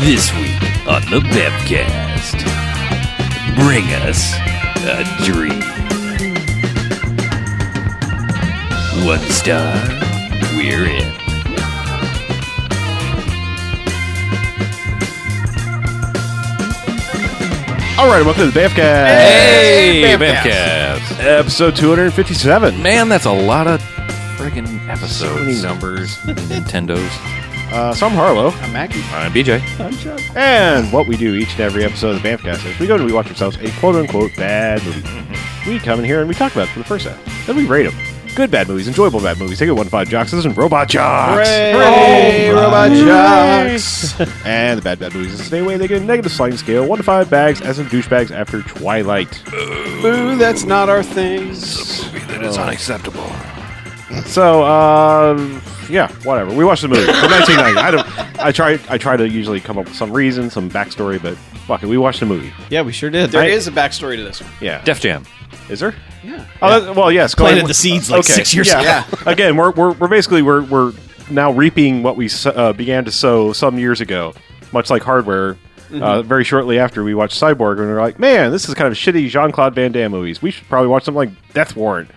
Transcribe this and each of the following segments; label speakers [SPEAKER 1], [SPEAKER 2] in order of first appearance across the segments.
[SPEAKER 1] This week on the Bebcast, bring us a dream. One star, we're in.
[SPEAKER 2] All right, welcome to the Bamfcast.
[SPEAKER 1] Hey,
[SPEAKER 2] Bamfcast.
[SPEAKER 1] Bebcast. Uh,
[SPEAKER 2] Episode 257.
[SPEAKER 1] Man, that's a lot of friggin' episodes.
[SPEAKER 2] So many
[SPEAKER 1] numbers. Nintendos. Uh,
[SPEAKER 2] Uh, so I'm Harlow.
[SPEAKER 3] I'm Mackie.
[SPEAKER 1] I'm BJ.
[SPEAKER 2] And what we do each and every episode of the Bamfcast is we go and we watch ourselves a quote unquote bad movie. We come in here and we talk about it for the first half. Then we rate them. Good bad movies, enjoyable bad movies. They get one to five jocks. This is Robot Jocks.
[SPEAKER 3] Hooray, Robot Jocks.
[SPEAKER 2] and the bad bad movies is the same way they get a negative sliding scale, one to five bags as in douchebags after Twilight.
[SPEAKER 3] Boo, that's not our thing.
[SPEAKER 1] That is unacceptable.
[SPEAKER 2] So, uh, yeah, whatever. We watched the movie from 1990. I don't. I try. I try to usually come up with some reason, some backstory, but fuck it, we watched the movie.
[SPEAKER 4] Yeah, we sure did.
[SPEAKER 3] There
[SPEAKER 2] Right.
[SPEAKER 3] is a backstory to this one.
[SPEAKER 2] Yeah.
[SPEAKER 1] Def Jam.
[SPEAKER 2] Is there?
[SPEAKER 3] Yeah.
[SPEAKER 2] Oh, that, well, yes. go
[SPEAKER 4] Planted
[SPEAKER 2] ahead.
[SPEAKER 4] the seeds like six years
[SPEAKER 2] yeah.
[SPEAKER 3] ago.
[SPEAKER 2] Again, we're, we're we're basically we're we're now reaping what we s- uh, began to sow some years ago, much like hardware.
[SPEAKER 3] Mm-hmm.
[SPEAKER 2] Uh, very shortly after we watched Cyborg, and we are like, "Man, this is kind of shitty Jean Claude Van Damme movies. We should probably watch something like Death Warrant."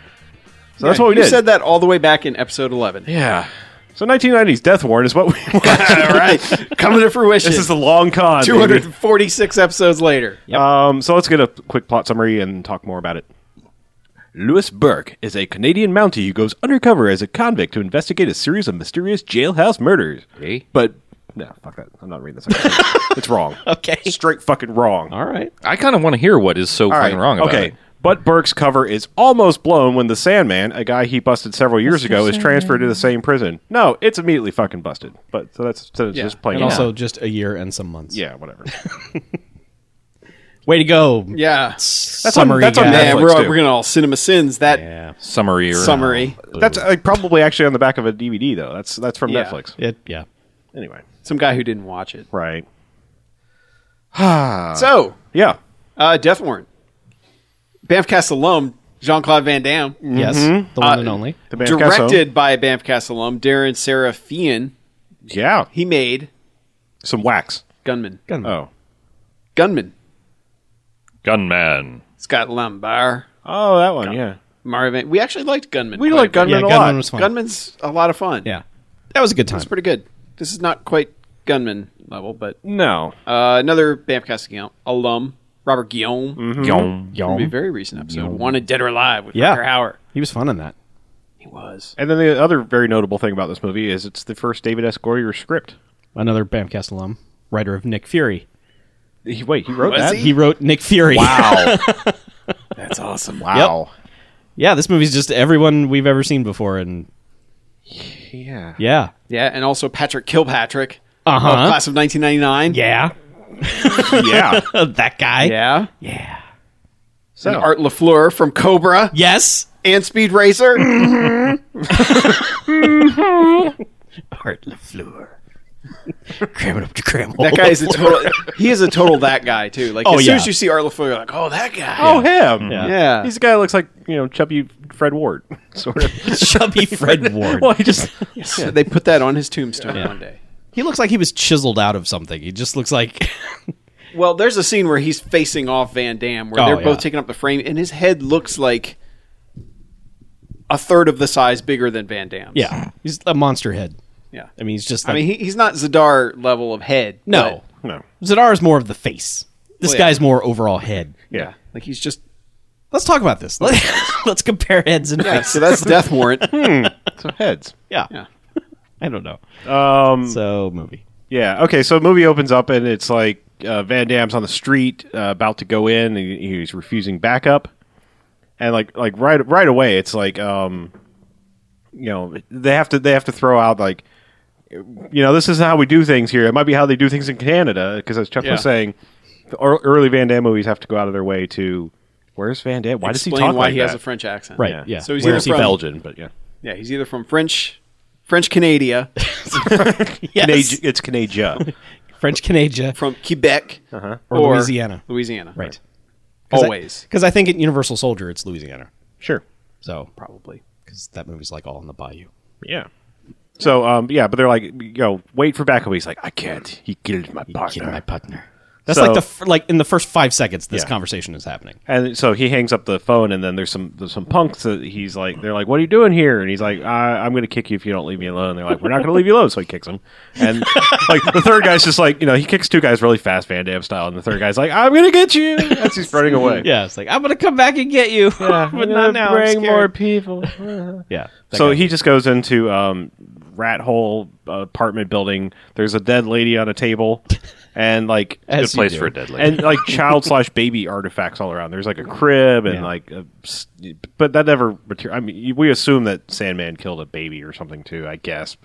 [SPEAKER 2] So that's what we
[SPEAKER 3] you
[SPEAKER 2] did.
[SPEAKER 3] said that all the way back in episode 11.
[SPEAKER 1] Yeah.
[SPEAKER 2] so 1990s Death Warrant is what we watched.
[SPEAKER 3] all right. Coming to fruition.
[SPEAKER 2] This is the long con. baby.
[SPEAKER 3] 246 episodes later.
[SPEAKER 2] Um, so let's get a quick plot summary and talk more about it. Louis Burke is a Canadian Mountie who goes undercover as a convict to investigate a series of mysterious jailhouse murders.
[SPEAKER 1] Eh?
[SPEAKER 2] But no, fuck that. I'm not reading this. it's wrong.
[SPEAKER 4] Okay.
[SPEAKER 2] Straight fucking wrong.
[SPEAKER 4] All right.
[SPEAKER 1] I kind of want to hear what is so
[SPEAKER 2] All
[SPEAKER 1] fucking wrong about
[SPEAKER 2] okay.
[SPEAKER 1] it.
[SPEAKER 2] But Burke's cover is almost blown when the Sandman, a guy he busted several years ago, is transferred to the same prison. No, it's immediately fucking busted. But so that's so it's
[SPEAKER 3] Yeah.
[SPEAKER 2] just playing.
[SPEAKER 4] And
[SPEAKER 2] it
[SPEAKER 4] also
[SPEAKER 2] out.
[SPEAKER 4] just a year and some months.
[SPEAKER 2] yeah, whatever.
[SPEAKER 4] Way to go.
[SPEAKER 3] Yeah.
[SPEAKER 2] That's on-
[SPEAKER 4] Summary
[SPEAKER 2] that's on
[SPEAKER 4] guy.
[SPEAKER 3] Man,
[SPEAKER 2] Netflix,
[SPEAKER 3] we're, all-
[SPEAKER 2] too.
[SPEAKER 3] we're going to all Cinema Sins that
[SPEAKER 4] Yeah.
[SPEAKER 1] Summary. Or
[SPEAKER 3] summary.
[SPEAKER 2] That's like, probably actually on the back of a DVD though. That's that's from
[SPEAKER 3] Yeah.
[SPEAKER 2] Netflix.
[SPEAKER 4] It, yeah.
[SPEAKER 2] Anyway,
[SPEAKER 3] Some guy who didn't watch it.
[SPEAKER 2] right?
[SPEAKER 3] So,
[SPEAKER 2] Yeah.
[SPEAKER 3] uh, Death Warrant. Banffcast alum, Jean Claude Van Damme.
[SPEAKER 4] Yes. The one
[SPEAKER 3] Uh,
[SPEAKER 4] and only.
[SPEAKER 2] The Banff Castle.
[SPEAKER 3] Directed by Banffcast alum, Darren Serafian.
[SPEAKER 2] Yeah.
[SPEAKER 3] He made
[SPEAKER 2] Some wax.
[SPEAKER 3] Gunman.
[SPEAKER 4] Gunman.
[SPEAKER 2] Oh.
[SPEAKER 3] Gunman.
[SPEAKER 1] uh, Gunman.
[SPEAKER 3] Scott Lombard.
[SPEAKER 2] Oh, that one. Yeah.
[SPEAKER 3] Mario Van. We actually liked Gunman.
[SPEAKER 2] We
[SPEAKER 3] quite
[SPEAKER 2] like
[SPEAKER 3] a bit.
[SPEAKER 2] Gunman
[SPEAKER 4] Yeah,
[SPEAKER 2] a
[SPEAKER 4] Gunman
[SPEAKER 2] lot.
[SPEAKER 4] was fun.
[SPEAKER 3] Gunman's a lot of fun.
[SPEAKER 4] Yeah. That was a good time.
[SPEAKER 3] it's pretty good. This is not quite Gunman level, but
[SPEAKER 2] No.
[SPEAKER 3] uh, another Bamfcast account alum, Robert Guillaume,
[SPEAKER 1] Yom.
[SPEAKER 4] Yum.
[SPEAKER 3] from a very recent episode, Wanted Dead or Alive with
[SPEAKER 4] Mm-hmm. Yeah.
[SPEAKER 3] Rucker Hauer.
[SPEAKER 4] He was fun in that.
[SPEAKER 3] He was.
[SPEAKER 2] And then the other very notable thing about this movie is it's the first David S. Goyer script.
[SPEAKER 4] Another Bamcast alum, writer of Nick Fury.
[SPEAKER 2] He, wait, he wrote
[SPEAKER 3] Was
[SPEAKER 2] that?
[SPEAKER 3] he?
[SPEAKER 4] He wrote Nick Fury.
[SPEAKER 2] Wow.
[SPEAKER 3] That's awesome.
[SPEAKER 2] wow.
[SPEAKER 4] yeah, this movie's just everyone we've ever seen before. And
[SPEAKER 2] Yeah.
[SPEAKER 4] yeah.
[SPEAKER 3] Yeah, and also Patrick Kilpatrick,
[SPEAKER 4] Uh
[SPEAKER 3] of
[SPEAKER 4] huh.
[SPEAKER 3] class of 1999.
[SPEAKER 4] Yeah.
[SPEAKER 2] Yeah.
[SPEAKER 4] that guy.
[SPEAKER 3] Yeah.
[SPEAKER 4] Yeah.
[SPEAKER 2] So,
[SPEAKER 3] And Art LaFleur from Cobra
[SPEAKER 4] Yes.
[SPEAKER 3] and Speed
[SPEAKER 4] Mm.
[SPEAKER 3] Racer.
[SPEAKER 4] Art LaFleur. cram it up to cram
[SPEAKER 3] that guy is a total. He is a total that guy too. Like
[SPEAKER 4] Oh,
[SPEAKER 3] as
[SPEAKER 4] yeah.
[SPEAKER 3] soon as you see Art LaFleur, you're like, oh, that guy.
[SPEAKER 2] oh, him.
[SPEAKER 4] Yeah.
[SPEAKER 3] yeah.
[SPEAKER 2] He's the guy that looks like, you know, chubby Fred Ward, sort of.
[SPEAKER 4] chubby Fred Ward.
[SPEAKER 2] well, he just.
[SPEAKER 3] So they put that on his tombstone one day.
[SPEAKER 4] He looks like he was chiseled out of something. He just looks like
[SPEAKER 3] Well, there's a scene where he's facing off Van Damme, where
[SPEAKER 4] Oh,
[SPEAKER 3] they're both
[SPEAKER 4] yeah.
[SPEAKER 3] taking up the frame, and his head looks like a third of the size bigger than Van Damme's.
[SPEAKER 4] yeah, he's a monster head.
[SPEAKER 3] yeah.
[SPEAKER 4] I mean, he's just. Like,
[SPEAKER 3] I mean, he, he's not Zadar level of head.
[SPEAKER 4] no,
[SPEAKER 2] No.
[SPEAKER 4] Zadar is more of the face. This
[SPEAKER 3] Well, yeah.
[SPEAKER 4] guy's more overall head.
[SPEAKER 2] Yeah.
[SPEAKER 3] but, like he's just
[SPEAKER 4] Let's talk about this. Let's, let's compare heads and
[SPEAKER 3] yeah.
[SPEAKER 4] faces.
[SPEAKER 3] So that's Death Warrant.
[SPEAKER 2] So, heads.
[SPEAKER 4] Yeah.
[SPEAKER 3] Yeah.
[SPEAKER 4] I don't know.
[SPEAKER 2] Um,
[SPEAKER 4] So movie.
[SPEAKER 2] Yeah. Okay. So movie opens up and it's like uh, Van Damme's on the street, uh, about to go in, and he- he's refusing backup, and like like right right away, it's like um, you know, they have to they have to throw out like, you know, this is how we do things here. It might be how they do things in Canada because as Chuck
[SPEAKER 3] Yeah.
[SPEAKER 2] was saying, the ear- early Van Damme movies have to go out of their way to. Where's Van Damme? Why does he
[SPEAKER 3] Explain
[SPEAKER 2] talk
[SPEAKER 3] why
[SPEAKER 2] like
[SPEAKER 3] he
[SPEAKER 2] that?
[SPEAKER 3] has a French accent.
[SPEAKER 4] Right.
[SPEAKER 2] Yeah.
[SPEAKER 4] Yeah.
[SPEAKER 3] So he's
[SPEAKER 4] Where
[SPEAKER 3] either
[SPEAKER 4] is he
[SPEAKER 3] from
[SPEAKER 2] Belgian, but yeah,
[SPEAKER 3] Yeah, he's either from French, French Canada,
[SPEAKER 4] Yes.
[SPEAKER 2] Canadi- it's Canada.
[SPEAKER 4] French Canada
[SPEAKER 3] from Quebec,
[SPEAKER 2] Uh-huh.
[SPEAKER 4] or, Louisiana.
[SPEAKER 3] Louisiana.
[SPEAKER 4] Right.
[SPEAKER 3] Always.
[SPEAKER 4] Because I, think in Universal Soldier it's Louisiana.
[SPEAKER 2] sure.
[SPEAKER 4] So
[SPEAKER 3] probably.
[SPEAKER 4] because that movie's like all in the bayou.
[SPEAKER 2] Yeah. So um, yeah, but they're like, you know, wait for backup. He's like, I can't. He killed my partner.
[SPEAKER 4] Kill my partner. That's
[SPEAKER 2] So-
[SPEAKER 4] like the f- like in the first five seconds this
[SPEAKER 2] Yeah.
[SPEAKER 4] conversation is happening.
[SPEAKER 2] And so he hangs up the phone, and then there's some there's some punks that he's like, they're like, "What are you doing here?" And he's like, I, "I'm going to kick you if you don't leave me alone." They're like, "We're not going to leave you alone," so he kicks him. And like the third guy's just like, you know, he kicks two guys really fast, Van Damme style, and the third guy's like, "I'm going to get you," as he's running away.
[SPEAKER 4] Yeah, it's like I'm gonna come back and get you, but not now.
[SPEAKER 2] Uh,
[SPEAKER 4] I'm
[SPEAKER 2] Bring
[SPEAKER 4] scared.
[SPEAKER 2] more people.
[SPEAKER 4] Yeah. that
[SPEAKER 2] so
[SPEAKER 4] guy.
[SPEAKER 2] he just goes into um, rat hole uh, apartment building. There's a dead lady on a table, and like
[SPEAKER 4] As
[SPEAKER 1] Good
[SPEAKER 4] you
[SPEAKER 1] place
[SPEAKER 4] do.
[SPEAKER 1] for a dead lady.
[SPEAKER 2] and like child slash baby artifacts all around. There's like a crib and
[SPEAKER 4] Yeah.
[SPEAKER 2] like, a, s- but that never. mater- I mean, we assume that Sandman killed a baby or something too. I guess.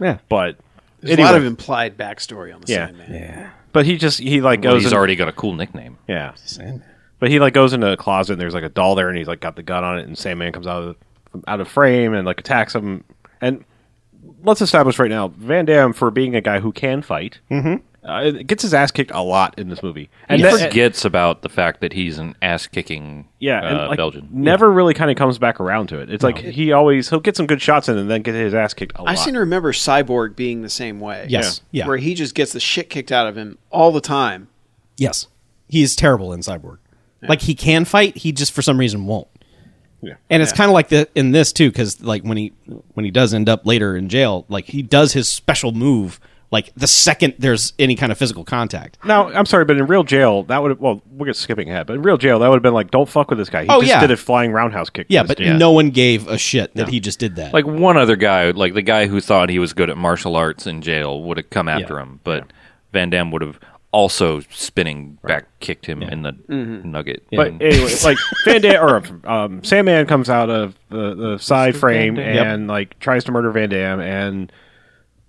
[SPEAKER 4] Yeah.
[SPEAKER 2] But
[SPEAKER 3] There's a lot of implied backstory on the
[SPEAKER 2] Yeah.
[SPEAKER 3] Sandman.
[SPEAKER 4] Yeah.
[SPEAKER 2] but he just he like
[SPEAKER 1] Well,
[SPEAKER 2] goes
[SPEAKER 1] he's
[SPEAKER 2] in-
[SPEAKER 1] already got a cool nickname.
[SPEAKER 2] yeah. But he like goes into a closet and there's like a doll there and he's like got the gun on it and Sandman comes out of from out of frame and like attacks him and let's establish right now Van Damme for being a guy who can fight mm-hmm. uh, gets his ass kicked a lot in this movie and
[SPEAKER 1] He
[SPEAKER 2] that-
[SPEAKER 1] forgets about the fact that he's an ass kicking
[SPEAKER 2] yeah and,
[SPEAKER 1] uh,
[SPEAKER 2] like,
[SPEAKER 1] Belgian.
[SPEAKER 2] never really kind of comes back around to it it's like he always he'll get some good shots in and then get his ass kicked a lot
[SPEAKER 3] I seem to remember Cyborg being the same way.
[SPEAKER 4] Yes. Yeah. Yeah.
[SPEAKER 3] Where he just gets the shit kicked out of him all the time.
[SPEAKER 4] Yes. He is terrible in Cyborg. Like he can fight, he just for some reason won't.
[SPEAKER 2] Yeah.
[SPEAKER 4] And it's kind of like the in this too cuz like when he when he does end up later in jail, like he does his special move like the second there's any kind of physical contact.
[SPEAKER 2] now I'm sorry but in real jail that would well we're just skipping ahead but in real jail that would have been like don't fuck with this guy he
[SPEAKER 4] Oh,
[SPEAKER 2] just
[SPEAKER 4] yeah.
[SPEAKER 2] did a flying roundhouse kick to
[SPEAKER 4] Yeah,
[SPEAKER 2] this
[SPEAKER 4] but
[SPEAKER 2] dude.
[SPEAKER 1] Yeah.
[SPEAKER 4] no one gave a shit that he just did that.
[SPEAKER 1] Like one other guy, like the guy who thought he was good at martial arts in jail, would have come after
[SPEAKER 4] Yeah.
[SPEAKER 1] him, but Van Damme would have also spinning back kicked him in the nugget.
[SPEAKER 2] Mm-hmm. But
[SPEAKER 1] And-
[SPEAKER 2] anyway, like Van Dam or um, Sandman comes out of the, the side frame and like tries to murder Van Dam, and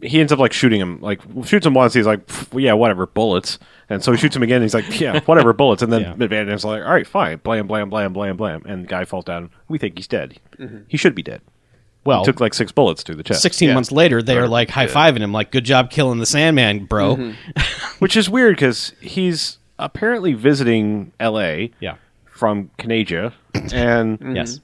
[SPEAKER 2] he ends up like shooting him. Like shoots him once, he's like, "Pff, yeah, whatever, bullets. And so he shoots him again. And he's like, yeah, whatever, bullets. And then Van Dam's like, all right, fine, blam, blam, blam, blam, blam. And the guy falls down. We think he's dead. He should be dead.
[SPEAKER 4] well,
[SPEAKER 2] He took like six bullets to the chest,
[SPEAKER 4] 16 months later they are like high-fiving him like good job killing the Sandman, bro.
[SPEAKER 2] Mm-hmm. which is weird because he's apparently visiting L.A.
[SPEAKER 4] Yeah.
[SPEAKER 2] from Canada, and
[SPEAKER 4] Yes.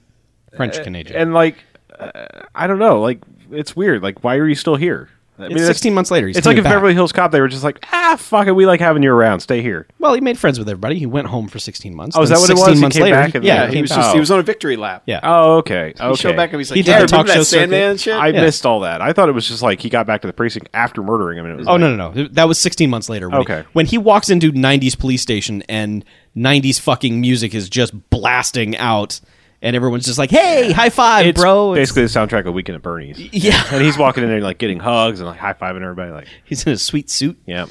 [SPEAKER 4] French Canadian.
[SPEAKER 2] and like uh, I don't know, like it's weird. Like, why are you still here? I
[SPEAKER 4] it's 16 months later. He's
[SPEAKER 2] It's like
[SPEAKER 4] coming
[SPEAKER 2] if
[SPEAKER 4] back.
[SPEAKER 2] Beverly Hills Cop, they were just like, ah, fuck it, we like having you around, stay here.
[SPEAKER 4] Well, he made friends with everybody. He went home for 16 months.
[SPEAKER 2] Oh, is
[SPEAKER 4] Then
[SPEAKER 2] that what it
[SPEAKER 4] 16
[SPEAKER 2] was? He
[SPEAKER 4] Months
[SPEAKER 2] came
[SPEAKER 4] later,
[SPEAKER 2] back and-
[SPEAKER 4] yeah,
[SPEAKER 3] Yeah,
[SPEAKER 2] he
[SPEAKER 3] he was
[SPEAKER 2] came-
[SPEAKER 3] just
[SPEAKER 2] oh.
[SPEAKER 3] he was on a victory lap.
[SPEAKER 4] Yeah.
[SPEAKER 2] Oh, okay, okay.
[SPEAKER 3] He showed back and he's like,
[SPEAKER 4] He did
[SPEAKER 3] "Yeah,
[SPEAKER 4] the
[SPEAKER 3] remember
[SPEAKER 4] talk
[SPEAKER 3] that
[SPEAKER 4] show circuit.
[SPEAKER 3] Sandman shit?
[SPEAKER 2] I
[SPEAKER 4] Yeah.
[SPEAKER 2] missed all that. I thought it was just like he got back to the precinct after murdering him, and it was
[SPEAKER 4] Oh
[SPEAKER 2] like,
[SPEAKER 4] no no no! That was 16 months later. When
[SPEAKER 2] Okay.
[SPEAKER 4] He, when he walks into 90s police station and 90s fucking music is just blasting out, and everyone's just like, "Hey, high five,
[SPEAKER 2] It's
[SPEAKER 4] bro!" It's-
[SPEAKER 2] basically the soundtrack of Weekend at Bernie's.
[SPEAKER 4] yeah,
[SPEAKER 2] and he's walking in there like getting hugs and like high fiving everybody, like
[SPEAKER 4] he's in a sweet suit.
[SPEAKER 2] yeah.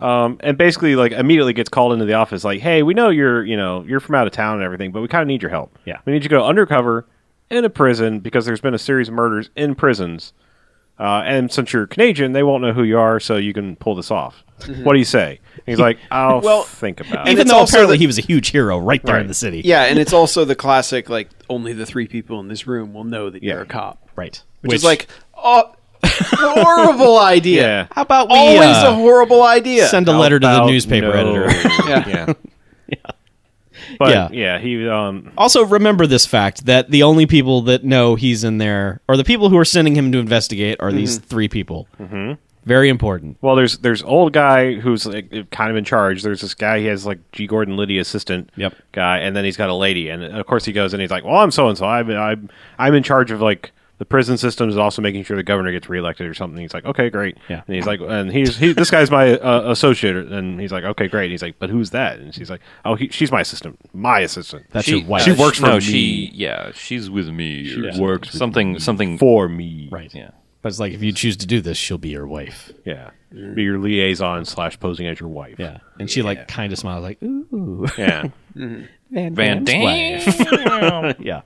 [SPEAKER 2] um, and basically like immediately gets called into the office, like, hey, we know you're you know you're from out of town and everything, but we kind of need your help.
[SPEAKER 4] Yeah.
[SPEAKER 2] we need you to go undercover in a prison because there's been a series of murders in prisons. Uh, and since you're Canadian, they won't know who you are, so you can pull this off. What do you say? And he's like, I'll
[SPEAKER 3] Well,
[SPEAKER 2] think about it.
[SPEAKER 3] and
[SPEAKER 4] Even
[SPEAKER 3] it's
[SPEAKER 4] though
[SPEAKER 3] also
[SPEAKER 4] apparently
[SPEAKER 3] the-
[SPEAKER 4] he was a huge hero right there in
[SPEAKER 2] Right.
[SPEAKER 4] the city.
[SPEAKER 3] Yeah, and it's also the classic like only the three people in this room will know that you're a cop,
[SPEAKER 4] right.
[SPEAKER 3] which, is like oh, horrible idea.
[SPEAKER 2] Yeah.
[SPEAKER 4] how about we
[SPEAKER 3] Always
[SPEAKER 4] uh,
[SPEAKER 3] a horrible idea.
[SPEAKER 4] send a letter to the
[SPEAKER 2] About
[SPEAKER 4] newspaper
[SPEAKER 2] no.
[SPEAKER 4] editor?
[SPEAKER 2] yeah.
[SPEAKER 3] Yeah.
[SPEAKER 2] yeah. But
[SPEAKER 4] Yeah.
[SPEAKER 2] yeah, he um
[SPEAKER 4] Also, remember this fact that the only people that know he's in there, or the people who are sending him to investigate, are these three people. Mm-hmm. Very important.
[SPEAKER 2] Well, there's there's old guy who's like kind of in charge. There's this guy he has like G Gordon Liddy assistant
[SPEAKER 4] Yep.
[SPEAKER 2] guy, and then he's got a lady, and of course he goes and he's like, "Well, I'm so and so. I'm I'm I'm in charge of like the prison systems and also making sure the governor gets reelected or something." He's like, "Okay, great."
[SPEAKER 4] Yeah.
[SPEAKER 2] And he's like, "And he's he, this guy's my uh, associate," and he's like, "Okay, great." And he's like, "But who's that?" And she's like, "Oh, he, she's my assistant, my assistant."
[SPEAKER 4] That's
[SPEAKER 1] she,
[SPEAKER 4] your wife.
[SPEAKER 1] uh,
[SPEAKER 2] She works for
[SPEAKER 1] no,
[SPEAKER 2] me.
[SPEAKER 1] She, yeah, she's with me. or
[SPEAKER 2] does. works with
[SPEAKER 1] something. something.
[SPEAKER 2] for me,
[SPEAKER 4] Right.
[SPEAKER 1] Yeah.
[SPEAKER 4] But it's like if you choose to do this, she'll be your wife.
[SPEAKER 2] Yeah, be your liaison slash posing as your wife.
[SPEAKER 4] Yeah. And she like kind of smiles like, ooh,
[SPEAKER 2] yeah.
[SPEAKER 4] Van,
[SPEAKER 1] Van
[SPEAKER 4] Damme's wife.
[SPEAKER 1] Damme.
[SPEAKER 4] yeah.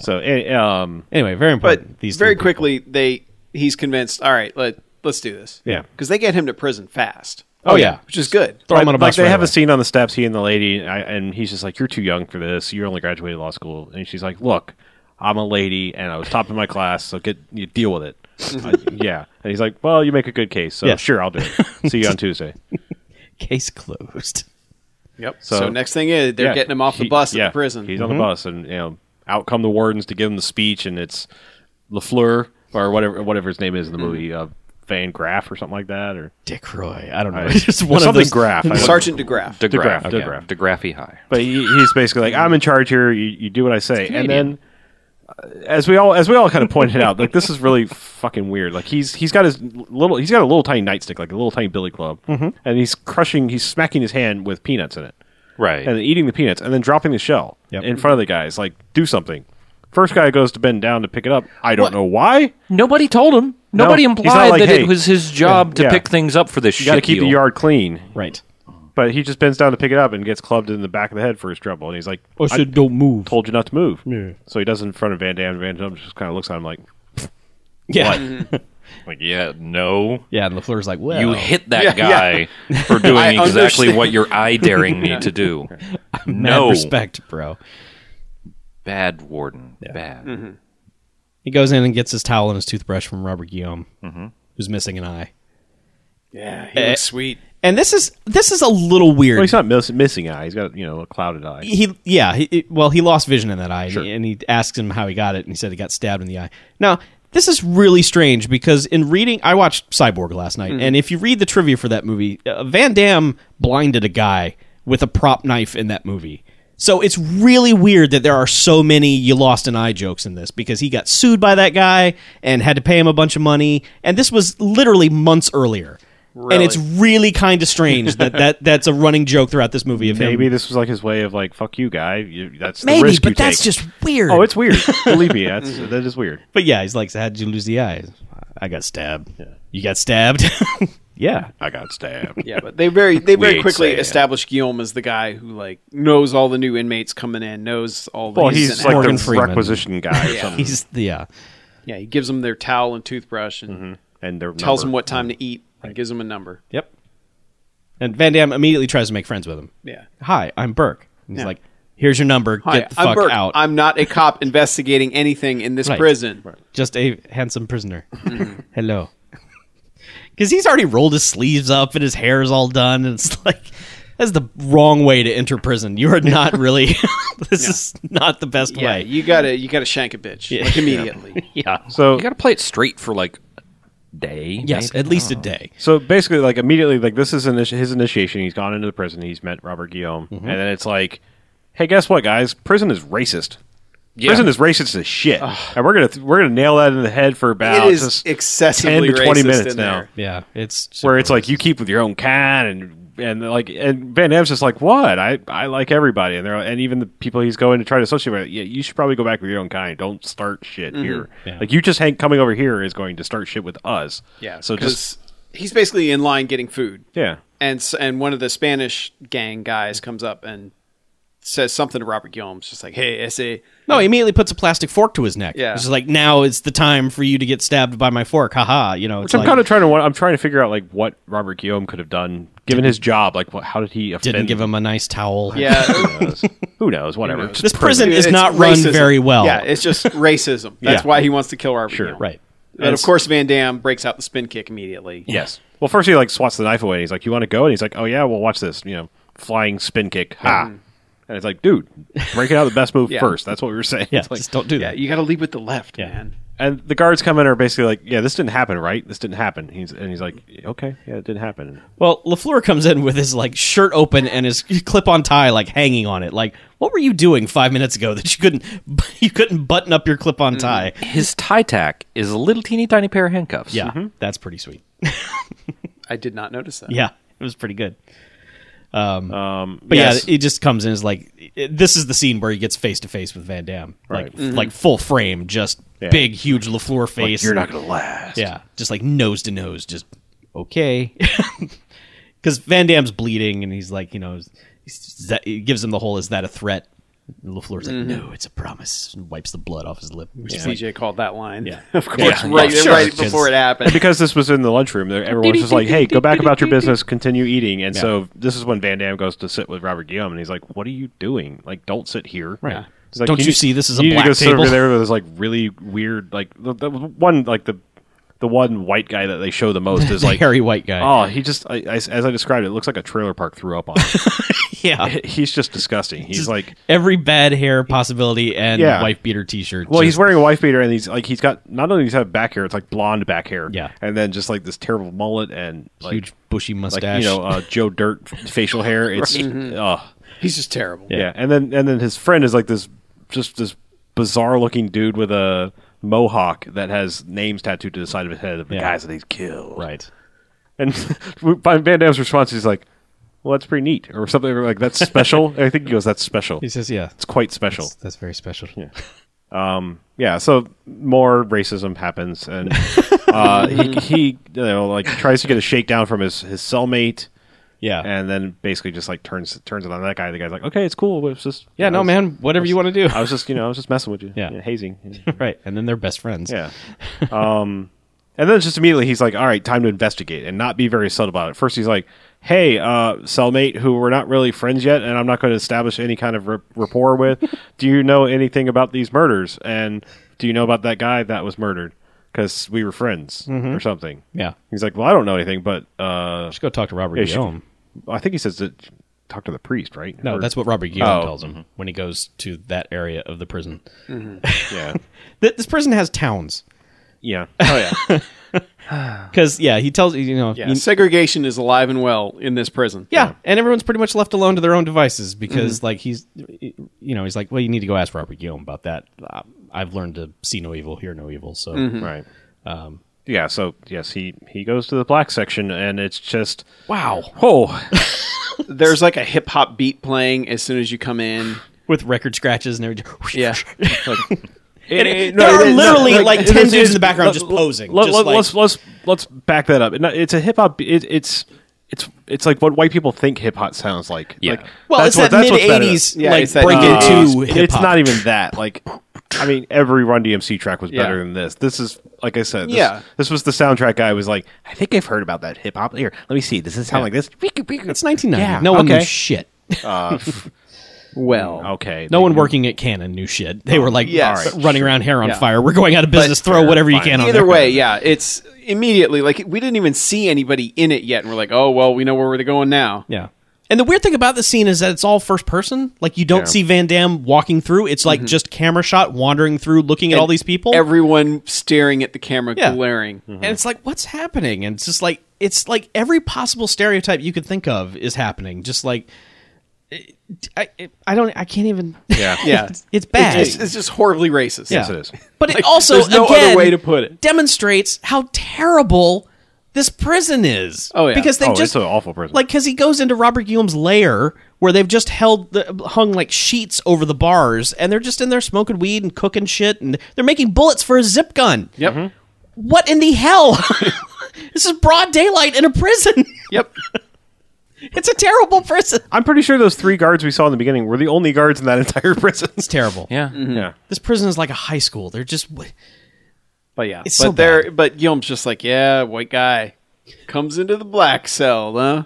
[SPEAKER 2] so, eh, um,
[SPEAKER 4] Anyway, very important.
[SPEAKER 3] but
[SPEAKER 4] these
[SPEAKER 3] very
[SPEAKER 4] three people.
[SPEAKER 3] quickly they he's convinced. All right, let let's do this.
[SPEAKER 2] Yeah.
[SPEAKER 3] because they get him to prison fast.
[SPEAKER 4] Oh, yeah.
[SPEAKER 3] which is good.
[SPEAKER 4] Throw him on a
[SPEAKER 2] Like,
[SPEAKER 4] bus.
[SPEAKER 2] they
[SPEAKER 4] right
[SPEAKER 2] have
[SPEAKER 4] away.
[SPEAKER 2] a scene on the steps, he and the lady, and I, and he's just like, "You're too young for this. You only graduated law school." And she's like, "Look, I'm a lady, and I was top of my class, so get you deal with it." Uh, yeah, and he's like, "Well, you make a good case, so
[SPEAKER 4] Yeah.
[SPEAKER 2] sure, I'll do it. See you on Tuesday."
[SPEAKER 4] Case closed.
[SPEAKER 3] Yep.
[SPEAKER 2] So-
[SPEAKER 3] So, next thing is they're
[SPEAKER 2] Yeah,
[SPEAKER 3] getting him off the
[SPEAKER 2] he-
[SPEAKER 3] bus
[SPEAKER 2] yeah,
[SPEAKER 3] at the prison.
[SPEAKER 4] Mm-hmm.
[SPEAKER 2] He's on the bus, and you know, out come the wardens to give him the speech, and it's Lafleur or whatever whatever his name is in
[SPEAKER 3] Mm.
[SPEAKER 2] the movie, uh, Van Graff or something like that, or
[SPEAKER 4] Dick Roy. I don't know.
[SPEAKER 2] I-
[SPEAKER 4] It's just one of
[SPEAKER 2] something
[SPEAKER 4] those.
[SPEAKER 2] Graff. I don't-
[SPEAKER 3] Sergeant DeGraff.
[SPEAKER 2] DeGraff,
[SPEAKER 5] DeGraff,
[SPEAKER 2] DeGraff.
[SPEAKER 5] DeGraffy High.
[SPEAKER 2] but he, he's basically like, I'm in charge here. You, you do what I say, and then. uh, As we all as we all kind of pointed out, like this is really fucking weird. Like he's he's got his little he's got a little tiny nightstick, like a little tiny billy club,
[SPEAKER 5] Mm-hmm.
[SPEAKER 2] and he's crushing he's smacking his hand with peanuts in it.
[SPEAKER 5] Right.
[SPEAKER 2] and then eating the peanuts and then dropping the shell
[SPEAKER 4] Yep.
[SPEAKER 2] in front of the guys. Like, do something. First guy goes to bend down to pick it up. I don't know why.
[SPEAKER 5] Nobody told him.
[SPEAKER 2] No,
[SPEAKER 5] Nobody
[SPEAKER 2] he's not
[SPEAKER 5] implied
[SPEAKER 2] like,
[SPEAKER 5] that
[SPEAKER 2] "Hey,
[SPEAKER 5] it was his job to
[SPEAKER 2] yeah.
[SPEAKER 5] pick things up for this
[SPEAKER 2] You
[SPEAKER 5] shit.
[SPEAKER 2] got to keep the
[SPEAKER 5] deal."
[SPEAKER 2] yard clean.
[SPEAKER 4] Right.
[SPEAKER 2] But he just bends down to pick it up and gets clubbed in the back of the head for his trouble. And he's like,
[SPEAKER 5] Oh,
[SPEAKER 2] I
[SPEAKER 4] don't move.
[SPEAKER 2] told you not to move. So he does it in front of Van Damme. Van Damme just kind of looks at him like,
[SPEAKER 4] Yeah. Mm-hmm.
[SPEAKER 5] Like, yeah, no.
[SPEAKER 4] yeah. And Lafleur's like, well,
[SPEAKER 5] You hit that
[SPEAKER 3] Yeah,
[SPEAKER 5] guy for
[SPEAKER 3] I
[SPEAKER 5] doing exactly
[SPEAKER 3] understand.
[SPEAKER 5] what you're eye daring me to do.
[SPEAKER 4] mad
[SPEAKER 5] no.
[SPEAKER 4] respect, bro.
[SPEAKER 5] Bad warden. Bad.
[SPEAKER 2] Mm-hmm.
[SPEAKER 4] He goes in and gets his towel and his toothbrush from Robert Guillaume, who's missing an eye.
[SPEAKER 3] Yeah, he
[SPEAKER 4] Eh.
[SPEAKER 3] looks sweet.
[SPEAKER 4] And this is this is a little weird.
[SPEAKER 2] well, he's not miss- missing eye. He's got, you know, a clouded eye.
[SPEAKER 4] he yeah he, it- well he lost vision in that eye and, he, and he asks him how he got it and he said he got stabbed in the eye now this is really strange because in reading i watched cyborg last night and if you read the trivia for that movie uh, van damme blinded a guy with a prop knife in that movie so it's really weird that there are so many you lost an eye jokes in this because he got sued by that guy and had to pay him a bunch of money and this was literally months earlier and it's really kind of strange that, that that's a running joke throughout this movie of him
[SPEAKER 2] Maybe this was like his way of like, fuck you, guy. You, that's the
[SPEAKER 4] Maybe,
[SPEAKER 2] risk
[SPEAKER 4] but
[SPEAKER 2] you
[SPEAKER 4] that's
[SPEAKER 2] take.
[SPEAKER 4] just weird.
[SPEAKER 2] Oh, it's weird. Believe me, that's that is weird.
[SPEAKER 4] but yeah, he's like, "So how'd you lose the eyes? I got stabbed. You got stabbed. yeah,
[SPEAKER 2] I got stabbed.
[SPEAKER 3] Yeah, but they very they very
[SPEAKER 5] ain't
[SPEAKER 3] quickly
[SPEAKER 5] saying.
[SPEAKER 3] establish Guillaume as the guy who like knows all the new inmates coming in, knows all the
[SPEAKER 2] Well, he's
[SPEAKER 3] an
[SPEAKER 2] like
[SPEAKER 4] Morgan
[SPEAKER 2] the
[SPEAKER 4] Freeman.
[SPEAKER 2] requisition guy or something.
[SPEAKER 4] he's the yeah.
[SPEAKER 3] Yeah, he gives them their towel and toothbrush and
[SPEAKER 2] and their
[SPEAKER 3] tells them
[SPEAKER 2] Mm-hmm. number. Mm-hmm.
[SPEAKER 3] what time to eat and gives them a number.
[SPEAKER 4] Yep. And Van Damme immediately tries to make friends with him.
[SPEAKER 3] Yeah.
[SPEAKER 4] Hi, I'm Burke. And he's
[SPEAKER 3] Yeah.
[SPEAKER 4] like, "Here's your number.
[SPEAKER 3] Hi,
[SPEAKER 4] Get the
[SPEAKER 3] I'm
[SPEAKER 4] fuck
[SPEAKER 3] Burke.
[SPEAKER 4] out.
[SPEAKER 3] I'm not a cop investigating anything in this
[SPEAKER 4] Right.
[SPEAKER 3] prison.
[SPEAKER 4] just a handsome prisoner.
[SPEAKER 3] Mm-hmm.
[SPEAKER 4] Hello." Because he's already rolled his sleeves up and his hair is all done, and it's like that's the wrong way to enter prison. You are not really. this is not the best
[SPEAKER 3] Yeah,
[SPEAKER 4] way.
[SPEAKER 3] you gotta you gotta shank a bitch like, immediately.
[SPEAKER 4] Yeah.
[SPEAKER 2] So
[SPEAKER 5] You got to play it straight for like a day.
[SPEAKER 4] Yes,
[SPEAKER 5] maybe?
[SPEAKER 4] at least a day.
[SPEAKER 2] So basically, like immediately, like this is initi- his initiation. He's gone into the prison. He's met Robert Guillaume,
[SPEAKER 3] Mm-hmm.
[SPEAKER 2] and then it's like, hey, guess what, guys? Prison is racist. Prison is racist as shit, and we're gonna th- we're gonna nail that in the head for about
[SPEAKER 3] it is
[SPEAKER 2] just
[SPEAKER 3] excessively
[SPEAKER 2] 10 to 20
[SPEAKER 3] racist
[SPEAKER 2] minutes
[SPEAKER 3] in
[SPEAKER 2] now.
[SPEAKER 3] there.
[SPEAKER 4] Yeah, it's
[SPEAKER 2] where it's like you keep with your own kind, and and like and Van Damme's just like, what? I I like everybody, and they're and even the people he's going to try to associate with. Yeah, you should probably go back with your own kind. Don't start shit
[SPEAKER 3] Mm-hmm.
[SPEAKER 2] here.
[SPEAKER 4] Yeah.
[SPEAKER 2] Like you just hang coming over here is going to start shit with us.
[SPEAKER 3] Yeah,
[SPEAKER 2] So just
[SPEAKER 3] because he's basically in line getting food.
[SPEAKER 2] yeah.
[SPEAKER 3] and s- and one of the Spanish gang guys comes up and says something to Robert Guillaume. It's just like, "Hey, ese."
[SPEAKER 4] No, he immediately puts a plastic fork to his neck.
[SPEAKER 3] Yeah.
[SPEAKER 4] It's just like, now it's the time for you to get stabbed by my fork. Haha. You know, it's
[SPEAKER 2] Which I'm
[SPEAKER 4] like,
[SPEAKER 2] kind of trying to. wa- I'm trying to figure out like what Robert Guillaume could have done, given his job. Like, what, how did he offend?
[SPEAKER 4] didn't give him a nice towel.
[SPEAKER 3] Yeah,
[SPEAKER 2] Who knows? Who knows? Whatever. Just
[SPEAKER 4] This prison
[SPEAKER 3] It's
[SPEAKER 4] is not run
[SPEAKER 3] racism.
[SPEAKER 4] very well.
[SPEAKER 3] Yeah, it's just racism. That's
[SPEAKER 2] Yeah.
[SPEAKER 3] why he wants to kill Robert. Sure, Guillaume.
[SPEAKER 4] right.
[SPEAKER 3] And of course, Van Damme breaks out the spin kick immediately.
[SPEAKER 2] Yes. Well, first he like swats the knife away. and He's like, "You want to go?" And he's like, "Oh yeah, well watch this. You know, flying spin kick. Ha!" And it's like, dude, break it out the best move
[SPEAKER 3] Yeah.
[SPEAKER 2] first. That's what we were saying.
[SPEAKER 4] Yeah,
[SPEAKER 2] It's like-
[SPEAKER 4] just don't do
[SPEAKER 3] Yeah,
[SPEAKER 4] that.
[SPEAKER 3] you got to lead with the left, man.
[SPEAKER 2] and the guards come in and are basically like, "Yeah, this didn't happen, right? This didn't happen." He's and he's like, "Okay, yeah, it didn't happen."
[SPEAKER 4] Well, Lafleur comes in with his like shirt open and his clip-on tie like hanging on it. Like, what were you doing five minutes ago that you couldn't you couldn't button up your clip-on tie?
[SPEAKER 5] His tie tack is a little teeny tiny pair of handcuffs.
[SPEAKER 4] Yeah, that's pretty sweet.
[SPEAKER 3] I did not notice that.
[SPEAKER 4] Yeah, it was pretty good.
[SPEAKER 2] Um,
[SPEAKER 4] But
[SPEAKER 2] yes.
[SPEAKER 4] yeah, he just comes in and is like, it- this is the scene where he gets face to face with Van Damme, like like full frame, just
[SPEAKER 2] Yeah.
[SPEAKER 4] big, huge Lafleur face.
[SPEAKER 2] Mm-hmm. you're not gonna last.
[SPEAKER 4] yeah, just like nose to nose, just okay. Because Van Damme's bleeding, and he's like, you know, is that, it gives him the whole "Is that a threat?" And Lafleur's
[SPEAKER 2] Mm-hmm.
[SPEAKER 4] like, "No, it's a promise," and wipes the blood off his lip. Which is like,
[SPEAKER 3] CJ called that line.
[SPEAKER 4] Yeah.
[SPEAKER 3] of course,
[SPEAKER 4] Yeah.
[SPEAKER 3] right,
[SPEAKER 4] Yeah, sure.
[SPEAKER 3] right before it happened.
[SPEAKER 2] because this was in the lunchroom, there everyone's just like, "Hey, go back about your business, continue eating." And so this is when Van Damme goes to sit with Robert Guillaume, and he's like, "What are you doing? Like, don't sit here."
[SPEAKER 4] Right.
[SPEAKER 2] He's like,
[SPEAKER 4] Don't
[SPEAKER 2] "Can
[SPEAKER 4] you see this is a
[SPEAKER 2] you need to
[SPEAKER 4] black
[SPEAKER 2] go sit
[SPEAKER 4] table?"
[SPEAKER 2] over there with this like really weird, like the, the one like the. the one white guy that they show the most is like
[SPEAKER 4] hairy white guy.
[SPEAKER 2] Oh, he just I, I- as I described it, it looks like a trailer park threw up on. him.
[SPEAKER 4] yeah.
[SPEAKER 2] he's just disgusting. He's like,
[SPEAKER 4] Every bad hair possibility and
[SPEAKER 2] Yeah.
[SPEAKER 4] wife beater T-shirt.
[SPEAKER 2] well, he's
[SPEAKER 4] Just-
[SPEAKER 2] wearing a wife beater, and he's like, he's got not only does he have back hair, it's like blonde back hair,
[SPEAKER 4] Yeah.
[SPEAKER 2] and then just like this terrible mullet and like,
[SPEAKER 4] huge bushy
[SPEAKER 2] like
[SPEAKER 4] mustache. Mm-hmm.
[SPEAKER 2] you know uh, Joe Dirt facial hair. It's uh,
[SPEAKER 3] He's just terrible.
[SPEAKER 2] yeah. and then and then his friend is like this just this bizarre looking dude with a mohawk that has names tattooed to the side of his head of the
[SPEAKER 4] Yeah.
[SPEAKER 2] guys that he's killed.
[SPEAKER 4] right.
[SPEAKER 2] And Van Damme's response is like, "Well, that's pretty neat," or something like that's special. I think he goes, "That's special.
[SPEAKER 4] He
[SPEAKER 2] It's
[SPEAKER 4] says, "Yeah,
[SPEAKER 2] quite special."
[SPEAKER 4] that's, that's very special."
[SPEAKER 2] Yeah. So more racism happens, and uh, he, he you know like tries to get a shakedown from his his cellmate,
[SPEAKER 4] Yeah.
[SPEAKER 2] and then basically just like turns turns it on that guy. The guy's like, "Okay, it's cool. It's just
[SPEAKER 4] yeah.
[SPEAKER 2] I
[SPEAKER 4] No,
[SPEAKER 2] was-
[SPEAKER 4] man. Whatever you want to do.
[SPEAKER 2] I was just you know I was just messing with you.
[SPEAKER 4] Yeah.
[SPEAKER 2] hazing.
[SPEAKER 4] right. And then they're best friends.
[SPEAKER 2] Yeah. Um, and then just immediately he's like, all right, time to investigate and not be very subtle about it. First, he's like, hey, uh, cellmate, who we're not really friends yet, and I'm not going to establish any kind of r- rapport with, do you know anything about these murders? And do you know about that guy that was murdered? Because we were friends or something.
[SPEAKER 4] Mm-hmm. Yeah.
[SPEAKER 2] He's like, well, I don't know anything, but uh,
[SPEAKER 4] Just go talk to Robert
[SPEAKER 2] Yeah, she-
[SPEAKER 4] Guillaume.
[SPEAKER 2] I think he says to talk to the priest, right?
[SPEAKER 4] No,
[SPEAKER 2] Or-
[SPEAKER 4] that's what Robert Guillaume
[SPEAKER 2] Oh.
[SPEAKER 4] tells him when he goes to that area of the prison.
[SPEAKER 2] yeah,
[SPEAKER 4] Th- This prison has towns
[SPEAKER 2] yeah.
[SPEAKER 3] Oh yeah.
[SPEAKER 4] because yeah, he tells you know
[SPEAKER 3] Yeah.
[SPEAKER 4] you-
[SPEAKER 3] Segregation is alive and well in this prison.
[SPEAKER 4] yeah, and everyone's pretty much left alone to their own devices because
[SPEAKER 2] Mm-hmm.
[SPEAKER 4] like he's you know he's like well you need to go ask Robert Guillaume about that. Uh, I've learned to see no evil, hear no evil. So
[SPEAKER 2] right. Um, yeah. So yes, he he goes to the black section, and it's just
[SPEAKER 4] wow,
[SPEAKER 2] oh
[SPEAKER 3] There's like a hip hop beat playing as soon as you come in.
[SPEAKER 4] with record scratches and everything.
[SPEAKER 3] Yeah.
[SPEAKER 4] And
[SPEAKER 2] Eh,
[SPEAKER 4] it-
[SPEAKER 2] no,
[SPEAKER 4] there
[SPEAKER 2] it-
[SPEAKER 4] are
[SPEAKER 2] no,
[SPEAKER 4] literally like,
[SPEAKER 2] it-
[SPEAKER 4] ten
[SPEAKER 2] it's-
[SPEAKER 4] dudes in the
[SPEAKER 2] it's-
[SPEAKER 4] background
[SPEAKER 2] let-
[SPEAKER 4] just posing.
[SPEAKER 2] Let,
[SPEAKER 4] just
[SPEAKER 2] let,
[SPEAKER 4] like,
[SPEAKER 2] let's let's let's back that up. No, It's a hip hop. It, it's it's it's like what white people think hip hop sounds like.
[SPEAKER 5] Yeah.
[SPEAKER 2] Like,
[SPEAKER 4] well, it's
[SPEAKER 2] what-
[SPEAKER 4] that mid
[SPEAKER 2] what's better.
[SPEAKER 4] '80s
[SPEAKER 3] Yeah,
[SPEAKER 4] like
[SPEAKER 3] it's that
[SPEAKER 4] break
[SPEAKER 3] mid-eighties.
[SPEAKER 4] into
[SPEAKER 2] Uh,
[SPEAKER 4] hip
[SPEAKER 2] It's
[SPEAKER 4] hop.
[SPEAKER 2] not even that. Like, I mean, every Run DMC track was better
[SPEAKER 3] Yeah.
[SPEAKER 2] than this. This is like I said. This,
[SPEAKER 3] Yeah.
[SPEAKER 2] This was the soundtrack guy was like, I think I've heard about that hip hop. Here, let me see. Does it sound like this?
[SPEAKER 4] It's 1990.
[SPEAKER 2] Yeah,
[SPEAKER 4] no one
[SPEAKER 2] okay.
[SPEAKER 4] knew shit. Oh,
[SPEAKER 3] Well,
[SPEAKER 2] Okay.
[SPEAKER 4] No one working at Canon knew shit. They were like
[SPEAKER 3] Yes.
[SPEAKER 4] all right, running around hair on
[SPEAKER 3] Yeah.
[SPEAKER 4] fire. We're going out of business. Throw whatever you can on
[SPEAKER 3] either
[SPEAKER 4] there.
[SPEAKER 3] way, yeah, it's immediately like we didn't even see anybody in it yet, and we're like, oh well, we know where we're going now.
[SPEAKER 4] Yeah. And the weird thing about the scene is that it's all first person. Like you don't
[SPEAKER 2] Yeah.
[SPEAKER 4] see Van Damme walking through. It's like just camera shot wandering through looking at all these people.
[SPEAKER 3] Everyone staring at the camera,
[SPEAKER 4] Yeah.
[SPEAKER 3] glaring.
[SPEAKER 2] Hmm.
[SPEAKER 4] and it's like what's happening? And it's just like it's like every possible stereotype you could think of is happening. Just like I I- I don't I can't even
[SPEAKER 2] Yeah.
[SPEAKER 3] Yeah,
[SPEAKER 4] It's- it's bad.
[SPEAKER 3] It's, it's just horribly racist.
[SPEAKER 4] Yeah.
[SPEAKER 2] Yes, it is.
[SPEAKER 4] But it
[SPEAKER 3] Like,
[SPEAKER 4] also
[SPEAKER 3] there's no other
[SPEAKER 4] again,
[SPEAKER 3] way to put it.
[SPEAKER 4] demonstrates how terrible this prison is.
[SPEAKER 3] Oh, yeah.
[SPEAKER 4] because they
[SPEAKER 2] Oh,
[SPEAKER 4] just
[SPEAKER 2] it's an awful prison.
[SPEAKER 4] Like because he goes into Robert Guillaume's lair where they've just held the, hung like sheets over the bars, and they're just in there smoking weed and cooking shit, and they're making bullets for a zip gun.
[SPEAKER 3] Yep.
[SPEAKER 2] Mm-hmm.
[SPEAKER 4] What in the hell? this is broad daylight in a prison.
[SPEAKER 3] Yep.
[SPEAKER 4] it's a terrible prison.
[SPEAKER 2] I'm pretty sure those three guards we saw in the beginning were the only guards in that entire prison.
[SPEAKER 4] It's terrible.
[SPEAKER 5] Yeah.
[SPEAKER 2] Yeah.
[SPEAKER 4] This prison is like a high school. They're just
[SPEAKER 3] But yeah,
[SPEAKER 4] It's
[SPEAKER 3] but
[SPEAKER 4] so
[SPEAKER 3] they're but Guillaume's just like, yeah, white guy comes into the black cell, huh?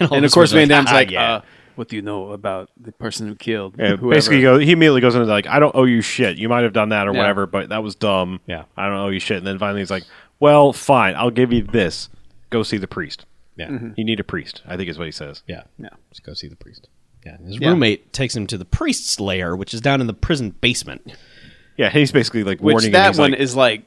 [SPEAKER 3] And of course, Van Damme's like, uh, what do you know about the person who killed?
[SPEAKER 2] Yeah,
[SPEAKER 3] whoever?"
[SPEAKER 2] basically, he, goes, he immediately goes into like, I don't owe you shit. You might have done that or
[SPEAKER 3] Yeah.
[SPEAKER 2] whatever, but that was dumb.
[SPEAKER 4] Yeah.
[SPEAKER 2] I don't owe you shit. And then finally, he's like, Well, fine, I'll give you this. Go see the priest. Mm-hmm.
[SPEAKER 4] yeah.
[SPEAKER 2] You need a priest. I think is what he says.
[SPEAKER 4] Yeah.
[SPEAKER 3] Yeah.
[SPEAKER 4] Just go see the priest. Yeah. and his
[SPEAKER 3] Yeah.
[SPEAKER 4] roommate takes him to the priest's lair, which is down in the prison basement.
[SPEAKER 2] Yeah, he's basically like
[SPEAKER 3] which
[SPEAKER 2] warning. him.
[SPEAKER 3] that
[SPEAKER 2] He's
[SPEAKER 3] one
[SPEAKER 2] like,
[SPEAKER 3] is like,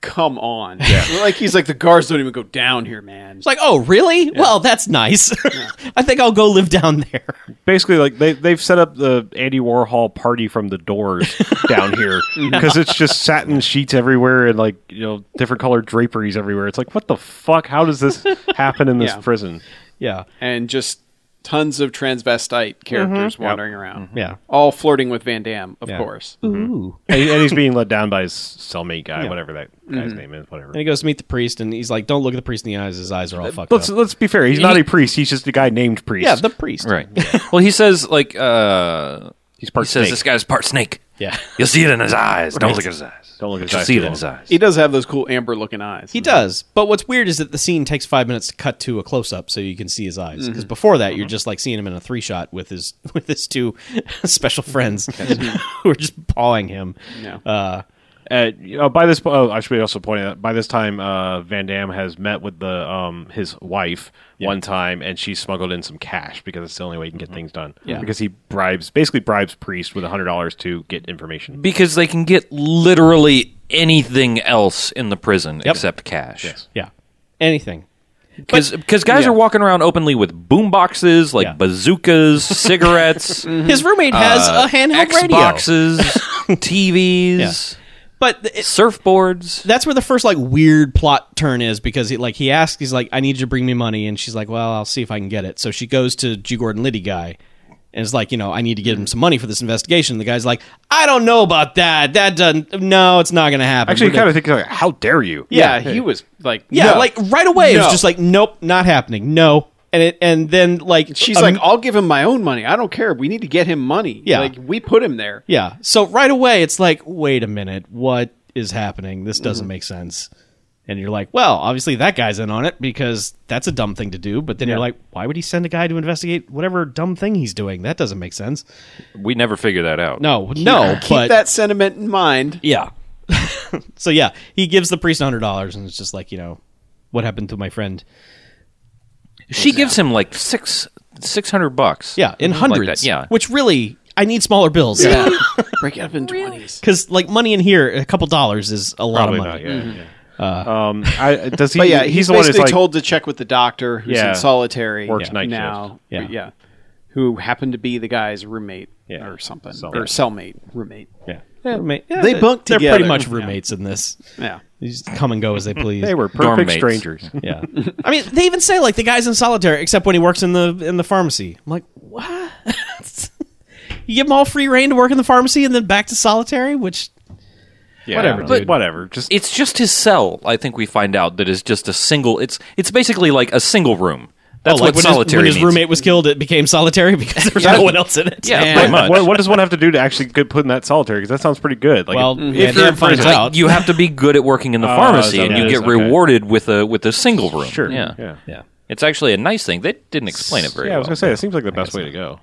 [SPEAKER 3] come on, like he's like the guards don't even go down here, man.
[SPEAKER 4] It's like, oh, really? Well, that's nice. I think I'll go live down there.
[SPEAKER 2] basically like they they've set up the Andy Warhol party from the Doors down here because it's just satin sheets everywhere and like you know different colored draperies everywhere. It's like what the fuck? How does this happen in this
[SPEAKER 3] Yeah.
[SPEAKER 2] prison?
[SPEAKER 4] Yeah.
[SPEAKER 3] and just tons of transvestite characters wandering around,
[SPEAKER 4] Yeah.
[SPEAKER 3] all flirting with Van Damme, of
[SPEAKER 4] Mm-hmm. Yeah. Mm-hmm.
[SPEAKER 3] course.
[SPEAKER 4] Ooh.
[SPEAKER 2] And, and he's being led down by his cellmate guy, whatever that guy's
[SPEAKER 3] Mm-hmm.
[SPEAKER 2] name is, whatever.
[SPEAKER 4] And he goes to meet the priest, and he's like, don't look at the priest in the eyes. His eyes are all fucked
[SPEAKER 2] Let's
[SPEAKER 4] up.
[SPEAKER 2] let's be fair. He's not a priest. He's just a guy named priest.
[SPEAKER 4] Yeah, the priest.
[SPEAKER 5] Right. well, he says like uh,
[SPEAKER 2] he's part
[SPEAKER 5] he says
[SPEAKER 2] snake.
[SPEAKER 5] this guy's part snake.
[SPEAKER 4] Yeah.
[SPEAKER 5] You'll see it in his eyes. Don't look at his eyes.
[SPEAKER 2] Don't look at his
[SPEAKER 5] You'll
[SPEAKER 2] eyes
[SPEAKER 5] See
[SPEAKER 2] too
[SPEAKER 5] it in his
[SPEAKER 2] long.
[SPEAKER 5] eyes.
[SPEAKER 3] He does have those cool amber looking eyes.
[SPEAKER 4] He does. But what's weird is that the scene takes five minutes to cut to a close up so you can see his eyes. Because before that, you're just like seeing him in a three shot with his with his two special friends who are just pawing him.
[SPEAKER 3] Yeah.
[SPEAKER 4] Uh,
[SPEAKER 2] At, you know, by this, po- oh, I should be also pointing out by this time, uh, Van Damme has met with the um, his wife one time, and she smuggled in some cash because it's the only way he can get things done.
[SPEAKER 3] Yeah.
[SPEAKER 2] because he bribes, basically bribes Priest with hundred dollars to get information.
[SPEAKER 5] because they can get literally anything else in the prison except cash.
[SPEAKER 4] Yeah. Anything.
[SPEAKER 5] Because guys are walking around openly with boom boxes, like
[SPEAKER 4] Yeah.
[SPEAKER 5] bazookas, cigarettes,
[SPEAKER 4] His roommate has
[SPEAKER 5] uh,
[SPEAKER 4] a handheld radio.
[SPEAKER 5] Xboxes, TVs,
[SPEAKER 4] But th- it,
[SPEAKER 5] surfboards.
[SPEAKER 4] that's where the first like weird plot turn is because he, like he asks, he's like, "I need you to bring me money," and she's like, "Well, I'll see if I can get it." So she goes to G. Gordon Liddy guy. And is like, you know, I need to get him some money for this investigation. And the guy's like, I don't know about that. That doesn't. No, it's not going to happen.
[SPEAKER 2] Actually,
[SPEAKER 4] We're
[SPEAKER 2] you
[SPEAKER 4] gonna-
[SPEAKER 2] kind of think like, how dare you?
[SPEAKER 3] Yeah, he was like,
[SPEAKER 4] Yeah,
[SPEAKER 3] no.
[SPEAKER 4] like right away, it
[SPEAKER 3] No.
[SPEAKER 4] was just like, nope, not happening. No, and it and then like
[SPEAKER 3] she's
[SPEAKER 4] um,
[SPEAKER 3] like, I'll give him my own money. I don't care. We need to get him money.
[SPEAKER 4] Yeah.
[SPEAKER 3] like we put him there.
[SPEAKER 4] yeah. So right away, it's like, wait a minute, what is happening? This doesn't
[SPEAKER 3] Mm-hmm.
[SPEAKER 4] make sense. And you're like, well, obviously that guy's in on it because that's a dumb thing to do. But then you're like, why would he send a guy to investigate whatever dumb thing he's doing? That doesn't make sense.
[SPEAKER 5] We never figure that out.
[SPEAKER 4] No, no,
[SPEAKER 3] Keep
[SPEAKER 4] but
[SPEAKER 3] that sentiment in mind.
[SPEAKER 4] yeah. so yeah, he gives the priest hundred dollars, and it's just like, you know, what happened to my friend?
[SPEAKER 5] She gives him like six six hundred bucks.
[SPEAKER 4] Yeah,
[SPEAKER 5] Something
[SPEAKER 4] in
[SPEAKER 5] like
[SPEAKER 4] hundreds.
[SPEAKER 5] that, yeah.
[SPEAKER 4] which really, I need smaller bills.
[SPEAKER 3] Break it up in twenties.
[SPEAKER 4] because like money in here, a couple dollars is a lot
[SPEAKER 2] Probably
[SPEAKER 4] of
[SPEAKER 2] not.
[SPEAKER 4] money.
[SPEAKER 2] Yeah. yeah. um, I, does he?
[SPEAKER 3] But yeah,
[SPEAKER 2] he's,
[SPEAKER 3] he's,
[SPEAKER 2] the one who's
[SPEAKER 3] basically
[SPEAKER 2] like,
[SPEAKER 3] told to check with the doctor who's
[SPEAKER 2] Yeah.
[SPEAKER 3] in solitary.
[SPEAKER 2] Works night
[SPEAKER 3] now.
[SPEAKER 4] shift.
[SPEAKER 3] But
[SPEAKER 4] Yeah.
[SPEAKER 3] yeah, who happened to be the guy's roommate
[SPEAKER 2] Yeah.
[SPEAKER 3] or something
[SPEAKER 2] Cellmate.
[SPEAKER 3] or cellmate roommate.
[SPEAKER 2] Yeah.
[SPEAKER 4] Yeah, ma- yeah,
[SPEAKER 3] They bunk
[SPEAKER 4] They're
[SPEAKER 3] together.
[SPEAKER 4] pretty much
[SPEAKER 3] Yeah.
[SPEAKER 4] roommates in this.
[SPEAKER 3] Yeah,
[SPEAKER 4] They just come and go as they please.
[SPEAKER 2] They were
[SPEAKER 5] Dorm
[SPEAKER 2] perfect
[SPEAKER 5] mates.
[SPEAKER 2] strangers.
[SPEAKER 4] Yeah, I mean, they even say like the guy's in solitary, except when he works in the in the pharmacy. I'm like, what? you give him all free reign to work in the pharmacy and then back to solitary, which
[SPEAKER 2] Yeah,
[SPEAKER 4] Whatever,
[SPEAKER 2] but
[SPEAKER 4] dude.
[SPEAKER 2] whatever. Just
[SPEAKER 5] It's just his cell. I think we find out that is just a single. It's it's basically like a single room. That's
[SPEAKER 4] oh, like
[SPEAKER 5] what
[SPEAKER 4] when
[SPEAKER 5] solitary
[SPEAKER 4] his, when his
[SPEAKER 5] means.
[SPEAKER 4] roommate was killed, it became solitary because there was no one else in it.
[SPEAKER 5] Yeah,
[SPEAKER 3] And-
[SPEAKER 5] pretty much.
[SPEAKER 2] what, what does one have to do to actually get put in that solitary? Because that sounds pretty good. Like,
[SPEAKER 4] Well,
[SPEAKER 5] Mm-hmm.
[SPEAKER 2] if-
[SPEAKER 4] yeah,
[SPEAKER 2] if you're
[SPEAKER 4] Dan finds
[SPEAKER 2] like,
[SPEAKER 4] out.
[SPEAKER 5] You have to be good at working in the
[SPEAKER 2] Oh,
[SPEAKER 5] pharmacy,
[SPEAKER 2] so
[SPEAKER 5] and
[SPEAKER 2] that
[SPEAKER 5] you
[SPEAKER 2] is-
[SPEAKER 5] get
[SPEAKER 2] okay.
[SPEAKER 5] rewarded with a with a single room.
[SPEAKER 2] sure,
[SPEAKER 5] Yeah.
[SPEAKER 2] yeah.
[SPEAKER 4] yeah.
[SPEAKER 5] It's actually a nice thing. They didn't explain it very
[SPEAKER 2] yeah, I
[SPEAKER 5] well.
[SPEAKER 2] was gonna say it seems like the best way to go.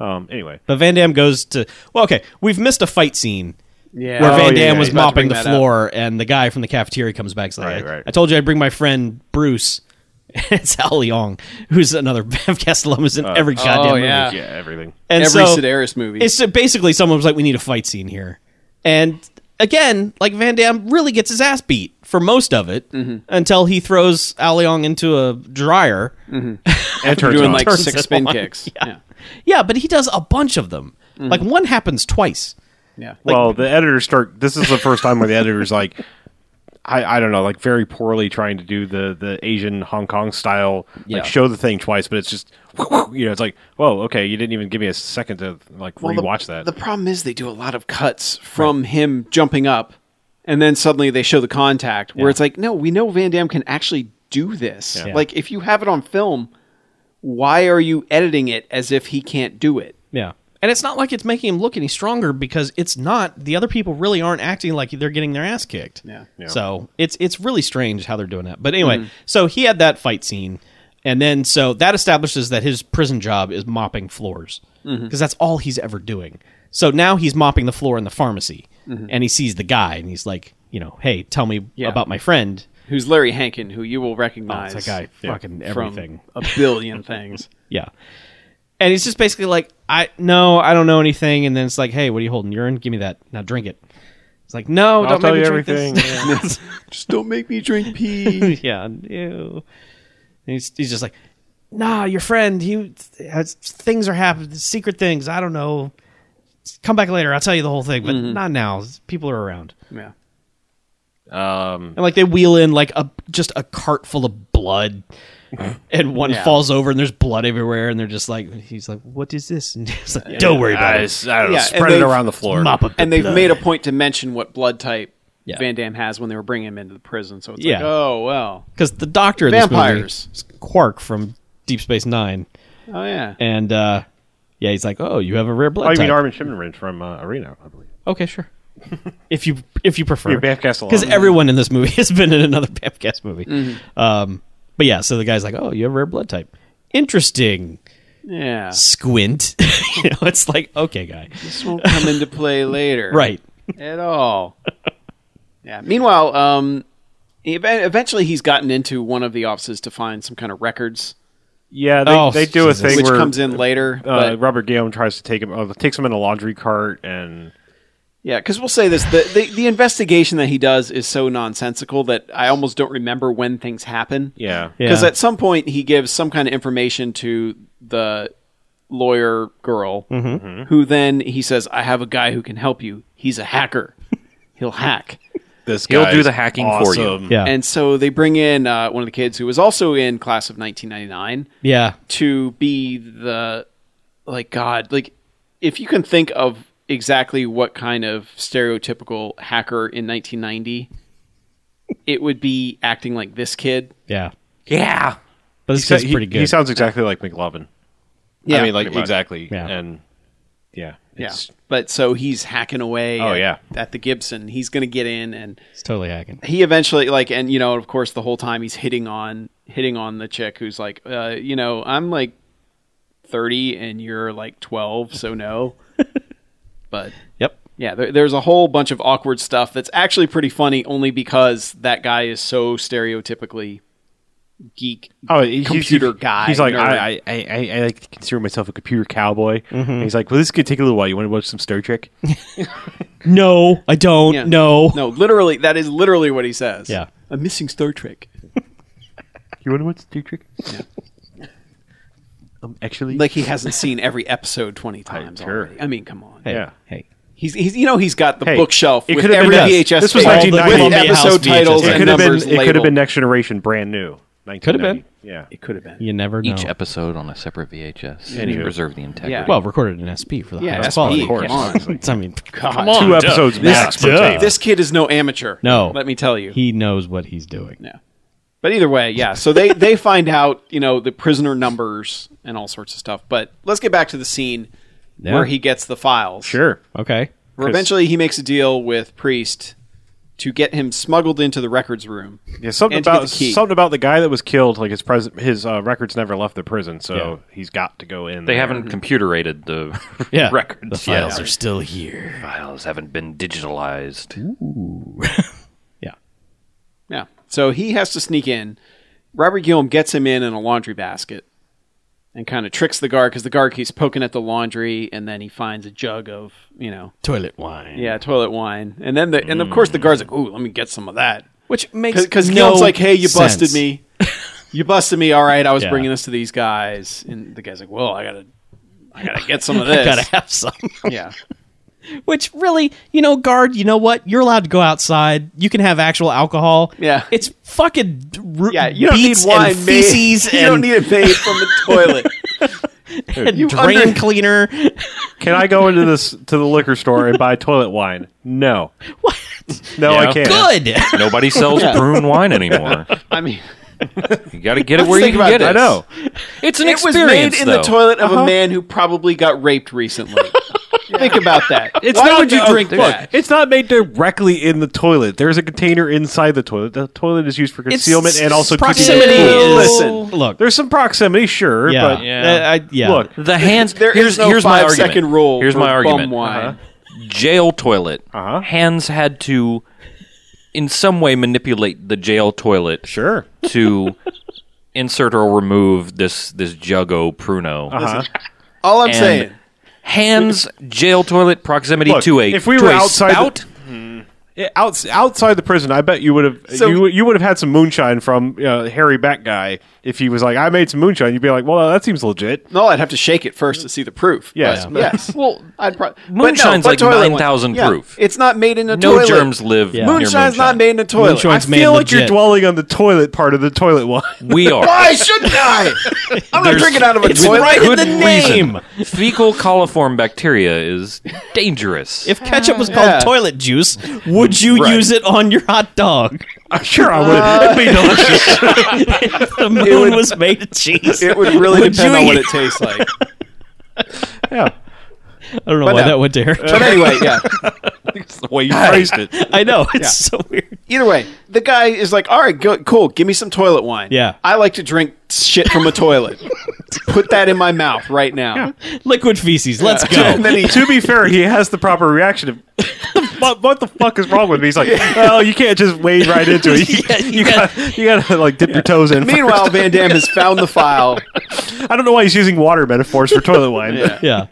[SPEAKER 2] Um, anyway,
[SPEAKER 4] But Van Damme goes to well, okay, we've missed a fight scene.
[SPEAKER 3] yeah.
[SPEAKER 4] where
[SPEAKER 2] Oh,
[SPEAKER 4] Van
[SPEAKER 2] yeah,
[SPEAKER 4] Damme
[SPEAKER 2] yeah,
[SPEAKER 4] was
[SPEAKER 2] yeah.
[SPEAKER 4] mopping the
[SPEAKER 3] About to bring that
[SPEAKER 4] floor, and the guy from the cafeteria comes back. He's like,
[SPEAKER 2] Right,
[SPEAKER 4] I,
[SPEAKER 2] right.
[SPEAKER 4] I told you I'd bring my friend Bruce. it's Al Leong, who's another Bev Castellum is in every goddamn
[SPEAKER 3] oh,
[SPEAKER 4] movie.
[SPEAKER 3] yeah.
[SPEAKER 2] yeah, everything.
[SPEAKER 4] And
[SPEAKER 3] every
[SPEAKER 4] so
[SPEAKER 3] Sedaris movie.
[SPEAKER 4] it's just basically someone was like, "We need a fight scene here," and again, like Van Damme really gets his ass beat for most of it
[SPEAKER 3] Mm-hmm.
[SPEAKER 4] until he throws Al Leong into a dryer.
[SPEAKER 3] Mm.
[SPEAKER 2] And
[SPEAKER 3] We're
[SPEAKER 2] turns
[SPEAKER 3] doing
[SPEAKER 2] on.
[SPEAKER 3] like
[SPEAKER 4] Turns
[SPEAKER 3] six
[SPEAKER 4] it
[SPEAKER 3] spin
[SPEAKER 4] on.
[SPEAKER 3] kicks.
[SPEAKER 4] Yeah.
[SPEAKER 3] Yeah.
[SPEAKER 4] Yeah, but he does a bunch of them.
[SPEAKER 3] Mm-hmm.
[SPEAKER 4] Like one happens twice.
[SPEAKER 3] yeah.
[SPEAKER 2] well, the editors start. This is the first time where the editors like, I, I don't know, like very poorly trying to do the the Asian Hong Kong style,
[SPEAKER 4] Yeah.
[SPEAKER 2] like show the thing twice, but it's just, you know, it's like, whoa, okay, you didn't even give me a second to like
[SPEAKER 3] Well, the-
[SPEAKER 2] rewatch that.
[SPEAKER 3] The problem is they do a lot of cuts from him jumping up, and then suddenly they show the contact where it's like, no, we know Van Damme can actually do this.
[SPEAKER 4] Yeah.
[SPEAKER 3] Like if you have it on film, why are you editing it as if he can't do it?
[SPEAKER 4] Yeah. And it's not like it's making him look any stronger because it's not the other people really aren't acting like they're getting their ass kicked.
[SPEAKER 3] Yeah. Mm-hmm.
[SPEAKER 2] Yeah.
[SPEAKER 4] So it's it's really strange how they're doing that. But anyway, so he had that fight scene and then so that establishes that his prison job is mopping floors because
[SPEAKER 3] Mm-hmm.
[SPEAKER 4] that's all he's ever doing. So now he's mopping the floor in the pharmacy and he sees the guy and he's like, you know, hey, tell me
[SPEAKER 3] Mm-hmm. Yeah.
[SPEAKER 4] about my friend.
[SPEAKER 3] Who's Larry Hankin, who you will recognize?
[SPEAKER 4] Oh, It's that guy fucking everything.
[SPEAKER 3] from a billion things.
[SPEAKER 4] Yeah. And he's just basically like, I no, I don't know anything. And then it's like, hey, what are you holding? Urine? Give me that. Now drink it. It's like, no,
[SPEAKER 2] I'll
[SPEAKER 4] don't
[SPEAKER 2] tell
[SPEAKER 4] make
[SPEAKER 2] you
[SPEAKER 4] me drink
[SPEAKER 2] everything.
[SPEAKER 4] This.
[SPEAKER 2] Yeah.
[SPEAKER 3] Just don't make me drink pee.
[SPEAKER 4] yeah, and ew. And he's, he's just like, nah, your friend, he has things are happening, secret things. I don't know. Come back later. I'll tell you the whole thing, but
[SPEAKER 2] Mm-hmm.
[SPEAKER 4] not now. People are around,
[SPEAKER 3] yeah.
[SPEAKER 4] and like they wheel in like a just a cart full of blood, and one
[SPEAKER 3] Yeah.
[SPEAKER 4] falls over, and there's blood everywhere, and they're just like, he's like, what is this? And he's like, don't worry about
[SPEAKER 2] I,
[SPEAKER 4] it.
[SPEAKER 2] s- I don't know,
[SPEAKER 3] Yeah, and
[SPEAKER 2] spread it
[SPEAKER 3] they've-
[SPEAKER 2] around the floor.
[SPEAKER 4] Mop up the
[SPEAKER 3] and they've
[SPEAKER 4] blood.
[SPEAKER 3] made a point to mention what blood type
[SPEAKER 4] Yeah.
[SPEAKER 3] Van Damme has when they were bringing him into the prison. So it's like,
[SPEAKER 4] Yeah.
[SPEAKER 3] oh well,
[SPEAKER 4] because the doctor in this movie
[SPEAKER 3] Vampires.
[SPEAKER 4] is Quark from Deep Space Nine,
[SPEAKER 3] oh yeah,
[SPEAKER 4] and uh, yeah, he's like, "Oh, you have a rare blood
[SPEAKER 2] Oh, you
[SPEAKER 4] type."
[SPEAKER 2] mean Armin Shimmerman from uh, Arena, I believe.
[SPEAKER 4] okay, sure. if you if you prefer,
[SPEAKER 2] Your Bamfcast alum.
[SPEAKER 4] because everyone in this movie has been in another Bamfcast movie. Um, but yeah, so the guy's like, "Oh, you have a rare blood type." Interesting.
[SPEAKER 3] yeah.
[SPEAKER 4] Squint. you know, it's like, okay, guy,
[SPEAKER 3] This won't come into play later,
[SPEAKER 4] right?
[SPEAKER 3] At all. Yeah. Meanwhile, um, ev- eventually he's gotten into one of the offices to find some kind of records,
[SPEAKER 2] Yeah, they,
[SPEAKER 4] Oh,
[SPEAKER 2] they do
[SPEAKER 4] Jesus.
[SPEAKER 2] a thing
[SPEAKER 3] which
[SPEAKER 2] where
[SPEAKER 3] comes in later. but-
[SPEAKER 2] uh, Robert Guillaume tries to take him, uh, takes him in a laundry cart, and
[SPEAKER 3] Yeah, because we'll say this: the, the the investigation that he does is so nonsensical that I almost don't remember when things happen.
[SPEAKER 2] yeah,
[SPEAKER 3] Because
[SPEAKER 4] Yeah.
[SPEAKER 3] at some point he gives some kind of information to the lawyer girl,
[SPEAKER 2] Mm-hmm.
[SPEAKER 3] who then he says, "I have a guy who can help you. He's a hacker. He'll hack."
[SPEAKER 2] this
[SPEAKER 5] He'll
[SPEAKER 2] guy
[SPEAKER 5] do
[SPEAKER 2] is
[SPEAKER 5] the hacking for you.
[SPEAKER 2] awesome.
[SPEAKER 4] Yeah.
[SPEAKER 3] And so they bring in uh, one of the kids who was also in class of 1999
[SPEAKER 4] yeah.
[SPEAKER 3] to be the like God, like if you can think of exactly what kind of stereotypical hacker in 1990, it would be acting like this kid.
[SPEAKER 4] Yeah.
[SPEAKER 5] Yeah.
[SPEAKER 4] But
[SPEAKER 2] He,
[SPEAKER 4] this guy's
[SPEAKER 2] sa- he-
[SPEAKER 4] pretty good.
[SPEAKER 2] he sounds exactly like McLovin.
[SPEAKER 3] Yeah,
[SPEAKER 2] I mean, like
[SPEAKER 3] pretty much.
[SPEAKER 2] exactly,
[SPEAKER 4] Yeah.
[SPEAKER 2] and yeah,
[SPEAKER 3] Yeah,
[SPEAKER 2] it's-
[SPEAKER 3] but so he's hacking away.
[SPEAKER 2] Oh,
[SPEAKER 3] at-
[SPEAKER 2] yeah.
[SPEAKER 3] at the Gibson, he's going to get in, and
[SPEAKER 4] It's totally hacking.
[SPEAKER 3] he eventually like, and you know, of course, the whole time he's hitting on hitting on the chick who's like, uh, you know, I'm like 30 and you're like 12, so no. but
[SPEAKER 4] Yep.
[SPEAKER 3] Yeah, there, there's a whole bunch of awkward stuff that's actually pretty funny only because that guy is so stereotypically geek.
[SPEAKER 2] Oh, he's,
[SPEAKER 3] Computer
[SPEAKER 2] he's,
[SPEAKER 3] guy,
[SPEAKER 2] He's like,
[SPEAKER 3] nerd.
[SPEAKER 2] I, I, I, I- I like to consider myself a computer cowboy. And he's like, well, this could take a little while. You want to watch some Star Trek?
[SPEAKER 4] No, I don't.
[SPEAKER 3] Yeah.
[SPEAKER 4] No.
[SPEAKER 3] No, literally, that is literally what he says.
[SPEAKER 4] Yeah.
[SPEAKER 3] I'm missing Star Trek.
[SPEAKER 2] You want to watch Star Trek? um, actually,
[SPEAKER 3] Like he hasn't seen every episode 20 times.
[SPEAKER 2] sure.
[SPEAKER 3] already. I mean, come on.
[SPEAKER 4] Hey,
[SPEAKER 2] Yeah.
[SPEAKER 4] Hey.
[SPEAKER 3] He's, he's, you know, he's got the
[SPEAKER 2] Hey,
[SPEAKER 3] bookshelf
[SPEAKER 2] it
[SPEAKER 3] with
[SPEAKER 2] could have
[SPEAKER 3] every
[SPEAKER 2] been-
[SPEAKER 3] VHS.
[SPEAKER 2] this was
[SPEAKER 3] tape
[SPEAKER 2] 1990.
[SPEAKER 3] with episode
[SPEAKER 4] Columbia House
[SPEAKER 3] titles
[SPEAKER 4] VHS.
[SPEAKER 2] it
[SPEAKER 3] and
[SPEAKER 2] could have been,
[SPEAKER 3] numbers
[SPEAKER 2] it could have
[SPEAKER 3] labeled.
[SPEAKER 2] been Next Generation, brand new.
[SPEAKER 4] have been.
[SPEAKER 2] 1990. Yeah.
[SPEAKER 3] It could have been.
[SPEAKER 4] You never know.
[SPEAKER 5] Each episode on a separate VHS.
[SPEAKER 2] Anywho.
[SPEAKER 5] To preserve the integrity.
[SPEAKER 3] Yeah.
[SPEAKER 4] well, recorded in SP for the
[SPEAKER 3] Yeah,
[SPEAKER 4] highest
[SPEAKER 3] SP,
[SPEAKER 4] quality.
[SPEAKER 3] of course.
[SPEAKER 4] Yeah. I mean,
[SPEAKER 3] God.
[SPEAKER 2] Two episodes max per
[SPEAKER 4] duh.
[SPEAKER 2] tape.
[SPEAKER 3] This kid is no amateur.
[SPEAKER 4] no.
[SPEAKER 3] Let me tell you.
[SPEAKER 4] He knows what he's doing.
[SPEAKER 3] Yeah. But either way, yeah. So they they find out, you know, the prisoner numbers and all sorts of stuff. But let's get back to the scene
[SPEAKER 4] Yeah.
[SPEAKER 3] where he gets the files.
[SPEAKER 2] Sure.
[SPEAKER 4] Okay.
[SPEAKER 3] Where eventually he makes a deal with Priest to get him smuggled into the records room.
[SPEAKER 2] Yeah, something
[SPEAKER 3] And to get
[SPEAKER 2] about
[SPEAKER 3] the key.
[SPEAKER 2] something about the guy that was killed. Like his pres- his uh, records never left the prison, so he's got to go in.
[SPEAKER 5] They
[SPEAKER 2] there.
[SPEAKER 5] haven't computerated the
[SPEAKER 4] Yeah.
[SPEAKER 5] records.
[SPEAKER 4] The
[SPEAKER 5] yet.
[SPEAKER 4] files are still here.
[SPEAKER 5] Files haven't been digitalized.
[SPEAKER 4] Yeah.
[SPEAKER 3] Yeah. So he has to sneak in. Robert Guillaume gets him in in a laundry basket and kind of tricks the guard because the guard keeps poking at the laundry and then he finds a jug of, you know,
[SPEAKER 4] Toilet wine.
[SPEAKER 3] yeah, toilet wine. And then the, and of course the guard's like, ooh, let me get some of that.
[SPEAKER 4] Which Mm. makes
[SPEAKER 3] because
[SPEAKER 4] no
[SPEAKER 3] Guilt's like, "Hey, you busted
[SPEAKER 4] sense.
[SPEAKER 3] me. You busted me. All right, I was
[SPEAKER 4] Yeah.
[SPEAKER 3] bringing this to these guys." And the guy's like, "Well, I gotta, I gotta get some of this."
[SPEAKER 4] I gotta have some.
[SPEAKER 3] yeah,
[SPEAKER 4] Which really, you know, guard, you know what? You're allowed to go outside. You can have actual alcohol.
[SPEAKER 3] Yeah.
[SPEAKER 4] It's fucking ru-
[SPEAKER 3] yeah. You don't need
[SPEAKER 4] beets
[SPEAKER 3] wine
[SPEAKER 4] and feces
[SPEAKER 3] made.
[SPEAKER 4] and,
[SPEAKER 3] you don't need it made from the toilet.
[SPEAKER 4] and
[SPEAKER 3] you
[SPEAKER 4] drain
[SPEAKER 3] under-
[SPEAKER 4] cleaner.
[SPEAKER 2] Can I go into this to the liquor store and buy toilet wine? No.
[SPEAKER 4] What?
[SPEAKER 2] No,
[SPEAKER 5] Yeah.
[SPEAKER 2] I can't.
[SPEAKER 4] Good.
[SPEAKER 5] Nobody sells
[SPEAKER 3] Yeah.
[SPEAKER 5] prune wine anymore.
[SPEAKER 3] I mean,
[SPEAKER 5] You got to get it
[SPEAKER 3] Let's
[SPEAKER 5] where you
[SPEAKER 3] think
[SPEAKER 5] can
[SPEAKER 3] about
[SPEAKER 5] get
[SPEAKER 3] that.
[SPEAKER 5] it.
[SPEAKER 2] I know.
[SPEAKER 5] It's an
[SPEAKER 3] it was made
[SPEAKER 5] experience.
[SPEAKER 3] in the
[SPEAKER 5] though. Uh-huh.
[SPEAKER 3] toilet of a man who probably got raped recently. Think about that.
[SPEAKER 2] It's
[SPEAKER 3] Why
[SPEAKER 2] not
[SPEAKER 3] would you
[SPEAKER 2] oh,
[SPEAKER 3] drink
[SPEAKER 2] look,
[SPEAKER 3] that?
[SPEAKER 2] It's not made directly in the toilet. There's a container inside the toilet. The toilet is used for concealment and also
[SPEAKER 4] proximity.
[SPEAKER 2] To keep it
[SPEAKER 4] Is,
[SPEAKER 2] cool.
[SPEAKER 3] Listen.
[SPEAKER 4] look.
[SPEAKER 2] There's some proximity, sure,
[SPEAKER 4] yeah,
[SPEAKER 2] but
[SPEAKER 5] Yeah.
[SPEAKER 4] Uh, I- yeah.
[SPEAKER 2] look,
[SPEAKER 5] The hands.
[SPEAKER 3] There is
[SPEAKER 5] here's,
[SPEAKER 3] no
[SPEAKER 5] here's my
[SPEAKER 3] five
[SPEAKER 5] argument.
[SPEAKER 3] second rule
[SPEAKER 5] Here's
[SPEAKER 3] for
[SPEAKER 5] my argument. Uh-huh.
[SPEAKER 3] Bum wine.
[SPEAKER 5] Jail toilet.
[SPEAKER 2] Uh-huh.
[SPEAKER 5] Hands had to, in some way, manipulate the jail toilet
[SPEAKER 2] sure.
[SPEAKER 5] to insert or remove this this jugo pruno.
[SPEAKER 2] Uh-huh.
[SPEAKER 3] All I'm
[SPEAKER 5] And
[SPEAKER 3] saying.
[SPEAKER 5] hands, jail toilet, proximity
[SPEAKER 2] Look,
[SPEAKER 5] to a
[SPEAKER 2] if we
[SPEAKER 5] to
[SPEAKER 2] were
[SPEAKER 5] a
[SPEAKER 2] outside the-
[SPEAKER 5] spout,
[SPEAKER 2] Yeah, outs- outside the prison, I bet you would have
[SPEAKER 3] So-
[SPEAKER 2] you, you would have had some moonshine from uh, Harry Back guy if he was like, I made some moonshine. You'd be like, well, that seems legit.
[SPEAKER 3] No, I'd have to shake it first to see the proof.
[SPEAKER 2] Yes.
[SPEAKER 3] But yes.
[SPEAKER 5] Well,
[SPEAKER 3] I'd probably
[SPEAKER 5] moonshine's like 9,000 proof.
[SPEAKER 3] It's not made in a
[SPEAKER 5] no
[SPEAKER 3] toilet.
[SPEAKER 5] germs live.
[SPEAKER 4] Yeah.
[SPEAKER 5] Near
[SPEAKER 3] Moonshine's
[SPEAKER 5] moonshine.
[SPEAKER 3] not made in a toilet.
[SPEAKER 4] Moonshine- It's
[SPEAKER 2] I
[SPEAKER 4] made
[SPEAKER 2] feel like you're
[SPEAKER 4] legit.
[SPEAKER 2] dwelling on the toilet part of the toilet wine.
[SPEAKER 5] We are.
[SPEAKER 3] Why shouldn't I? I'm not
[SPEAKER 5] There's-
[SPEAKER 3] drinking out of a
[SPEAKER 5] it's
[SPEAKER 3] toilet.
[SPEAKER 5] right in
[SPEAKER 4] the
[SPEAKER 5] reason.
[SPEAKER 4] name.
[SPEAKER 5] Fecal coliform bacteria is dangerous.
[SPEAKER 4] if ketchup was called
[SPEAKER 3] Yeah.
[SPEAKER 4] toilet juice, would you
[SPEAKER 5] Right.
[SPEAKER 4] use it on your hot dog?
[SPEAKER 2] sure, I would. It'd be delicious.
[SPEAKER 4] the moon
[SPEAKER 3] would-
[SPEAKER 4] was made of cheese.
[SPEAKER 3] It would really
[SPEAKER 4] Would
[SPEAKER 3] depend
[SPEAKER 4] you
[SPEAKER 3] on what
[SPEAKER 4] eat-
[SPEAKER 3] it tastes like.
[SPEAKER 2] yeah,
[SPEAKER 4] I don't know why
[SPEAKER 3] no.
[SPEAKER 4] that went to her.
[SPEAKER 3] But anyway, yeah.
[SPEAKER 2] that's the way you phrased it.
[SPEAKER 4] I know it's so weird.
[SPEAKER 3] Either way, the guy is like, "All right, go, cool. Give me some toilet wine.
[SPEAKER 4] Yeah.
[SPEAKER 3] I like to drink shit from a toilet. Put that in my mouth right now.
[SPEAKER 4] Liquid feces. Let's go.
[SPEAKER 3] And then he
[SPEAKER 2] to be fair, he has the proper reaction of what, what the fuck is wrong with me? He's like, well, you can't just wade right into it. You,
[SPEAKER 5] Yeah,
[SPEAKER 2] you gotta, you gotta like dip your toes in.
[SPEAKER 3] Meanwhile, Van Damme has found the file.
[SPEAKER 2] I don't know why he's using water metaphors for toilet wine. but-
[SPEAKER 4] yeah.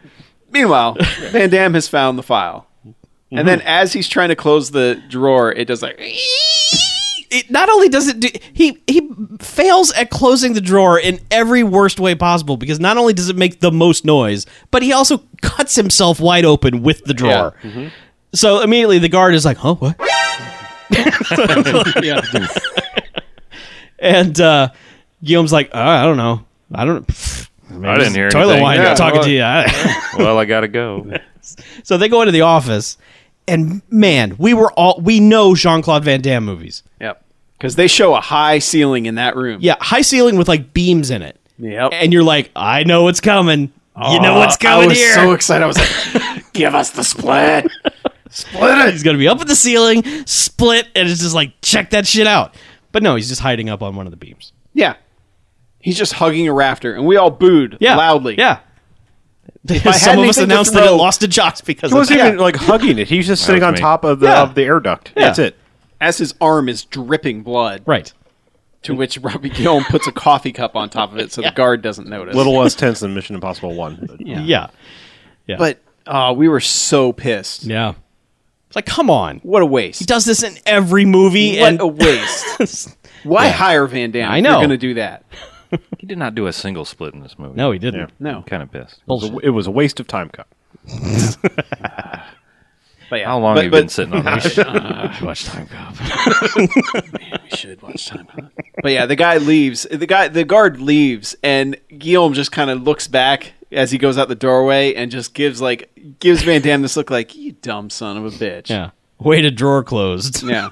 [SPEAKER 3] Meanwhile, Van Damme has found the file. And
[SPEAKER 4] Mm-hmm.
[SPEAKER 3] then as he's trying to close the drawer, it does like
[SPEAKER 4] It, not only does it do, he he fails at closing the drawer in every worst way possible because not only does it make the most noise, but he also cuts himself wide open with the drawer. So immediately the guard is like, "Huh, what?" And uh, Guillaume's like, oh, "I don't know. I don't. pfft,
[SPEAKER 5] I didn't hear
[SPEAKER 4] toilet
[SPEAKER 5] anything.
[SPEAKER 4] wine
[SPEAKER 5] Yeah,
[SPEAKER 4] talking
[SPEAKER 5] well-
[SPEAKER 4] to you." I-
[SPEAKER 5] Well, I gotta go.
[SPEAKER 4] so they go into the office, and man, we were all we know Jean Claude Van Damme movies.
[SPEAKER 3] Yep. Because they show a high ceiling in that room.
[SPEAKER 4] Yeah, high ceiling with like beams in it.
[SPEAKER 3] Yep.
[SPEAKER 4] And you're like, I know what's coming. you know what's
[SPEAKER 3] I
[SPEAKER 4] coming
[SPEAKER 3] was
[SPEAKER 4] here.
[SPEAKER 3] so excited. I was like, give us the split. Split
[SPEAKER 4] he's
[SPEAKER 3] it.
[SPEAKER 4] gonna be up at the ceiling, split, and it's just like check that shit out. But no, he's just hiding up on one of the beams.
[SPEAKER 3] Yeah. He's just hugging a rafter, and we all booed
[SPEAKER 4] Yeah,
[SPEAKER 3] loudly.
[SPEAKER 4] Yeah.
[SPEAKER 3] I had
[SPEAKER 4] Some of us
[SPEAKER 3] anything to
[SPEAKER 4] announced
[SPEAKER 3] throw-
[SPEAKER 4] that it lost to jocks because
[SPEAKER 2] He
[SPEAKER 4] of
[SPEAKER 2] wasn't
[SPEAKER 4] that.
[SPEAKER 2] even like hugging it. He was just sitting
[SPEAKER 5] was
[SPEAKER 2] on
[SPEAKER 5] me.
[SPEAKER 2] top of the
[SPEAKER 4] Yeah.
[SPEAKER 2] of the air duct.
[SPEAKER 4] Yeah.
[SPEAKER 2] That's it.
[SPEAKER 3] As his arm is dripping blood,
[SPEAKER 4] right.
[SPEAKER 3] to which Robbie Guillaume puts a coffee cup on top of it so the guard doesn't notice.
[SPEAKER 2] Little less tense than Mission Impossible One. but-
[SPEAKER 4] Yeah.
[SPEAKER 3] But uh, we were so pissed.
[SPEAKER 4] Yeah. It's like, come on.
[SPEAKER 3] What a waste.
[SPEAKER 4] He does this in every movie
[SPEAKER 3] what
[SPEAKER 4] and
[SPEAKER 3] a waste. Why hire Van Damme?
[SPEAKER 4] I
[SPEAKER 3] if
[SPEAKER 4] know.
[SPEAKER 3] You're going to do that.
[SPEAKER 5] He did not do a single split in this movie.
[SPEAKER 4] No, he didn't.
[SPEAKER 2] Yeah.
[SPEAKER 5] I'm
[SPEAKER 3] No.
[SPEAKER 5] kind of pissed.
[SPEAKER 2] It was a- It was a waste of time. Cut.
[SPEAKER 3] But yeah.
[SPEAKER 5] How long
[SPEAKER 3] but,
[SPEAKER 5] have you
[SPEAKER 3] but
[SPEAKER 5] been sitting on this?
[SPEAKER 4] Watch Time Cop.
[SPEAKER 3] We should watch time. Cop. but yeah, the guy leaves. The guy, the guard leaves, and Guillaume just kind of looks back as he goes out the doorway and just gives like gives Van Damme this look like you dumb son of a bitch.
[SPEAKER 4] Yeah. Way to drawer closed.
[SPEAKER 3] Yeah.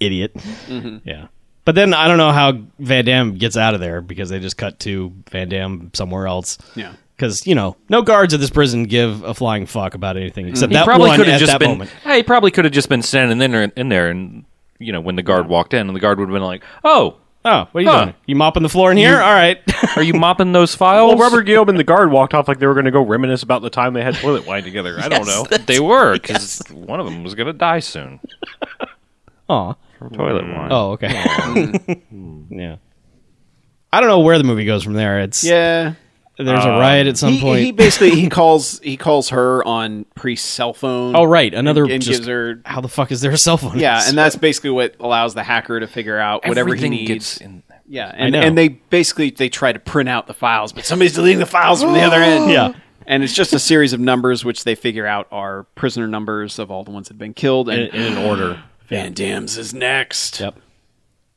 [SPEAKER 4] Idiot.
[SPEAKER 3] Mm-hmm.
[SPEAKER 4] Yeah. But then I don't know how Van Damme gets out of there because they just cut to Van Damme somewhere else.
[SPEAKER 3] Yeah.
[SPEAKER 4] Because, you know, no guards at this prison give a flying fuck about anything
[SPEAKER 3] Mm-hmm.
[SPEAKER 4] except
[SPEAKER 5] he
[SPEAKER 4] that
[SPEAKER 5] probably
[SPEAKER 4] one
[SPEAKER 5] could have
[SPEAKER 4] at
[SPEAKER 5] just
[SPEAKER 4] that
[SPEAKER 5] been.
[SPEAKER 4] moment.
[SPEAKER 5] Hey, he probably could have just been standing in there, in there, and you know, when the guard walked in, and the guard would have been like, "Oh,
[SPEAKER 4] Oh, what are you
[SPEAKER 5] Huh.
[SPEAKER 4] doing? You mopping the floor in here? All right.
[SPEAKER 5] are you mopping those files?"
[SPEAKER 2] Well, Robert Guillaume and the guard walked off like they were going to go reminisce about the time they had toilet wine together. I don't know.
[SPEAKER 5] They were because one of them was gonna die soon.
[SPEAKER 4] Aw.
[SPEAKER 5] From toilet wine.
[SPEAKER 4] Oh, okay. yeah. I don't know where the movie goes from there. It's
[SPEAKER 3] Yeah. Um,
[SPEAKER 4] there's a riot at some
[SPEAKER 3] He,
[SPEAKER 4] point.
[SPEAKER 3] he basically he calls he calls her on priest's cell phone.
[SPEAKER 4] oh, right. Another
[SPEAKER 3] and, and
[SPEAKER 4] just,
[SPEAKER 3] gives her
[SPEAKER 4] how the fuck is there a cell phone? in
[SPEAKER 3] yeah,
[SPEAKER 4] this?
[SPEAKER 3] and that's basically what allows the hacker to figure out whatever
[SPEAKER 5] Everything
[SPEAKER 3] he needs.
[SPEAKER 5] gets in.
[SPEAKER 3] Yeah, and,
[SPEAKER 4] know.
[SPEAKER 3] and they basically they try to print out the files, but somebody's deleting the files from the other end.
[SPEAKER 4] Yeah.
[SPEAKER 3] And it's just a series of numbers which they figure out are prisoner numbers of all the ones that have been killed and
[SPEAKER 2] in an order.
[SPEAKER 3] Van Damme's is next.
[SPEAKER 4] Yep.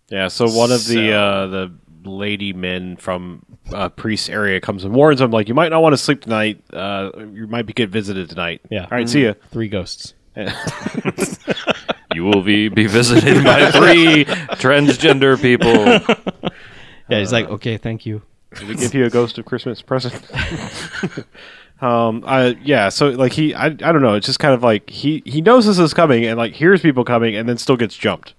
[SPEAKER 2] Yeah, so one of the uh, the lady men from uh, priest area comes and warns him, like, you might not want to sleep tonight. Uh, you might be get visited tonight.
[SPEAKER 4] Yeah.
[SPEAKER 2] All right, see ya.
[SPEAKER 4] Three ghosts.
[SPEAKER 5] You will be, be visited by three transgender people.
[SPEAKER 4] Yeah, he's
[SPEAKER 3] Uh.
[SPEAKER 4] like, okay, thank you.
[SPEAKER 2] Did it give you a ghost of Christmas present? um, I yeah. So like he, I, I don't know. It's just kind of like he he knows this is coming and like hears people coming and then still gets jumped.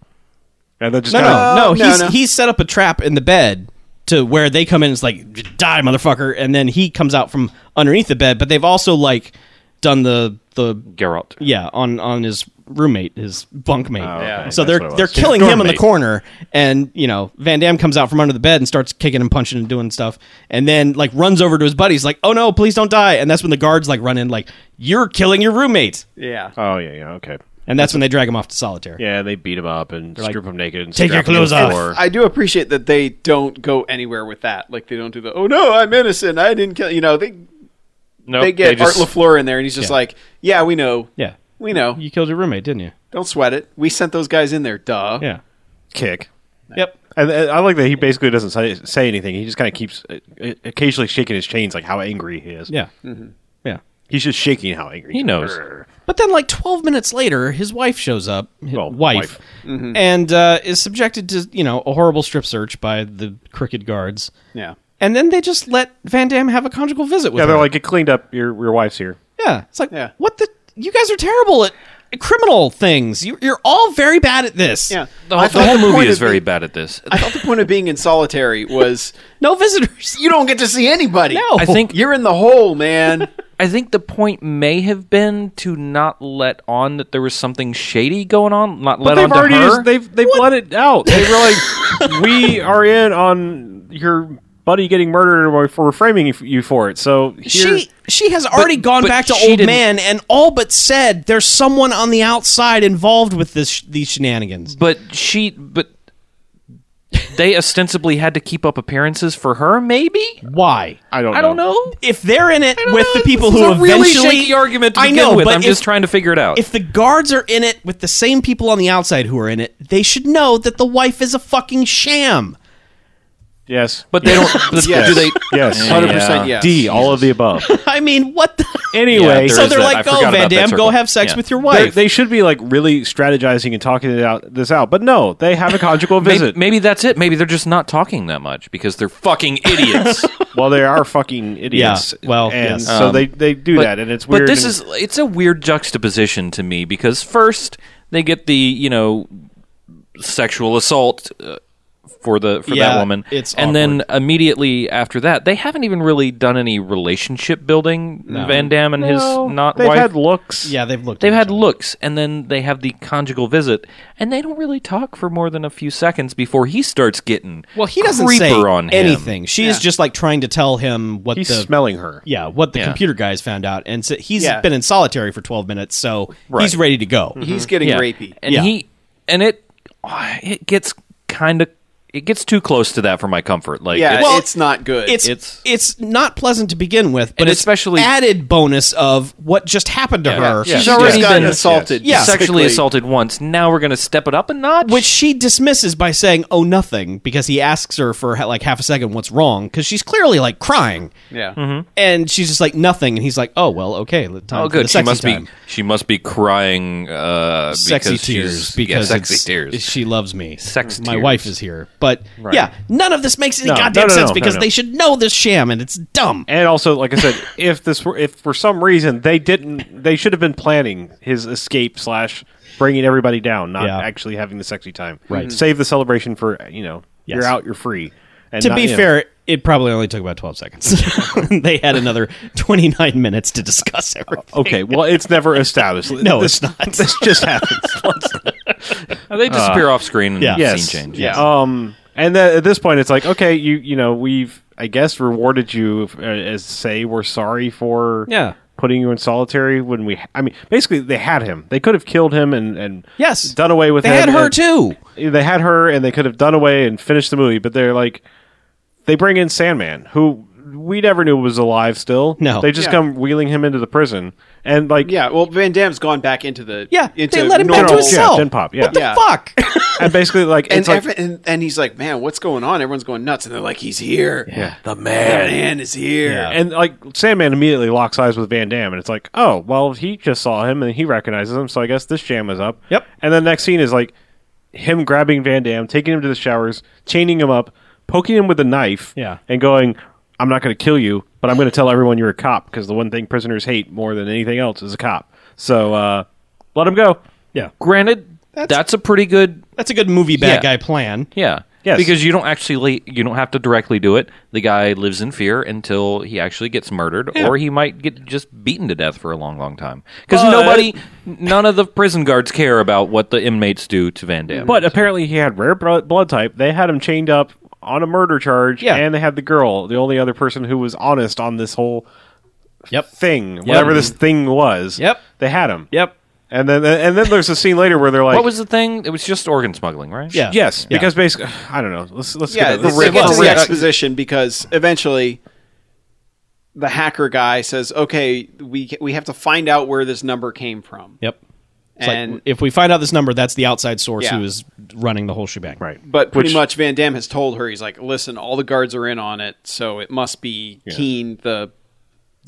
[SPEAKER 2] And then just
[SPEAKER 4] No,
[SPEAKER 2] kind
[SPEAKER 4] no,
[SPEAKER 2] of,
[SPEAKER 4] no.
[SPEAKER 3] Um, no,
[SPEAKER 4] He's
[SPEAKER 3] no.
[SPEAKER 4] he's set up a trap in the bed to where they come in. and It's like die, motherfucker, and then he comes out from underneath the bed. But they've also like done the the
[SPEAKER 5] Geralt.
[SPEAKER 4] yeah on on his roommate, his bunkmate.
[SPEAKER 2] okay.
[SPEAKER 4] So
[SPEAKER 2] That's
[SPEAKER 4] they're
[SPEAKER 2] what it was.
[SPEAKER 4] they're
[SPEAKER 2] His
[SPEAKER 4] killing him in the
[SPEAKER 5] dormmate.
[SPEAKER 4] corner, and you know Van Damme comes out from under the bed and starts kicking and punching and doing stuff, and then like runs over to his buddies like, oh no, please don't die, and that's when the guards like run in like, you're killing your roommate,
[SPEAKER 3] Yeah.
[SPEAKER 2] Oh yeah, yeah, okay.
[SPEAKER 4] and that's when they drag him off to solitary.
[SPEAKER 2] Yeah, they beat him up and
[SPEAKER 4] like,
[SPEAKER 2] strip him naked and
[SPEAKER 4] "Take your
[SPEAKER 2] strap him to the
[SPEAKER 4] clothes off."
[SPEAKER 2] floor.
[SPEAKER 3] I do appreciate that they don't go anywhere with that. Like they don't do the oh no, I'm innocent. I didn't kill you know, they
[SPEAKER 5] No,
[SPEAKER 3] they get Art LaFleur in there and he's just
[SPEAKER 4] Yeah.
[SPEAKER 3] like, Yeah, we know.
[SPEAKER 4] Yeah.
[SPEAKER 3] We know.
[SPEAKER 4] You killed your roommate, didn't you?
[SPEAKER 3] Don't sweat it. We sent those guys in there, duh.
[SPEAKER 4] Yeah.
[SPEAKER 2] Kick.
[SPEAKER 4] Yep.
[SPEAKER 2] And, and I like that he basically doesn't say, say anything. He just kind of keeps uh, uh, occasionally shaking his chains, like how angry he is.
[SPEAKER 4] Yeah. Yeah.
[SPEAKER 2] he's just shaking how angry
[SPEAKER 5] He
[SPEAKER 2] is.
[SPEAKER 5] knows.
[SPEAKER 4] But then, like 12 minutes later, his wife shows up, his
[SPEAKER 2] Well,
[SPEAKER 4] wife, and uh, is subjected to, you know, a horrible strip search by the crooked guards.
[SPEAKER 3] Yeah.
[SPEAKER 4] And then they just let Van Damme have a conjugal visit with
[SPEAKER 2] Yeah,
[SPEAKER 4] her.
[SPEAKER 2] they're like, get cleaned up. Your your wife's here.
[SPEAKER 4] yeah. It's like,
[SPEAKER 3] Yeah.
[SPEAKER 4] what the? You guys are terrible at criminal things. You, you're all very bad at this.
[SPEAKER 3] Yeah.
[SPEAKER 5] The,
[SPEAKER 3] I
[SPEAKER 5] whole- the
[SPEAKER 3] thought
[SPEAKER 5] whole
[SPEAKER 3] point
[SPEAKER 5] movie is
[SPEAKER 3] of
[SPEAKER 5] very
[SPEAKER 3] being-
[SPEAKER 5] bad at this.
[SPEAKER 3] I thought the point of being in solitary was
[SPEAKER 4] No visitors.
[SPEAKER 3] you don't get to see anybody.
[SPEAKER 4] No.
[SPEAKER 5] I think
[SPEAKER 3] You're in the hole, man.
[SPEAKER 5] I think the point may have been to not let on that there was something shady going on. Not let
[SPEAKER 2] But
[SPEAKER 5] on
[SPEAKER 2] they've
[SPEAKER 5] to
[SPEAKER 2] already
[SPEAKER 5] her.
[SPEAKER 2] just, they've they've let it out. They were like, we are in on your buddy getting murdered, and we're we're framing you f- you for it. So here,
[SPEAKER 4] She she has already gone
[SPEAKER 5] but
[SPEAKER 4] back to
[SPEAKER 5] she
[SPEAKER 4] old
[SPEAKER 5] didn't-
[SPEAKER 4] man and all but said there's someone on the outside involved with this these shenanigans.
[SPEAKER 5] but she, but they ostensibly had to keep up appearances for her. Maybe
[SPEAKER 4] Why?
[SPEAKER 2] I don't
[SPEAKER 5] I don't
[SPEAKER 2] know.
[SPEAKER 5] know.
[SPEAKER 4] If they're in it
[SPEAKER 5] don't
[SPEAKER 4] with
[SPEAKER 5] know.
[SPEAKER 4] the people
[SPEAKER 5] This
[SPEAKER 4] who
[SPEAKER 5] is a really
[SPEAKER 4] eventually
[SPEAKER 5] shaky argument to
[SPEAKER 4] I
[SPEAKER 5] begin
[SPEAKER 4] know,
[SPEAKER 5] with.
[SPEAKER 4] but
[SPEAKER 5] I'm
[SPEAKER 4] if-
[SPEAKER 5] just trying to figure it out.
[SPEAKER 4] If the guards are in it with the same people on the outside who are in it, they should know that the wife is a fucking sham.
[SPEAKER 2] Yes,
[SPEAKER 5] but they don't. but Do they?
[SPEAKER 2] yes,
[SPEAKER 5] Yeah.
[SPEAKER 3] 100% yes.
[SPEAKER 2] D, all of the above.
[SPEAKER 4] I mean, what the
[SPEAKER 5] Yeah, there
[SPEAKER 2] Anyway,
[SPEAKER 5] is
[SPEAKER 4] So they're
[SPEAKER 5] that. I
[SPEAKER 4] like,
[SPEAKER 5] forgot
[SPEAKER 4] "Oh,
[SPEAKER 5] about
[SPEAKER 4] Van
[SPEAKER 5] that
[SPEAKER 4] Damme,
[SPEAKER 5] circle."
[SPEAKER 4] go have sex
[SPEAKER 5] Yeah.
[SPEAKER 4] with your
[SPEAKER 2] they,
[SPEAKER 4] wife."
[SPEAKER 2] they should be like really strategizing and talking it out this out, but no, they have a conjugal
[SPEAKER 5] Maybe,
[SPEAKER 2] visit.
[SPEAKER 5] maybe that's it. Maybe they're just not talking that much because they're fucking idiots.
[SPEAKER 2] Well, they are fucking idiots.
[SPEAKER 4] Yeah, well,
[SPEAKER 2] and
[SPEAKER 4] yes. Um,
[SPEAKER 2] so they they do that, and it's weird.
[SPEAKER 5] But this
[SPEAKER 2] and-
[SPEAKER 5] is it's a weird juxtaposition to me because first they get the you know sexual assault uh, for the for
[SPEAKER 4] Yeah,
[SPEAKER 5] that woman,
[SPEAKER 4] it's
[SPEAKER 5] and then immediately after that they haven't even really done any relationship building. Van Damme and
[SPEAKER 2] Well,
[SPEAKER 5] his not
[SPEAKER 2] they've
[SPEAKER 5] wife.
[SPEAKER 2] had looks.
[SPEAKER 4] yeah, they've looked.
[SPEAKER 5] They've
[SPEAKER 4] at
[SPEAKER 5] had
[SPEAKER 4] each other.
[SPEAKER 5] looks, and then they have the conjugal visit, and they don't really talk for more than a few seconds before he starts getting
[SPEAKER 4] Well, he doesn't
[SPEAKER 5] creeper
[SPEAKER 4] say
[SPEAKER 5] on him.
[SPEAKER 4] anything. She is
[SPEAKER 3] Yeah.
[SPEAKER 4] just like trying to tell him what
[SPEAKER 2] he's
[SPEAKER 4] the
[SPEAKER 2] smelling her.
[SPEAKER 4] yeah, what the
[SPEAKER 5] Yeah.
[SPEAKER 4] computer guys found out, and so he's
[SPEAKER 3] Yeah.
[SPEAKER 4] been in solitary for twelve minutes, so he's
[SPEAKER 5] Right. Mm-hmm.
[SPEAKER 4] ready to go.
[SPEAKER 3] He's getting
[SPEAKER 5] Yeah.
[SPEAKER 3] rapey.
[SPEAKER 5] and
[SPEAKER 4] Yeah.
[SPEAKER 5] he and it ah, it gets kind of it gets too close to that for my comfort like
[SPEAKER 3] Yeah,
[SPEAKER 5] it's-
[SPEAKER 4] Well,
[SPEAKER 3] it's not good.
[SPEAKER 4] It's, it's
[SPEAKER 5] It's-
[SPEAKER 4] not pleasant to begin with, but
[SPEAKER 5] And
[SPEAKER 4] it's
[SPEAKER 5] especially-
[SPEAKER 4] added bonus of what just happened to her,
[SPEAKER 5] yeah.
[SPEAKER 3] She's
[SPEAKER 5] She's
[SPEAKER 3] already
[SPEAKER 5] just
[SPEAKER 3] been
[SPEAKER 5] gotten
[SPEAKER 3] assaulted.
[SPEAKER 4] yes. Yeah.
[SPEAKER 3] basically.
[SPEAKER 5] sexually assaulted once now we're gonna step it up a notch
[SPEAKER 4] which she dismisses by saying, "Oh, nothing," because he asks her for ha- like half a second, "What's wrong?" Because she's clearly like crying,
[SPEAKER 3] Yeah.
[SPEAKER 4] and she's just like nothing, and he's like, "Oh, well, okay, let- time
[SPEAKER 5] oh
[SPEAKER 4] for the
[SPEAKER 5] good she
[SPEAKER 4] sexy
[SPEAKER 5] must
[SPEAKER 4] time.
[SPEAKER 5] be she must be crying uh
[SPEAKER 4] sexy
[SPEAKER 5] because
[SPEAKER 4] tears
[SPEAKER 5] she's,
[SPEAKER 4] because
[SPEAKER 5] yeah, sexy
[SPEAKER 4] it's-
[SPEAKER 5] tears
[SPEAKER 4] She loves me.
[SPEAKER 5] Sex
[SPEAKER 4] My
[SPEAKER 5] tears.
[SPEAKER 4] wife is here, but yeah, none of this makes any
[SPEAKER 2] No, no,
[SPEAKER 4] goddamn
[SPEAKER 2] no,
[SPEAKER 4] sense
[SPEAKER 2] no,
[SPEAKER 4] because
[SPEAKER 2] no, no.
[SPEAKER 4] they should know this sham and it's dumb.
[SPEAKER 2] And also, like I said, if this were, if for some reason they didn't, they should have been planning his escape slash bringing everybody down, not
[SPEAKER 4] Yeah.
[SPEAKER 2] actually having the sexy time.
[SPEAKER 4] Right.
[SPEAKER 2] Save the celebration for you know
[SPEAKER 4] Yes.
[SPEAKER 2] you're out, you're free. And
[SPEAKER 4] to
[SPEAKER 2] not,
[SPEAKER 4] be
[SPEAKER 2] you know,
[SPEAKER 4] fair, it probably only took about twelve seconds. they had another twenty nine minutes to
[SPEAKER 2] Oh,
[SPEAKER 4] discuss everything.
[SPEAKER 2] okay. Well, it's never established.
[SPEAKER 4] No,
[SPEAKER 2] this,
[SPEAKER 4] it's not.
[SPEAKER 2] This just happens.
[SPEAKER 5] Oh, they disappear off screen and
[SPEAKER 4] uh, yeah.
[SPEAKER 2] Yes.
[SPEAKER 5] scene change
[SPEAKER 4] Yeah.
[SPEAKER 2] Um, and then at this point, it's like, okay, you you know, we've I guess rewarded you uh, as say we're sorry for
[SPEAKER 4] Yeah.
[SPEAKER 2] putting you in solitary when we. I mean, basically, they had him. They could have killed him and and
[SPEAKER 4] Yes.
[SPEAKER 2] done away with.
[SPEAKER 4] They
[SPEAKER 2] him
[SPEAKER 4] had her
[SPEAKER 2] and-
[SPEAKER 4] too.
[SPEAKER 2] They had her, and they could have done away and finished the movie. But they're like, they bring in Sandman, who we never knew was alive. Still,
[SPEAKER 4] No.
[SPEAKER 2] they just
[SPEAKER 3] Yeah.
[SPEAKER 2] come wheeling him into the prison, and like,
[SPEAKER 3] Yeah, well, Van Damme's gone back into the
[SPEAKER 4] Yeah,
[SPEAKER 3] into
[SPEAKER 4] they let him back
[SPEAKER 2] normal-
[SPEAKER 4] to
[SPEAKER 2] his
[SPEAKER 4] his
[SPEAKER 2] yeah,
[SPEAKER 4] cell.
[SPEAKER 2] Gen Pop, yeah.
[SPEAKER 4] What the
[SPEAKER 3] Yeah.
[SPEAKER 4] fuck?
[SPEAKER 2] and basically like,
[SPEAKER 3] and,
[SPEAKER 2] it's like
[SPEAKER 3] every- and and he's like, man, what's going on? Everyone's going nuts, and they're like, he's here. Yeah, the man, is here.
[SPEAKER 4] Yeah.
[SPEAKER 2] And like Sandman immediately locks eyes with Van Damme, and it's like, oh, well, he just saw him and he recognizes him, so I guess this sham is up.
[SPEAKER 4] Yep.
[SPEAKER 2] And the next scene is like him grabbing Van Damme, taking him to the showers, chaining him up, poking him with a knife,
[SPEAKER 4] Yeah.
[SPEAKER 2] and going, "I'm not going to kill you, but I'm going to tell everyone you're a cop because the one thing prisoners hate more than anything else is a cop. So uh, let him go."
[SPEAKER 4] yeah,
[SPEAKER 5] granted
[SPEAKER 4] That's-
[SPEAKER 5] that's, a pretty good
[SPEAKER 4] that's a good movie bad
[SPEAKER 5] Yeah.
[SPEAKER 4] guy plan.
[SPEAKER 5] yeah
[SPEAKER 2] Yes.
[SPEAKER 5] because you don't actually you don't have to directly do it the guy lives in fear until he actually gets murdered or he might get just beaten to death for a long long time because
[SPEAKER 2] But-
[SPEAKER 5] nobody none of the prison guards care about what the inmates do to van damme
[SPEAKER 2] But apparently he had rare blo- blood type. They had him chained up on a murder charge,
[SPEAKER 4] Yeah.
[SPEAKER 2] and they had the girl, the only other person who was honest on this whole
[SPEAKER 4] Yep.
[SPEAKER 2] thing, whatever this thing was.
[SPEAKER 4] Yep.
[SPEAKER 2] they had him.
[SPEAKER 4] Yep.
[SPEAKER 2] and then and then there's a scene later where they're like,
[SPEAKER 5] what was the thing it was just organ smuggling right
[SPEAKER 4] Yeah.
[SPEAKER 2] Yes,
[SPEAKER 4] Yeah.
[SPEAKER 2] because basically, I don't know. Let's let's
[SPEAKER 3] yeah,
[SPEAKER 2] get the
[SPEAKER 3] they, they
[SPEAKER 2] rip-
[SPEAKER 3] get to
[SPEAKER 2] the
[SPEAKER 3] the
[SPEAKER 2] rip-
[SPEAKER 3] exposition because eventually the hacker guy says, "Okay, we ca- we have to find out where this number came from."
[SPEAKER 4] Yep. It's like,
[SPEAKER 3] And-
[SPEAKER 4] if we find out this number, that's the outside source
[SPEAKER 3] Yeah.
[SPEAKER 4] who is running the whole shebang.
[SPEAKER 2] right.
[SPEAKER 3] But pretty
[SPEAKER 2] Which-
[SPEAKER 3] much Van Damme has told her he's like, "Listen, all the guards are in on it, so it must be Keen the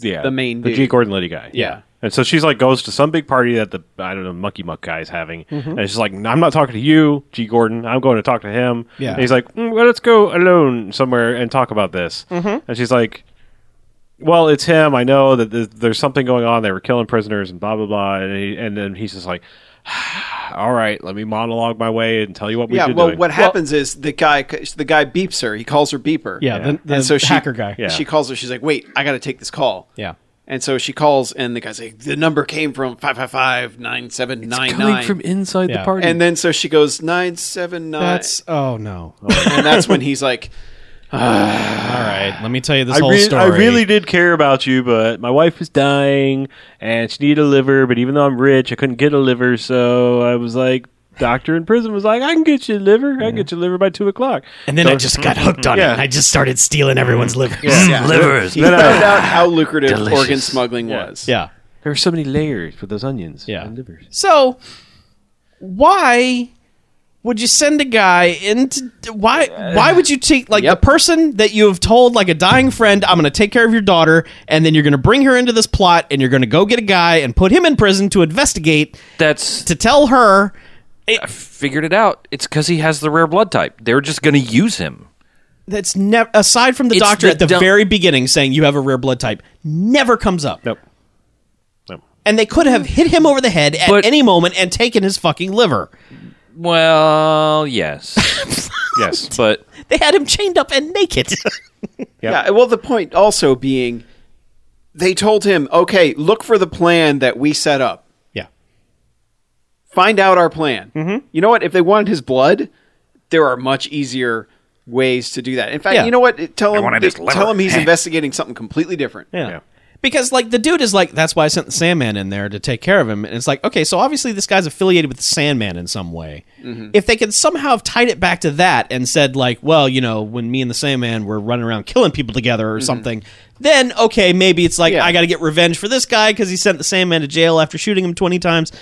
[SPEAKER 2] yeah,
[SPEAKER 3] the main
[SPEAKER 2] the
[SPEAKER 3] dude.
[SPEAKER 2] G Gordon Liddy guy.
[SPEAKER 3] Yeah.
[SPEAKER 2] and so she's like goes to some big party that the I don't know Mucky Muck guy is having,
[SPEAKER 3] Mm-hmm.
[SPEAKER 2] and she's like, I'm not talking to you, G Gordon. I'm going to talk to him.
[SPEAKER 4] Yeah.
[SPEAKER 2] and he's like, "Mm, well, let's go alone somewhere and talk about this. Mm-hmm. And she's like. Well, it's him. I know that th- there's something going on. They were killing prisoners and blah blah blah. And, he, and then he's just like, "All right, let me monologue my way and tell you what we
[SPEAKER 3] yeah."
[SPEAKER 2] did."
[SPEAKER 3] Well,
[SPEAKER 2] doing."
[SPEAKER 3] what happens is the guy the guy beeps her. He calls her beeper.
[SPEAKER 4] Yeah, the- the
[SPEAKER 3] and so she,
[SPEAKER 4] hacker guy.
[SPEAKER 2] Yeah.
[SPEAKER 3] She calls her. She's like, "Wait, I got to take this call."
[SPEAKER 4] Yeah.
[SPEAKER 3] And so she calls, and the guy's like, "The number came from five five five nine seven nine nine."
[SPEAKER 5] inside
[SPEAKER 4] the Yeah. party.
[SPEAKER 3] And then so she goes nine seven
[SPEAKER 2] uh,
[SPEAKER 3] nine.
[SPEAKER 4] That's oh no. All
[SPEAKER 3] and that's when he's like,
[SPEAKER 4] right, let me tell you this
[SPEAKER 2] I,
[SPEAKER 4] whole
[SPEAKER 2] re-
[SPEAKER 4] story.
[SPEAKER 2] I really did care about you, but my wife was dying and she needed a liver. But even though I'm rich, I couldn't get a liver. So I was like, doctor in prison was like, I can get you a liver. I can get you a liver by two o'clock.
[SPEAKER 6] And then I just got hooked on it.
[SPEAKER 2] Yeah.
[SPEAKER 6] And I just started stealing everyone's livers.
[SPEAKER 5] Livers.
[SPEAKER 3] he
[SPEAKER 2] Then I-
[SPEAKER 3] found out how lucrative
[SPEAKER 5] Delicious.
[SPEAKER 3] organ smuggling was.
[SPEAKER 4] Yeah.
[SPEAKER 2] there were so many layers with those onions.
[SPEAKER 4] Yeah.
[SPEAKER 2] and livers.
[SPEAKER 4] So why would you send a guy into why why would you take like
[SPEAKER 3] Yep.
[SPEAKER 4] the person that you have told like a dying friend I'm going to take care of your daughter and then you're going to bring her into this plot and you're going to go get a guy and put him in prison to investigate
[SPEAKER 5] That's
[SPEAKER 4] to tell her
[SPEAKER 5] figured it out. It's because he has the rare blood type. They're just going to use him.
[SPEAKER 4] that's never aside from the
[SPEAKER 5] It's
[SPEAKER 4] doctor
[SPEAKER 5] the
[SPEAKER 4] at the
[SPEAKER 5] dumb-
[SPEAKER 4] very beginning saying you have a rare blood type never comes up.
[SPEAKER 2] Nope. Nope.
[SPEAKER 4] And they could have hit him over the head at
[SPEAKER 5] But-
[SPEAKER 4] any moment and taken his fucking liver.
[SPEAKER 5] Well, yes,
[SPEAKER 2] Yes.
[SPEAKER 5] but
[SPEAKER 4] They had him chained up and naked.
[SPEAKER 3] Yeah. Well, the point also being, they told him, "Okay, look for the plan that we set up.
[SPEAKER 4] yeah.
[SPEAKER 3] Find out our plan." Mm-hmm. You know what? If they wanted his blood, there are much easier ways to do that. In fact,
[SPEAKER 4] Yeah.
[SPEAKER 3] you know what? Tell him,
[SPEAKER 5] wanted his
[SPEAKER 3] tell him
[SPEAKER 5] liver.
[SPEAKER 3] he's investigating something completely different.
[SPEAKER 4] Yeah.
[SPEAKER 2] Yeah.
[SPEAKER 4] Because like the dude is like, that's why I sent the Sandman in there to take care of him. And it's like, okay, so obviously this guy's affiliated with the Sandman in some way.
[SPEAKER 2] Mm-hmm.
[SPEAKER 4] If they could somehow have tied it back to that and said like, well, you know, when me and the Sandman were running around killing people together
[SPEAKER 2] Mm-hmm.
[SPEAKER 4] or something, then okay, maybe it's like
[SPEAKER 3] Yeah.
[SPEAKER 4] I got to get revenge for this guy because he sent the Sandman to jail after shooting him twenty times.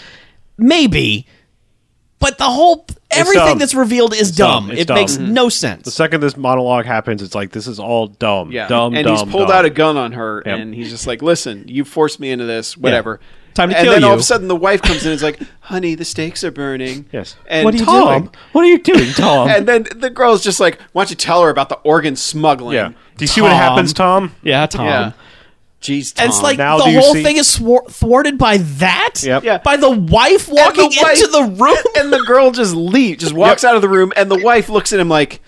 [SPEAKER 4] Maybe, but the whole everything
[SPEAKER 2] dumb.
[SPEAKER 4] that's revealed is
[SPEAKER 2] dumb.
[SPEAKER 4] dumb.
[SPEAKER 2] It's
[SPEAKER 4] It
[SPEAKER 2] dumb.
[SPEAKER 4] makes
[SPEAKER 2] Mhm.
[SPEAKER 4] no sense.
[SPEAKER 2] The second this monologue happens, it's like this is all dumb,
[SPEAKER 3] Yeah.
[SPEAKER 2] dumb,
[SPEAKER 3] and
[SPEAKER 2] dumb.
[SPEAKER 3] he's pulled
[SPEAKER 2] dumb.
[SPEAKER 3] out a gun on her
[SPEAKER 2] Yep.
[SPEAKER 3] and he's just like, Listen, you forced me into this, whatever.
[SPEAKER 4] Time to
[SPEAKER 3] and
[SPEAKER 4] kill
[SPEAKER 3] then all
[SPEAKER 4] you.
[SPEAKER 3] of a sudden the wife comes in and is like, Honey, the stakes are burning.
[SPEAKER 2] Yes.
[SPEAKER 3] And
[SPEAKER 2] what are you
[SPEAKER 3] Tom-
[SPEAKER 2] doing? What are you doing, Tom?
[SPEAKER 3] And then the girl's just like, Why don't you tell her about the organ smuggling?
[SPEAKER 2] yeah. Do you see what
[SPEAKER 4] Tom.
[SPEAKER 2] happens, Tom?
[SPEAKER 4] yeah, Tom.
[SPEAKER 3] Yeah. Jeez, Tom.
[SPEAKER 4] And it's like
[SPEAKER 2] now
[SPEAKER 4] the
[SPEAKER 2] do you
[SPEAKER 4] whole
[SPEAKER 2] see-
[SPEAKER 4] thing is thwar- thwarted by that.
[SPEAKER 2] Yep.
[SPEAKER 3] Yeah.
[SPEAKER 4] By the wife
[SPEAKER 3] And
[SPEAKER 4] walking
[SPEAKER 3] wife-
[SPEAKER 4] into the room.
[SPEAKER 3] And the girl just leaves, just walks out of the room, and the wife looks at him like,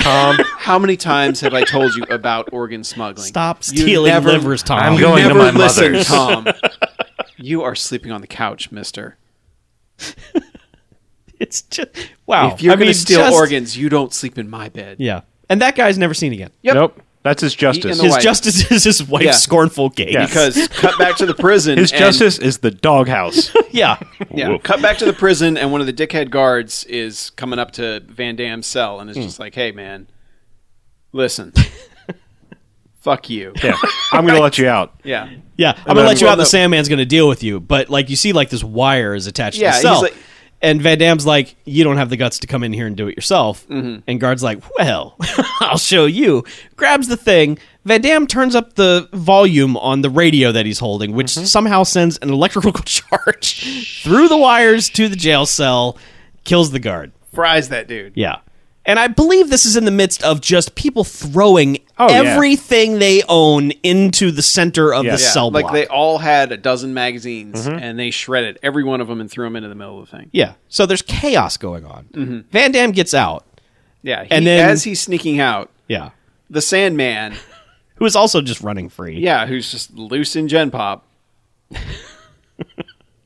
[SPEAKER 2] Tom.
[SPEAKER 3] How many times have I told you about organ smuggling?
[SPEAKER 4] Stop
[SPEAKER 3] You
[SPEAKER 4] stealing
[SPEAKER 3] never-
[SPEAKER 4] livers, Tom.
[SPEAKER 5] I'm
[SPEAKER 3] You
[SPEAKER 5] going to
[SPEAKER 3] never
[SPEAKER 5] my
[SPEAKER 3] listen,
[SPEAKER 5] mother's.
[SPEAKER 3] Tom. You are sleeping on the couch, mister.
[SPEAKER 4] It's just wow.
[SPEAKER 3] If you're
[SPEAKER 4] I
[SPEAKER 3] going
[SPEAKER 4] mean,
[SPEAKER 3] to steal
[SPEAKER 4] just-
[SPEAKER 3] organs, you don't sleep in my bed.
[SPEAKER 4] Oh. yeah. And that guy's never seen again.
[SPEAKER 3] Yep.
[SPEAKER 2] Nope. That's his justice.
[SPEAKER 3] the
[SPEAKER 4] His
[SPEAKER 3] wife.
[SPEAKER 4] justice is his wife's
[SPEAKER 3] Yeah.
[SPEAKER 4] scornful gaze.
[SPEAKER 2] Yeah.
[SPEAKER 3] Because cut back to the prison.
[SPEAKER 2] His
[SPEAKER 3] and-
[SPEAKER 2] justice is the doghouse.
[SPEAKER 4] yeah.
[SPEAKER 3] Yeah. Cut back to the prison, and one of the dickhead guards is coming up to Van Damme's cell and is just like, hey, man, listen. fuck you.
[SPEAKER 2] yeah. I'm going to let you out.
[SPEAKER 3] Yeah.
[SPEAKER 4] Yeah. I'm gonna
[SPEAKER 2] then-
[SPEAKER 4] let you
[SPEAKER 2] well,
[SPEAKER 4] out. The
[SPEAKER 2] no.
[SPEAKER 4] Sandman's gonna deal with you. But like you see, like this wire is attached
[SPEAKER 3] Yeah,
[SPEAKER 4] to the
[SPEAKER 3] he's
[SPEAKER 4] cell.
[SPEAKER 3] like-
[SPEAKER 4] and Van Damme's like, you don't have the guts to come in here and do it yourself. And guard's like, well, I'll show you. Grabs the thing. Van Damme turns up the volume on the radio that he's holding, which somehow sends an electrical charge through the wires to the jail cell, kills the guard.
[SPEAKER 3] Fries that dude.
[SPEAKER 4] Yeah. And I believe this is in the midst of just people throwing
[SPEAKER 2] yeah.
[SPEAKER 4] everything they own into the center of
[SPEAKER 2] Yeah.
[SPEAKER 4] the
[SPEAKER 2] Yeah,
[SPEAKER 4] cell block.
[SPEAKER 3] Like they all had a dozen magazines and they shredded every one of them and threw them into the middle of the thing.
[SPEAKER 4] Yeah. So there's chaos going on.
[SPEAKER 3] Mm-hmm.
[SPEAKER 4] Van Damme gets out.
[SPEAKER 3] Yeah. He,
[SPEAKER 4] And then-
[SPEAKER 3] as he's sneaking out,
[SPEAKER 4] Yeah.
[SPEAKER 3] the Sandman,
[SPEAKER 4] Who is also just running free.
[SPEAKER 3] yeah, who's just loose in Gen Pop,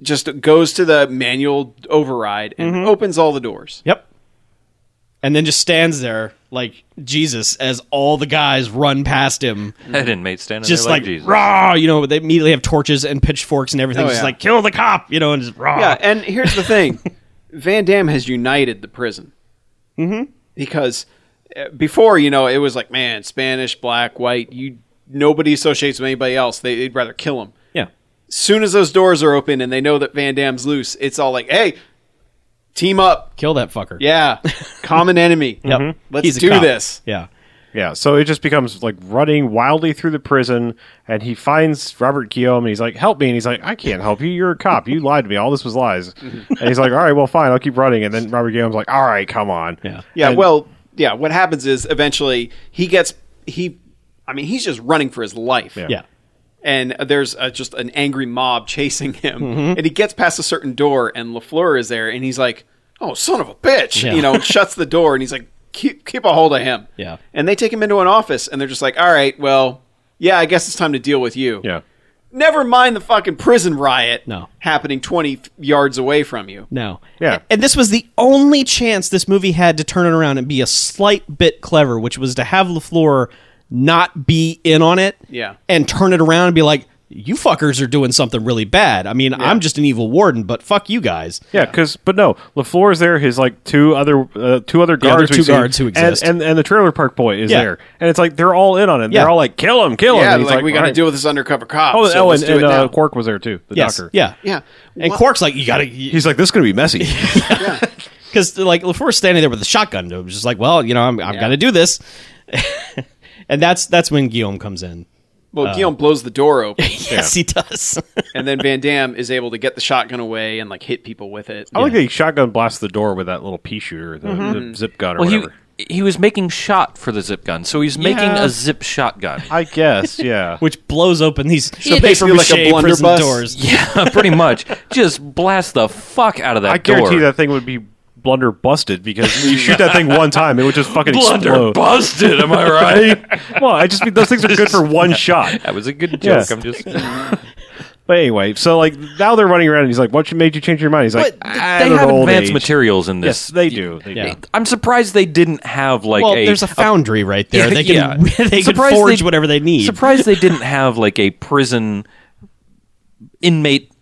[SPEAKER 3] just goes to the manual override and opens all the doors.
[SPEAKER 4] Yep. And then just stands there like Jesus as all the guys run past him.
[SPEAKER 5] that inmate standing
[SPEAKER 4] Just
[SPEAKER 5] there like,
[SPEAKER 4] like,
[SPEAKER 5] Jesus.
[SPEAKER 4] rah, you know, they immediately have torches and pitchforks and everything.
[SPEAKER 3] Oh,
[SPEAKER 4] just
[SPEAKER 3] yeah.
[SPEAKER 4] like, kill the cop, you know, and just rah.
[SPEAKER 3] Yeah, and here's the thing: Van Damme has united the prison mm-hmm. because uh, before, you know, it was like, man, Spanish, black, white, you nobody associates with anybody else. They, they'd rather kill him.
[SPEAKER 4] yeah.
[SPEAKER 3] Soon as those doors are open and they know that Van Damme's loose, it's all like, hey, team up,
[SPEAKER 4] Kill that fucker.
[SPEAKER 3] yeah, common enemy.
[SPEAKER 4] Yep.
[SPEAKER 3] Let's
[SPEAKER 4] He's a
[SPEAKER 3] do
[SPEAKER 4] cop.
[SPEAKER 3] this.
[SPEAKER 4] Yeah.
[SPEAKER 2] Yeah, so it just becomes like running wildly through the prison, and he finds Robert Guillaume, and he's like, "Help me!" And he's like, "I can't help you. You're a cop. You lied to me. All this was lies." and he's like, "All right, well, fine. I'll keep running." And then Robert Guillaume's like, "All right, come on."
[SPEAKER 4] Yeah.
[SPEAKER 3] Yeah,
[SPEAKER 2] And-
[SPEAKER 3] well, yeah. What happens is eventually he gets he. I mean, he's just running for his life.
[SPEAKER 4] Yeah.
[SPEAKER 3] and there's uh just an angry mob chasing him,
[SPEAKER 2] Mm-hmm.
[SPEAKER 3] and he gets past a certain door, and Lafleur is there, and he's like, "Oh, son of a bitch!"
[SPEAKER 4] Yeah.
[SPEAKER 3] You know, and shuts the door, and he's like, "Keep keep a hold of him."
[SPEAKER 4] Yeah.
[SPEAKER 3] and they take him into an office, and they're just like, "All right, well, yeah, I guess it's time to deal with you.
[SPEAKER 2] Yeah.
[SPEAKER 3] Never mind the fucking prison riot
[SPEAKER 4] No.
[SPEAKER 3] happening 20 yards away from you.
[SPEAKER 4] No.
[SPEAKER 2] Yeah.
[SPEAKER 4] And this was the only chance this movie had to turn it around and be a slight bit clever, which was to have LaFleur not be in on it.
[SPEAKER 3] Yeah.
[SPEAKER 4] And turn it around and be like, you fuckers are doing something really bad. I mean, I'm just an evil warden, but fuck you guys.
[SPEAKER 2] Yeah, because but no, Lafleur is there. His like two other uh, two other
[SPEAKER 4] Yeah, there are
[SPEAKER 2] guards, we've
[SPEAKER 4] two
[SPEAKER 2] seen,
[SPEAKER 4] guards who exist.
[SPEAKER 2] and, and and the trailer park boy is
[SPEAKER 4] Yeah.
[SPEAKER 2] there, and it's like they're all in on it.
[SPEAKER 4] Yeah.
[SPEAKER 2] They're all like, "Kill him, kill him!"
[SPEAKER 3] Yeah,
[SPEAKER 2] And he's
[SPEAKER 3] like, we got to
[SPEAKER 2] "Alright."
[SPEAKER 3] deal with this undercover cop.
[SPEAKER 2] Oh,
[SPEAKER 3] so
[SPEAKER 2] oh,
[SPEAKER 3] let's
[SPEAKER 2] and,
[SPEAKER 3] do
[SPEAKER 2] and
[SPEAKER 3] it now.
[SPEAKER 2] uh, Quark was there too. The
[SPEAKER 4] Yes.
[SPEAKER 2] doctor.
[SPEAKER 4] Yeah.
[SPEAKER 3] yeah.
[SPEAKER 4] And
[SPEAKER 3] What-
[SPEAKER 4] Quark's like, you gotta,
[SPEAKER 2] he's like, "This is gonna be messy."
[SPEAKER 4] because like LaFleur's standing there with a shotgun. It was just like, well, you know, I'm, I'm gonna do this. and that's that's when Guillaume comes in.
[SPEAKER 2] Oh.
[SPEAKER 3] well, Guillaume blows the door open,
[SPEAKER 4] Yes, he does.
[SPEAKER 3] and then Van Damme is able to get the shotgun away and like hit people with it.
[SPEAKER 2] I like that he shotgun blasts the door with that little pea shooter, the,
[SPEAKER 5] Mm-hmm.
[SPEAKER 2] the zip gun or
[SPEAKER 5] Well, he
[SPEAKER 2] whatever.
[SPEAKER 5] he was making shot for the zip gun, so he's making
[SPEAKER 2] Yeah.
[SPEAKER 5] a zip shotgun.
[SPEAKER 2] I guess, yeah.
[SPEAKER 4] which blows open these paper
[SPEAKER 3] basically like
[SPEAKER 4] mache
[SPEAKER 3] a
[SPEAKER 4] prison
[SPEAKER 3] blunderbuss.
[SPEAKER 4] doors.
[SPEAKER 5] yeah, pretty much. Just blast the fuck out of that
[SPEAKER 2] I guarantee
[SPEAKER 5] door.
[SPEAKER 2] that thing would be blunder busted because you shoot that thing one time, it would just fucking
[SPEAKER 5] Blunder
[SPEAKER 2] explode.
[SPEAKER 5] busted. Am I right?
[SPEAKER 2] well, I just mean those things are good for one shot.
[SPEAKER 5] that was a good
[SPEAKER 2] Yeah.
[SPEAKER 5] joke. I'm just.
[SPEAKER 2] But anyway, so like now they're running around and he's like, "What made you change your mind?" He's like,
[SPEAKER 5] But
[SPEAKER 2] "I
[SPEAKER 5] they
[SPEAKER 2] don't
[SPEAKER 5] have
[SPEAKER 2] know, old
[SPEAKER 5] advanced
[SPEAKER 2] age."
[SPEAKER 5] materials in
[SPEAKER 2] Yes,
[SPEAKER 5] this.
[SPEAKER 2] they do. They do.
[SPEAKER 5] I'm surprised they didn't have like
[SPEAKER 4] Well,
[SPEAKER 5] a.
[SPEAKER 4] there's a foundry right there.
[SPEAKER 5] Yeah,
[SPEAKER 4] they can
[SPEAKER 5] yeah.
[SPEAKER 4] they can
[SPEAKER 5] Surprised
[SPEAKER 4] forge
[SPEAKER 5] they-
[SPEAKER 4] whatever they need.
[SPEAKER 5] surprised they didn't have like a prison inmate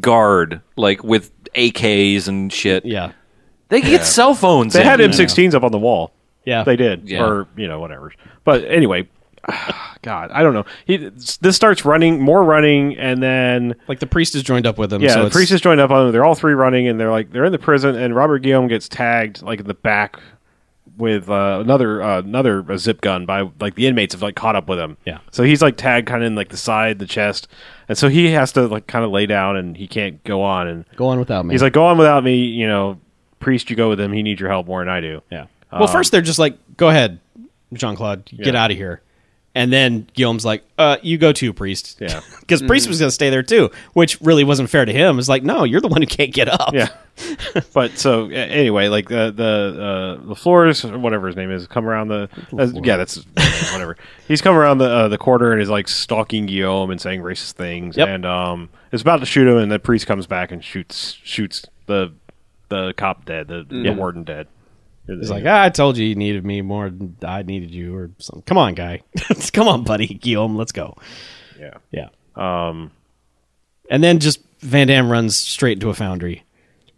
[SPEAKER 5] guard like with AKs and shit.
[SPEAKER 4] Yeah,
[SPEAKER 5] They could get cell phones.
[SPEAKER 2] They
[SPEAKER 5] in.
[SPEAKER 2] had M16s up on the wall.
[SPEAKER 4] Yeah.
[SPEAKER 2] they did,
[SPEAKER 5] Yeah.
[SPEAKER 2] or you know, whatever. But anyway, God, I don't know. He this starts running, more running, and then
[SPEAKER 4] like the priest is joined up with them.
[SPEAKER 2] yeah,
[SPEAKER 4] so
[SPEAKER 2] the
[SPEAKER 4] it's-
[SPEAKER 2] priest has joined up on them. They're all three running, and they're like they're in the prison. And Robert Guillaume gets tagged like in the back with uh, another uh, another uh, zip gun by like the inmates have like caught up with him.
[SPEAKER 4] Yeah.
[SPEAKER 2] so he's like tagged kind of in like the side, the chest, and so he has to like kind of lay down, and he can't go on. And
[SPEAKER 4] go on without me.
[SPEAKER 2] he's like, "Go on without me." You know, priest, you go with him. He needs your help more than I do.
[SPEAKER 4] yeah. Well, first they're just like, go ahead, Jean Claude, get out of here. And then Guillaume's like, uh, you go too, priest.
[SPEAKER 2] Yeah. Mm.
[SPEAKER 4] Because priest was going to stay there too, which really wasn't fair to him. It's like, no, you're the one who can't get up.
[SPEAKER 2] Yeah. but so a- anyway, like the the uh, the floors, whatever his name is, come around the uh, yeah, that's whatever. He's come around the uh, the corner and is like stalking Guillaume and saying racist things,
[SPEAKER 4] Yep.
[SPEAKER 2] and um, is about to shoot him, and the priest comes back and shoots shoots the the cop dead, the, the warden dead.
[SPEAKER 4] He's like, ah, I told you you needed me more than I needed you, or something. Come on, guy. Come on, buddy. Guillaume, let's go.
[SPEAKER 2] yeah,
[SPEAKER 4] Yeah. Um, and then just Van Damme runs straight into a foundry.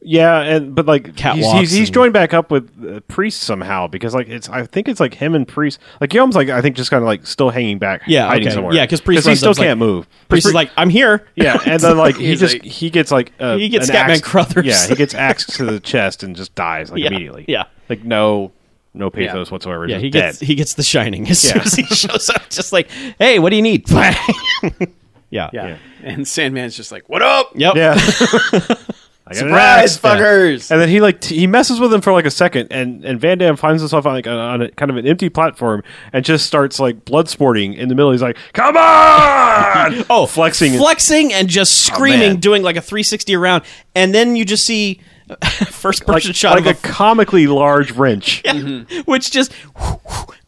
[SPEAKER 2] yeah, and but like he's, he's,
[SPEAKER 4] Catwalks
[SPEAKER 2] he's
[SPEAKER 4] and-
[SPEAKER 2] joined back up with uh, priest somehow because like it's I think it's like him and priest like Guillaume's like I think just kind of like still hanging back,
[SPEAKER 4] Yeah,
[SPEAKER 2] hiding
[SPEAKER 4] okay.
[SPEAKER 2] somewhere,
[SPEAKER 4] Yeah, because priest
[SPEAKER 2] he
[SPEAKER 4] runs
[SPEAKER 2] still
[SPEAKER 4] up, like-
[SPEAKER 2] can't move.
[SPEAKER 4] Priest is
[SPEAKER 2] Pri-
[SPEAKER 4] like, I'm here.
[SPEAKER 2] Yeah, and then like he
[SPEAKER 3] He's
[SPEAKER 2] just
[SPEAKER 3] like-
[SPEAKER 2] he gets like uh,
[SPEAKER 4] He gets
[SPEAKER 2] an
[SPEAKER 4] Scatman
[SPEAKER 2] axe-
[SPEAKER 4] Crothers.
[SPEAKER 2] Yeah, he gets axed to the chest and just dies like
[SPEAKER 4] Yeah,
[SPEAKER 2] immediately.
[SPEAKER 4] yeah.
[SPEAKER 2] like no no pathos whatsoever.
[SPEAKER 4] Yeah,
[SPEAKER 2] just
[SPEAKER 4] he
[SPEAKER 2] dead.
[SPEAKER 4] gets he gets the shining as soon as he shows up. Just like, hey, what do you need? yeah. Yeah.
[SPEAKER 3] yeah. And Sandman's just like, "What up?
[SPEAKER 4] Yep.
[SPEAKER 2] yeah. I got an
[SPEAKER 3] Surprise,
[SPEAKER 2] axe.
[SPEAKER 3] fuckers!"
[SPEAKER 2] And then he like t- he messes with him for like a second, and and Van Damme finds himself on like a, on a kind of an empty platform and just starts like blood sporting in the middle. He's like, "Come on!"
[SPEAKER 4] Oh,
[SPEAKER 2] flexing.
[SPEAKER 4] flexing, and just screaming,
[SPEAKER 2] Oh, man.
[SPEAKER 4] doing like a 360 around, and then you just see first
[SPEAKER 2] like,
[SPEAKER 4] person shot
[SPEAKER 2] like
[SPEAKER 4] of
[SPEAKER 2] a comically large wrench.
[SPEAKER 4] which just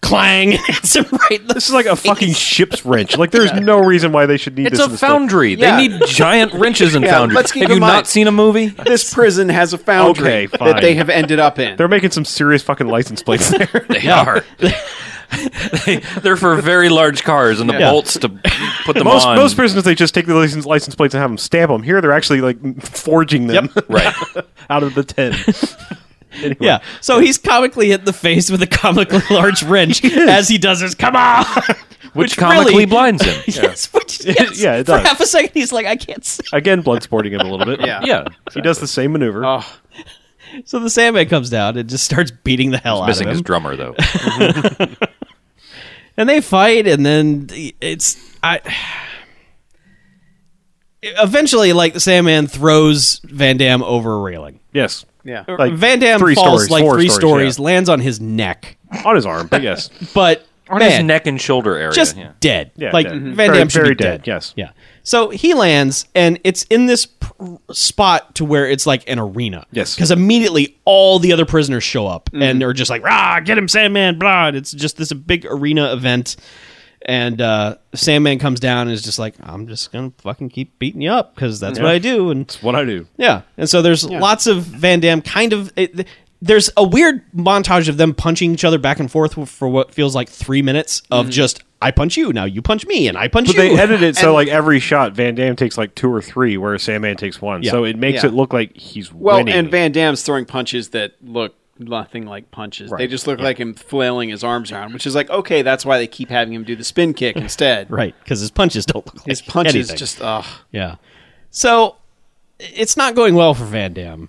[SPEAKER 4] clang hits him right. in the-
[SPEAKER 2] This is like a fucking ship's wrench. Like, there's no reason why they should need
[SPEAKER 5] It's
[SPEAKER 2] this.
[SPEAKER 5] a
[SPEAKER 2] in this film.
[SPEAKER 5] foundry.
[SPEAKER 3] Yeah.
[SPEAKER 5] They need giant wrenches in
[SPEAKER 3] Yeah,
[SPEAKER 5] foundry.
[SPEAKER 3] let's keep
[SPEAKER 5] Have
[SPEAKER 3] in
[SPEAKER 5] you
[SPEAKER 3] mind-
[SPEAKER 5] not seen a movie?
[SPEAKER 3] this prison has a foundry
[SPEAKER 2] Okay, fine.
[SPEAKER 3] that they have ended up in.
[SPEAKER 2] They're making some serious fucking license plates there.
[SPEAKER 5] They are. they, they're for very large cars and the
[SPEAKER 4] Yeah.
[SPEAKER 5] bolts to put them
[SPEAKER 2] most
[SPEAKER 5] on.
[SPEAKER 2] most prisons they just take the license license plates and have them stamp them. Here they're actually like forging them
[SPEAKER 5] right.
[SPEAKER 2] out of the tin. Anyway.
[SPEAKER 4] Yeah. So he's comically hit in the face with a comically large wrench as he does his come on,
[SPEAKER 5] Which comically
[SPEAKER 4] really-
[SPEAKER 5] blinds him.
[SPEAKER 4] yes, which, yes.
[SPEAKER 2] Yeah, it
[SPEAKER 4] for
[SPEAKER 2] does.
[SPEAKER 4] half a second he's like, I can't see.
[SPEAKER 2] Again, blood sporting him a little bit.
[SPEAKER 3] Yeah.
[SPEAKER 5] Yeah.
[SPEAKER 2] He does the same maneuver.
[SPEAKER 3] Oh,
[SPEAKER 4] So the Sandman comes down and just starts beating the hell out of
[SPEAKER 5] Missing
[SPEAKER 4] him,
[SPEAKER 5] his drummer though.
[SPEAKER 4] and they fight, and then it's I. Eventually, like the Sandman throws Van Damme over a railing.
[SPEAKER 2] yes.
[SPEAKER 3] yeah.
[SPEAKER 2] Like
[SPEAKER 4] Van Damme
[SPEAKER 2] three
[SPEAKER 4] falls
[SPEAKER 2] stories,
[SPEAKER 4] like
[SPEAKER 2] four
[SPEAKER 4] three
[SPEAKER 2] stories,
[SPEAKER 4] stories, lands on his neck,
[SPEAKER 2] on his arm, but yes.
[SPEAKER 4] but
[SPEAKER 5] On
[SPEAKER 4] man,
[SPEAKER 5] his neck and shoulder area.
[SPEAKER 4] just
[SPEAKER 5] yeah.
[SPEAKER 4] dead.
[SPEAKER 2] Yeah,
[SPEAKER 4] like
[SPEAKER 2] dead.
[SPEAKER 4] Van
[SPEAKER 2] Very-
[SPEAKER 4] Damme should
[SPEAKER 2] very
[SPEAKER 4] be dead.
[SPEAKER 2] dead, yes.
[SPEAKER 4] Yeah. So he lands, and it's in this pr- spot to where it's like an arena.
[SPEAKER 2] Yes. Mm-hmm.
[SPEAKER 4] Because immediately all the other prisoners show up and are just like, "Rah, get him, Sandman!" Blah. And it's just this big arena event. And uh, Sandman comes down and is just like, I'm just gonna fucking keep beating you up because that's what I do. And
[SPEAKER 2] It's what I do.
[SPEAKER 4] yeah, and so there's lots of Van Damme kind of. It, th- there's a weird montage of them punching each other back and forth for what feels like three minutes of just I punch you, now you punch me, and I punch
[SPEAKER 2] But
[SPEAKER 4] you.
[SPEAKER 2] they edit it so like every shot Van Damme takes like two or three, whereas Sandman takes one.
[SPEAKER 4] Yeah.
[SPEAKER 2] So it makes
[SPEAKER 3] Yeah.
[SPEAKER 2] it look like he's
[SPEAKER 3] Well,
[SPEAKER 2] winning.
[SPEAKER 3] and Van Damme's throwing punches that look nothing like punches. They just look like him flailing his arms around, which is like, okay, that's why they keep having him do the spin kick instead.
[SPEAKER 4] right, because his punches don't look like
[SPEAKER 3] His punches
[SPEAKER 4] anything.
[SPEAKER 3] just, ugh.
[SPEAKER 4] Yeah. So it's not going well for Van Damme.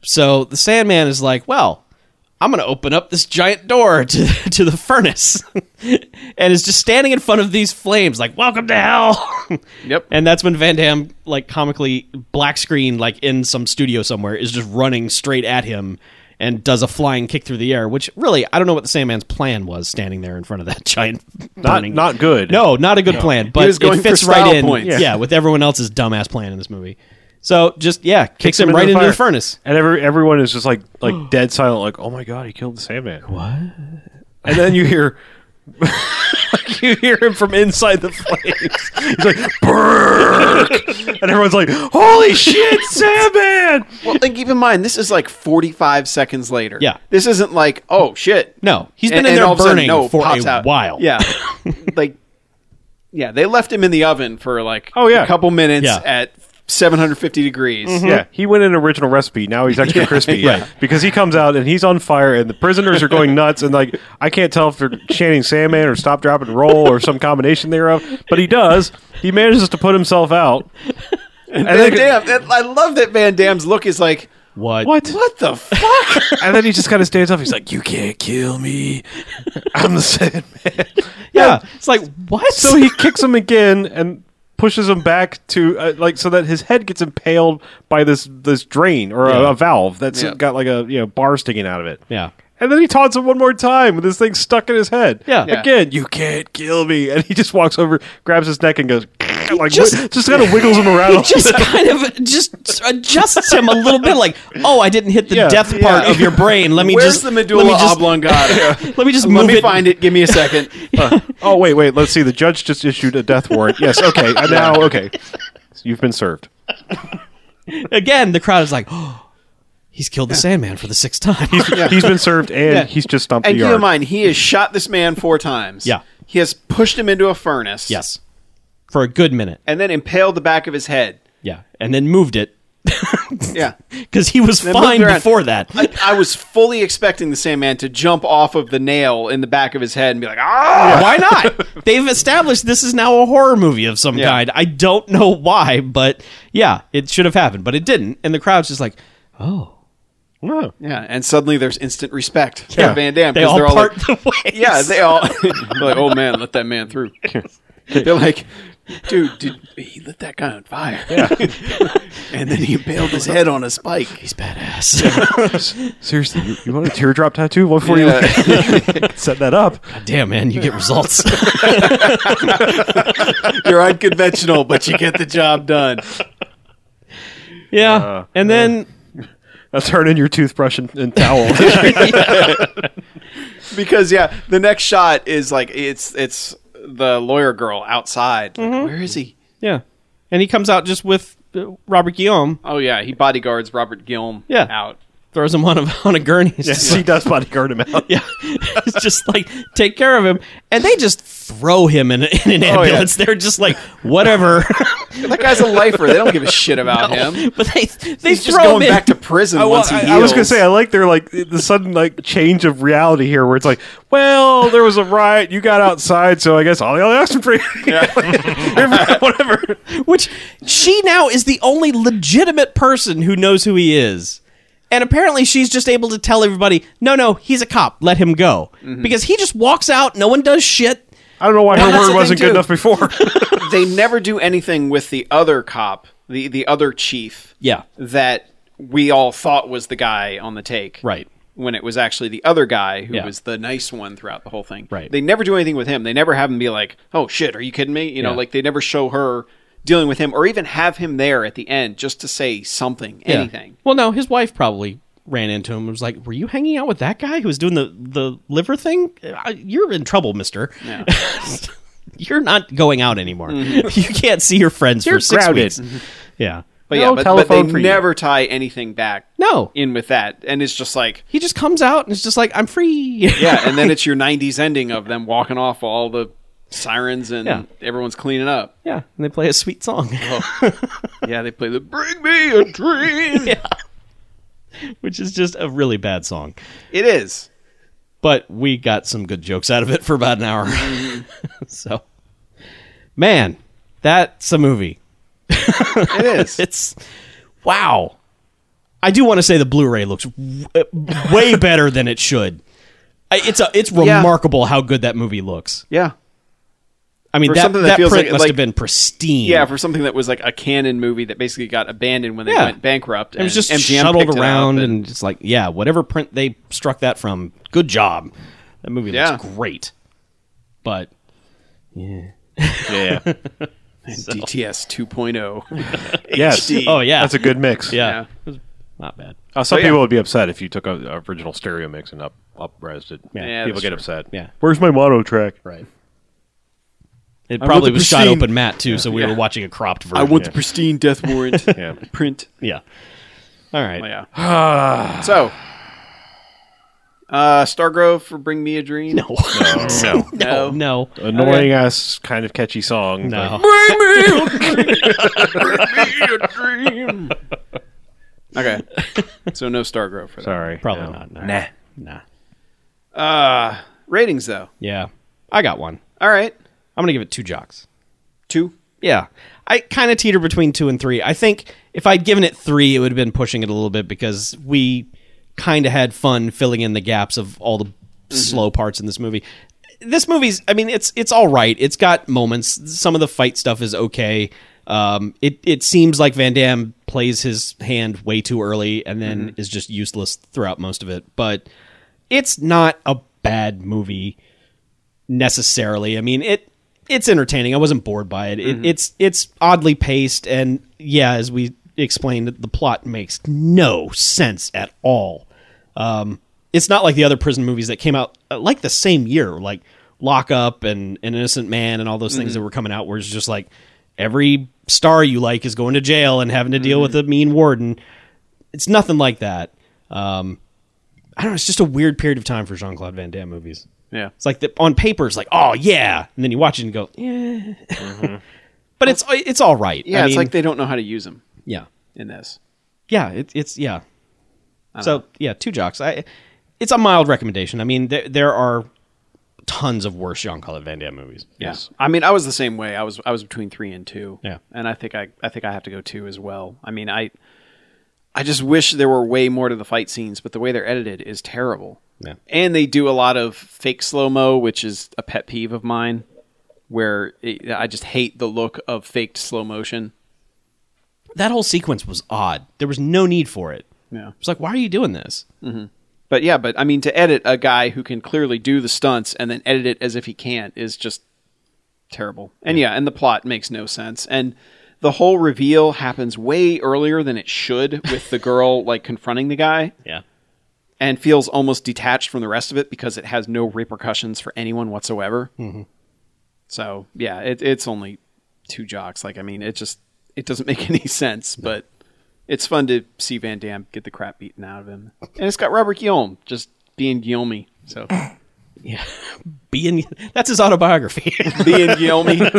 [SPEAKER 4] So the Sandman is like, well, I'm going to open up this giant door to, to the furnace and is just standing in front of these flames, like, welcome to hell.
[SPEAKER 3] Yep.
[SPEAKER 4] And that's when Van Damme, like, comically black screen, like in some studio somewhere, is just running straight at him and does a flying kick through the air, which really, I don't know what the Sandman's plan was standing there in front of that giant.
[SPEAKER 2] not
[SPEAKER 4] burning-
[SPEAKER 2] not good.
[SPEAKER 4] no, not a good plan, but
[SPEAKER 3] was going
[SPEAKER 4] it fits
[SPEAKER 3] for
[SPEAKER 4] right
[SPEAKER 3] style
[SPEAKER 4] in.
[SPEAKER 3] points.
[SPEAKER 4] Yeah. with everyone else's dumbass plan in this movie. So just yeah, kicks, him
[SPEAKER 2] him
[SPEAKER 4] right into
[SPEAKER 2] fire.
[SPEAKER 4] the furnace.
[SPEAKER 2] And every, everyone is just like like dead silent, like, oh my god, he killed the Sandman. What? And then you hear like you hear him from inside the flames. He's like, "Brrrk!" and everyone's like, holy shit, Sandman!
[SPEAKER 3] Well, and keep in mind, this is like 45 seconds later.
[SPEAKER 4] Yeah.
[SPEAKER 3] This isn't like, oh, shit.
[SPEAKER 4] No, he's
[SPEAKER 3] And-
[SPEAKER 4] been in
[SPEAKER 3] and all
[SPEAKER 4] there
[SPEAKER 3] of a sudden,
[SPEAKER 4] burning
[SPEAKER 3] no,
[SPEAKER 4] for
[SPEAKER 3] pops
[SPEAKER 4] a
[SPEAKER 3] out.
[SPEAKER 4] while.
[SPEAKER 3] Yeah. like, yeah, they left him in the oven for like
[SPEAKER 2] Oh, yeah.
[SPEAKER 3] a couple minutes
[SPEAKER 4] Yeah. Mm-hmm.
[SPEAKER 3] at 750 degrees.
[SPEAKER 2] Yeah, he went in original recipe. Now he's extra crispy
[SPEAKER 4] Right.
[SPEAKER 2] because he comes out and he's on fire, and the prisoners are going nuts. And like, I can't tell if they're chanting "Sandman" or "Stop, Drop, and Roll" or some combination thereof. But he does. He manages to put himself out. And,
[SPEAKER 3] Van
[SPEAKER 2] then,
[SPEAKER 3] Damme, and I love that Van Damme's look is like,
[SPEAKER 4] What?
[SPEAKER 2] what?
[SPEAKER 3] what the fuck?
[SPEAKER 2] And then he just kind of stands up. He's like, "You can't kill me. I'm the Sandman."
[SPEAKER 4] Yeah, it's like what?
[SPEAKER 2] So he kicks him again and pushes him back to uh, like so that his head gets impaled by this this drain or a, a valve that's
[SPEAKER 3] Yeah.
[SPEAKER 2] got like a you know bar sticking out of it.
[SPEAKER 4] yeah,
[SPEAKER 2] And then he taunts him one more time with this thing stuck in his head.
[SPEAKER 4] Yeah. Yeah.
[SPEAKER 2] Again, you can't kill me. And he just walks over, grabs his neck, and goes, like, just, just kind of wiggles him around.
[SPEAKER 4] just kind of just adjusts him a little bit, like oh, I didn't hit the
[SPEAKER 2] Yeah.
[SPEAKER 4] death part
[SPEAKER 3] Yeah.
[SPEAKER 4] of your brain. Let me
[SPEAKER 3] Where's
[SPEAKER 4] just
[SPEAKER 3] the medulla
[SPEAKER 4] let me just,
[SPEAKER 3] oblongata?
[SPEAKER 4] Let me just
[SPEAKER 3] Let
[SPEAKER 4] move
[SPEAKER 3] me
[SPEAKER 4] it.
[SPEAKER 3] find it. Give me a second. Uh,
[SPEAKER 2] oh, wait, wait. Let's see. The judge just issued a death warrant. Yes. Okay. And now, okay. You've been served.
[SPEAKER 4] Again, the crowd is like, oh, he's killed the Sandman for the sixth time.
[SPEAKER 2] He's been served, and he's just stumped
[SPEAKER 3] and
[SPEAKER 2] the
[SPEAKER 3] keep
[SPEAKER 2] yard.
[SPEAKER 3] in mind, he has shot this man four times.
[SPEAKER 4] Yeah.
[SPEAKER 3] He has pushed him into a furnace.
[SPEAKER 4] yes, for a good minute.
[SPEAKER 3] And then impaled the back of his head.
[SPEAKER 4] Yeah, and then moved it
[SPEAKER 3] Yeah.
[SPEAKER 4] because he was
[SPEAKER 3] moved
[SPEAKER 4] fine
[SPEAKER 3] around.
[SPEAKER 4] before that.
[SPEAKER 3] I, I was fully expecting the Sandman to jump off of the nail in the back of his head and be like, ah!
[SPEAKER 4] why not? They've established this is now a horror movie of some
[SPEAKER 3] Yeah.
[SPEAKER 4] kind. I don't know why, but yeah, it should have happened, but it didn't. And the crowd's just like, oh,
[SPEAKER 2] No.
[SPEAKER 3] Yeah. And suddenly there's instant respect for
[SPEAKER 4] Yeah.
[SPEAKER 3] Van Damme
[SPEAKER 4] they all
[SPEAKER 3] they're all
[SPEAKER 4] part
[SPEAKER 3] like,
[SPEAKER 4] the ways.
[SPEAKER 3] yeah, they all they're like, oh man, let that man through. They're like, dude, did, he lit that guy on fire. and then he impaled his head on a spike.
[SPEAKER 4] He's badass.
[SPEAKER 2] Seriously, you, you want a teardrop tattoo? What for
[SPEAKER 3] Yeah.
[SPEAKER 2] you set that up?
[SPEAKER 4] Damn, man, you get results.
[SPEAKER 3] You're unconventional, but you get the job done.
[SPEAKER 4] yeah, and then
[SPEAKER 2] Now turn in your toothbrush and, and towel.
[SPEAKER 3] Because yeah, the next shot is like it's it's the lawyer girl outside. Like, Where is he?
[SPEAKER 4] yeah, and he comes out just with uh, Robert Guillaume,
[SPEAKER 3] Oh yeah, he bodyguards Robert Gilm
[SPEAKER 4] Yeah.
[SPEAKER 3] out.
[SPEAKER 4] throws him on a on a gurney. He's just
[SPEAKER 2] yes, he does bodyguard him out.
[SPEAKER 4] Yeah, it's just like take care of him, and they just throw him in, in an
[SPEAKER 3] Oh, yeah.
[SPEAKER 4] ambulance. They're just like whatever,
[SPEAKER 3] That guy's a lifer. They don't give a shit about him.
[SPEAKER 4] but they they
[SPEAKER 3] He's
[SPEAKER 4] throw
[SPEAKER 3] just going
[SPEAKER 4] him in.
[SPEAKER 3] back to prison
[SPEAKER 2] I,
[SPEAKER 3] once he
[SPEAKER 2] I-
[SPEAKER 3] heals.
[SPEAKER 2] I was gonna say I like their like the sudden like change of reality here, where it's like, well, there was a riot, you got outside, so I guess I'll yell action for you, whatever.
[SPEAKER 4] Which she now is the only legitimate person who knows who he is. And apparently she's just able to tell everybody, no, no, he's a cop. Let him go.
[SPEAKER 3] Mm-hmm.
[SPEAKER 4] Because he just walks out, no one does shit.
[SPEAKER 2] I don't know why
[SPEAKER 4] Well, that's
[SPEAKER 2] her
[SPEAKER 4] the
[SPEAKER 2] word wasn't good
[SPEAKER 4] thing, too.
[SPEAKER 2] enough before.
[SPEAKER 3] they never do anything with the other cop, the the other chief.
[SPEAKER 4] Yeah.
[SPEAKER 3] that we all thought was the guy on the take.
[SPEAKER 4] Right.
[SPEAKER 3] When it was actually the other guy who
[SPEAKER 4] Yeah.
[SPEAKER 3] was the nice one throughout the whole thing.
[SPEAKER 4] Right.
[SPEAKER 3] They never do anything with him. They never have him be like, "Oh shit, are you kidding me?" You know,
[SPEAKER 4] Yeah.
[SPEAKER 3] like they never show her dealing with him or even have him there at the end just to say something, anything.
[SPEAKER 4] Well, no, his wife probably ran into him and was like, were you hanging out with that guy who was doing the, the liver thing? I- You're in trouble, mister. you're not going out anymore.
[SPEAKER 3] Mm-hmm.
[SPEAKER 4] You can't see your friends for six
[SPEAKER 2] crowded.
[SPEAKER 4] weeks. Yeah.
[SPEAKER 3] But
[SPEAKER 2] No
[SPEAKER 3] yeah, but, but they
[SPEAKER 2] telephone for you.
[SPEAKER 3] never tie anything back
[SPEAKER 4] No.
[SPEAKER 3] in with that, and it's just like
[SPEAKER 4] He just comes out and it's just like, I'm free.
[SPEAKER 3] yeah, and then it's your '90s ending of them walking off all the sirens and
[SPEAKER 4] Yeah.
[SPEAKER 3] everyone's cleaning up.
[SPEAKER 4] yeah. And they play a sweet song,
[SPEAKER 3] Yeah, they play the "Bring Me a Dream."
[SPEAKER 4] which is just a really bad song.
[SPEAKER 3] It is.
[SPEAKER 4] But we got some good jokes out of it for about an hour. so, man, that's a movie.
[SPEAKER 3] It is.
[SPEAKER 4] It's wow. I do want to say the Blu-ray looks w- uh, way better than it should. I- It's a, it's remarkable how good that movie looks.
[SPEAKER 3] yeah.
[SPEAKER 4] I mean,
[SPEAKER 3] For
[SPEAKER 4] that,
[SPEAKER 3] something
[SPEAKER 4] that,
[SPEAKER 3] that feels
[SPEAKER 4] print
[SPEAKER 3] like-
[SPEAKER 4] must
[SPEAKER 3] like-
[SPEAKER 4] have been pristine.
[SPEAKER 3] Yeah, for something that was like a canon movie that basically got abandoned when they
[SPEAKER 4] Yeah.
[SPEAKER 3] went bankrupt.
[SPEAKER 4] it was just
[SPEAKER 3] MGM
[SPEAKER 4] shuttled
[SPEAKER 3] picked it up
[SPEAKER 4] around and, just like yeah, whatever print they struck that from, good job. That movie
[SPEAKER 3] Yeah.
[SPEAKER 4] looks great, but
[SPEAKER 2] Yeah.
[SPEAKER 3] DTS 2.0.
[SPEAKER 2] yes.
[SPEAKER 4] oh yeah,
[SPEAKER 2] That's a good mix.
[SPEAKER 4] yeah,
[SPEAKER 3] oh. yeah.
[SPEAKER 4] It was not bad.
[SPEAKER 2] Uh, some
[SPEAKER 3] Oh, yeah.
[SPEAKER 2] people would be upset if you took a a original stereo mix and up up it.
[SPEAKER 3] Yeah,
[SPEAKER 2] people
[SPEAKER 3] that's
[SPEAKER 2] get
[SPEAKER 3] true.
[SPEAKER 2] upset.
[SPEAKER 4] Yeah.
[SPEAKER 2] Where's my mono track?
[SPEAKER 4] Right. It
[SPEAKER 2] I
[SPEAKER 4] probably
[SPEAKER 2] want the
[SPEAKER 4] was shot
[SPEAKER 2] pristine-
[SPEAKER 4] open mat too, so we
[SPEAKER 3] Yeah.
[SPEAKER 4] were watching a cropped version.
[SPEAKER 3] I want the pristine death warrant
[SPEAKER 2] Yeah.
[SPEAKER 3] print.
[SPEAKER 4] yeah. All right.
[SPEAKER 3] Oh, yeah. so, uh, Stargrove for Bring Me a Dream? No.
[SPEAKER 2] Oh, No.
[SPEAKER 3] No.
[SPEAKER 4] No.
[SPEAKER 2] Annoying ass kind of catchy song.
[SPEAKER 4] No.
[SPEAKER 3] Okay. So, no Stargrove for that.
[SPEAKER 2] but- sorry.
[SPEAKER 4] Probably
[SPEAKER 2] no.
[SPEAKER 4] not. Nah. Nah.
[SPEAKER 3] Uh, ratings, though.
[SPEAKER 4] Yeah. I got one.
[SPEAKER 3] All right.
[SPEAKER 4] I'm gonna give it two jocks.
[SPEAKER 3] Two.
[SPEAKER 4] Yeah. I kind of teeter between two and three. I think if I'd given it three, it would have been pushing it a little bit because we kind of had fun filling in the gaps of all the slow parts in this movie. This movie's, I mean, it's it's all right. It's got moments. Some of the fight stuff is okay. Um, it it seems like Van Damme plays his hand way too early and then is just useless throughout most of it. But it's not a bad movie necessarily. I mean, it it's entertaining. I wasn't bored by it. it it's it's oddly paced, and yeah, as we explained, the plot makes no sense at all. Um, it's not like the other prison movies that came out uh, like the same year, like Lock Up and An Innocent Man, and all those things that were coming out, where it's just like every star you like is going to jail and having to deal with a mean warden. It's nothing like that. Um, I don't know. It's just a weird period of time for Jean Claude Van Damme movies.
[SPEAKER 3] Yeah.
[SPEAKER 4] It's like the, on paper, it's like, oh yeah, and then you watch it and go, yeah, but it's it's all right.
[SPEAKER 3] Mm-hmm. Yeah,
[SPEAKER 4] I
[SPEAKER 3] it's
[SPEAKER 4] mean,
[SPEAKER 3] like they don't know how to use them
[SPEAKER 4] yeah,
[SPEAKER 3] in this.
[SPEAKER 4] yeah, it, it's yeah. So yeah, two jocks. I, it's a mild recommendation. I mean, there there are tons of worse Jean Claude Van Damme movies.
[SPEAKER 3] Yes. I mean, I was the same way. I was I was between three and two.
[SPEAKER 4] Yeah.
[SPEAKER 3] And I think I I think I have to go two as well. I mean, I I just wish there were way more to the fight scenes, but the way they're edited is terrible.
[SPEAKER 4] Yeah.
[SPEAKER 3] And they do a lot of fake slow mo, which is a pet peeve of mine, where it, I just hate the look of faked slow motion.
[SPEAKER 4] that whole sequence was odd. There was no need for it.
[SPEAKER 3] Yeah.
[SPEAKER 4] It's like, why are you doing this?
[SPEAKER 3] But yeah, but I mean, to edit a guy who can clearly do the stunts and then edit it as if he can't is just terrible. And yeah, and the plot makes no sense. And the whole reveal happens way earlier than it should with the girl like confronting the guy
[SPEAKER 4] Yeah,
[SPEAKER 3] and feels almost detached from the rest of it because it has no repercussions for anyone whatsoever. So yeah, it, it's only two jocks. Like, I mean, it just, it doesn't make any sense, but it's fun to see Van Damme get the crap beaten out of him. And it's got Robert Guillaume just being Guillaume. So
[SPEAKER 4] being that's his autobiography.
[SPEAKER 3] being Guillaume.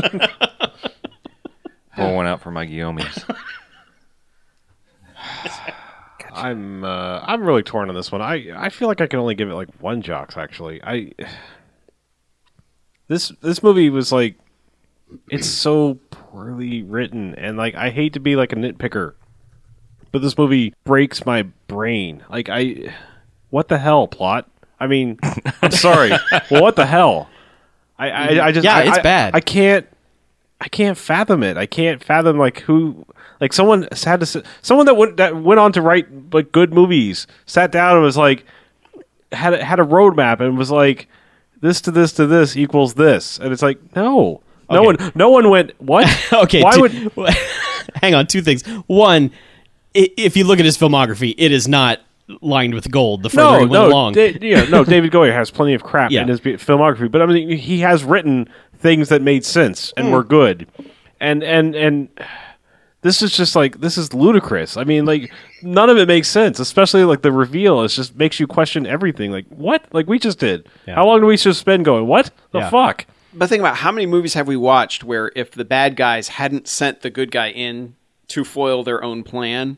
[SPEAKER 5] Pour one out for my Guillaume's.
[SPEAKER 2] I'm uh, I'm really torn on this one. I I feel like I can only give it like one jocks actually. I this this movie was like it's so poorly written and like I hate to be like a nitpicker, but this movie breaks my brain. Like I what the hell plot? I mean, I'm sorry. well, what the hell? I I, I just
[SPEAKER 4] Yeah,
[SPEAKER 2] I-
[SPEAKER 4] it's
[SPEAKER 2] I-
[SPEAKER 4] bad.
[SPEAKER 2] I can't I can't fathom it. I can't fathom like who like someone had to sit- someone that went that went on to write like good movies sat down and was like had a, had a roadmap and was like this to this to this equals this and it's like no no
[SPEAKER 4] Okay.
[SPEAKER 2] one no one went what
[SPEAKER 4] okay.
[SPEAKER 2] why
[SPEAKER 4] two-
[SPEAKER 2] would
[SPEAKER 4] hang on? Two things. One, i- if you look at his filmography, it is not lined with gold. The further
[SPEAKER 2] no
[SPEAKER 4] he went
[SPEAKER 2] no
[SPEAKER 4] along,
[SPEAKER 2] da- you know, no David Goyer has plenty of crap
[SPEAKER 4] Yeah.
[SPEAKER 2] in his bi- filmography but I mean he has written things that made sense
[SPEAKER 4] Hmm.
[SPEAKER 2] and were good. And and and this is just like this is ludicrous. I mean, like none of it makes sense, especially like the reveal. It just makes you question everything. Like what? Like we just did. How long do we just spend going? What the
[SPEAKER 4] Yeah.
[SPEAKER 2] fuck?
[SPEAKER 3] But think about how many movies have we watched where if the bad guys hadn't sent the good guy in to foil their own plan,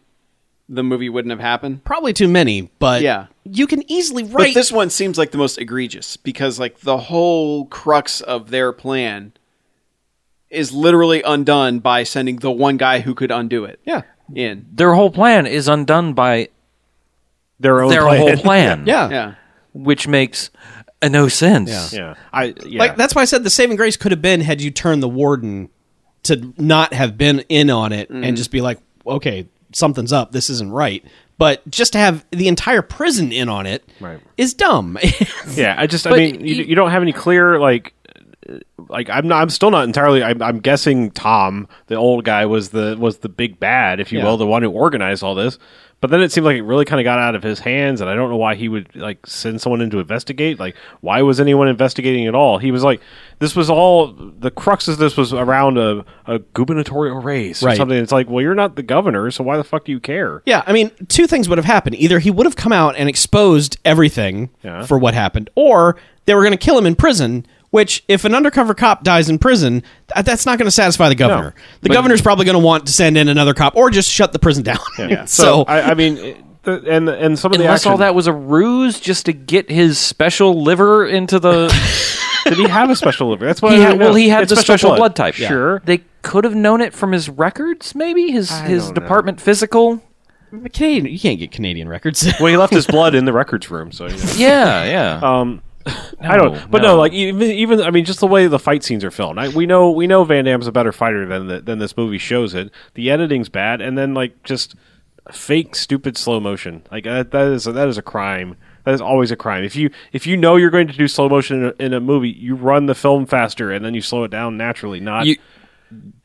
[SPEAKER 3] the movie wouldn't have happened.
[SPEAKER 4] Probably too many, but
[SPEAKER 3] Yeah.
[SPEAKER 4] you can easily
[SPEAKER 3] But
[SPEAKER 4] write.
[SPEAKER 3] this one seems like the most egregious because like the whole crux of their plan is literally undone by sending the one guy who could undo it
[SPEAKER 4] yeah,
[SPEAKER 3] in.
[SPEAKER 5] Their whole plan is undone by
[SPEAKER 2] Their own
[SPEAKER 5] their
[SPEAKER 2] plan.
[SPEAKER 5] whole plan.
[SPEAKER 4] yeah,
[SPEAKER 3] Yeah.
[SPEAKER 5] Which makes uh, no sense.
[SPEAKER 2] yeah, I yeah.
[SPEAKER 4] Like that's why I said the saving grace could have been had you turned the warden to not have been in on it
[SPEAKER 3] Mm.
[SPEAKER 4] and just be like, okay, something's up. This isn't right. But just to have the entire prison in on it is
[SPEAKER 2] Right.
[SPEAKER 4] dumb.
[SPEAKER 2] Yeah, I just I
[SPEAKER 4] But
[SPEAKER 2] mean you,
[SPEAKER 4] you-
[SPEAKER 2] you don't have any clear like uh, like I'm not I'm still not entirely I'm, I'm guessing Tom the old guy was the was the big bad if you will the one who organized all this but then it seemed like it really kind of got out of his hands and I don't know why he would like send someone in to investigate like why was anyone investigating at all he was like this was all the crux of this was around a, a gubernatorial race or
[SPEAKER 4] Right.
[SPEAKER 2] something it's like well you're not the governor so why the fuck do you care
[SPEAKER 4] yeah, I mean, two things would have happened. Either he would have come out and exposed everything
[SPEAKER 2] Yeah.
[SPEAKER 4] for what happened, or they were going to kill him in prison. Which, if an undercover cop dies in prison, th- that's not going to satisfy the governor. the governor's probably going to want to send in another cop, or just shut the prison down.
[SPEAKER 2] so,
[SPEAKER 4] so,
[SPEAKER 2] I, I mean it- the, and and some of the
[SPEAKER 5] Unless
[SPEAKER 2] action,
[SPEAKER 5] all that was a ruse just to get his special liver into the.
[SPEAKER 2] Did he have a special liver? That's why.
[SPEAKER 5] he
[SPEAKER 2] I
[SPEAKER 5] had,
[SPEAKER 2] know.
[SPEAKER 5] well, he had
[SPEAKER 2] It's
[SPEAKER 5] the special blood, type.
[SPEAKER 2] Sure.
[SPEAKER 5] They could have known it from his records, maybe his his
[SPEAKER 2] don't know.
[SPEAKER 5] department physical.
[SPEAKER 4] But Canadian, you can't get Canadian records.
[SPEAKER 2] Well, he left his blood in the records room, so you know.
[SPEAKER 5] Yeah, yeah.
[SPEAKER 2] Um, I don't. But no.
[SPEAKER 5] no.
[SPEAKER 2] like even, even I mean, just the way the fight scenes are filmed. I, we know we know Van Damme's a better fighter than the, than this movie shows it. The editing's bad, and then like just fake stupid slow motion. Like uh, that is that is a crime. That is always a crime. If you if you know you're going to do slow motion in a, in a movie, you run the film faster and then you slow it down naturally. Not
[SPEAKER 5] You-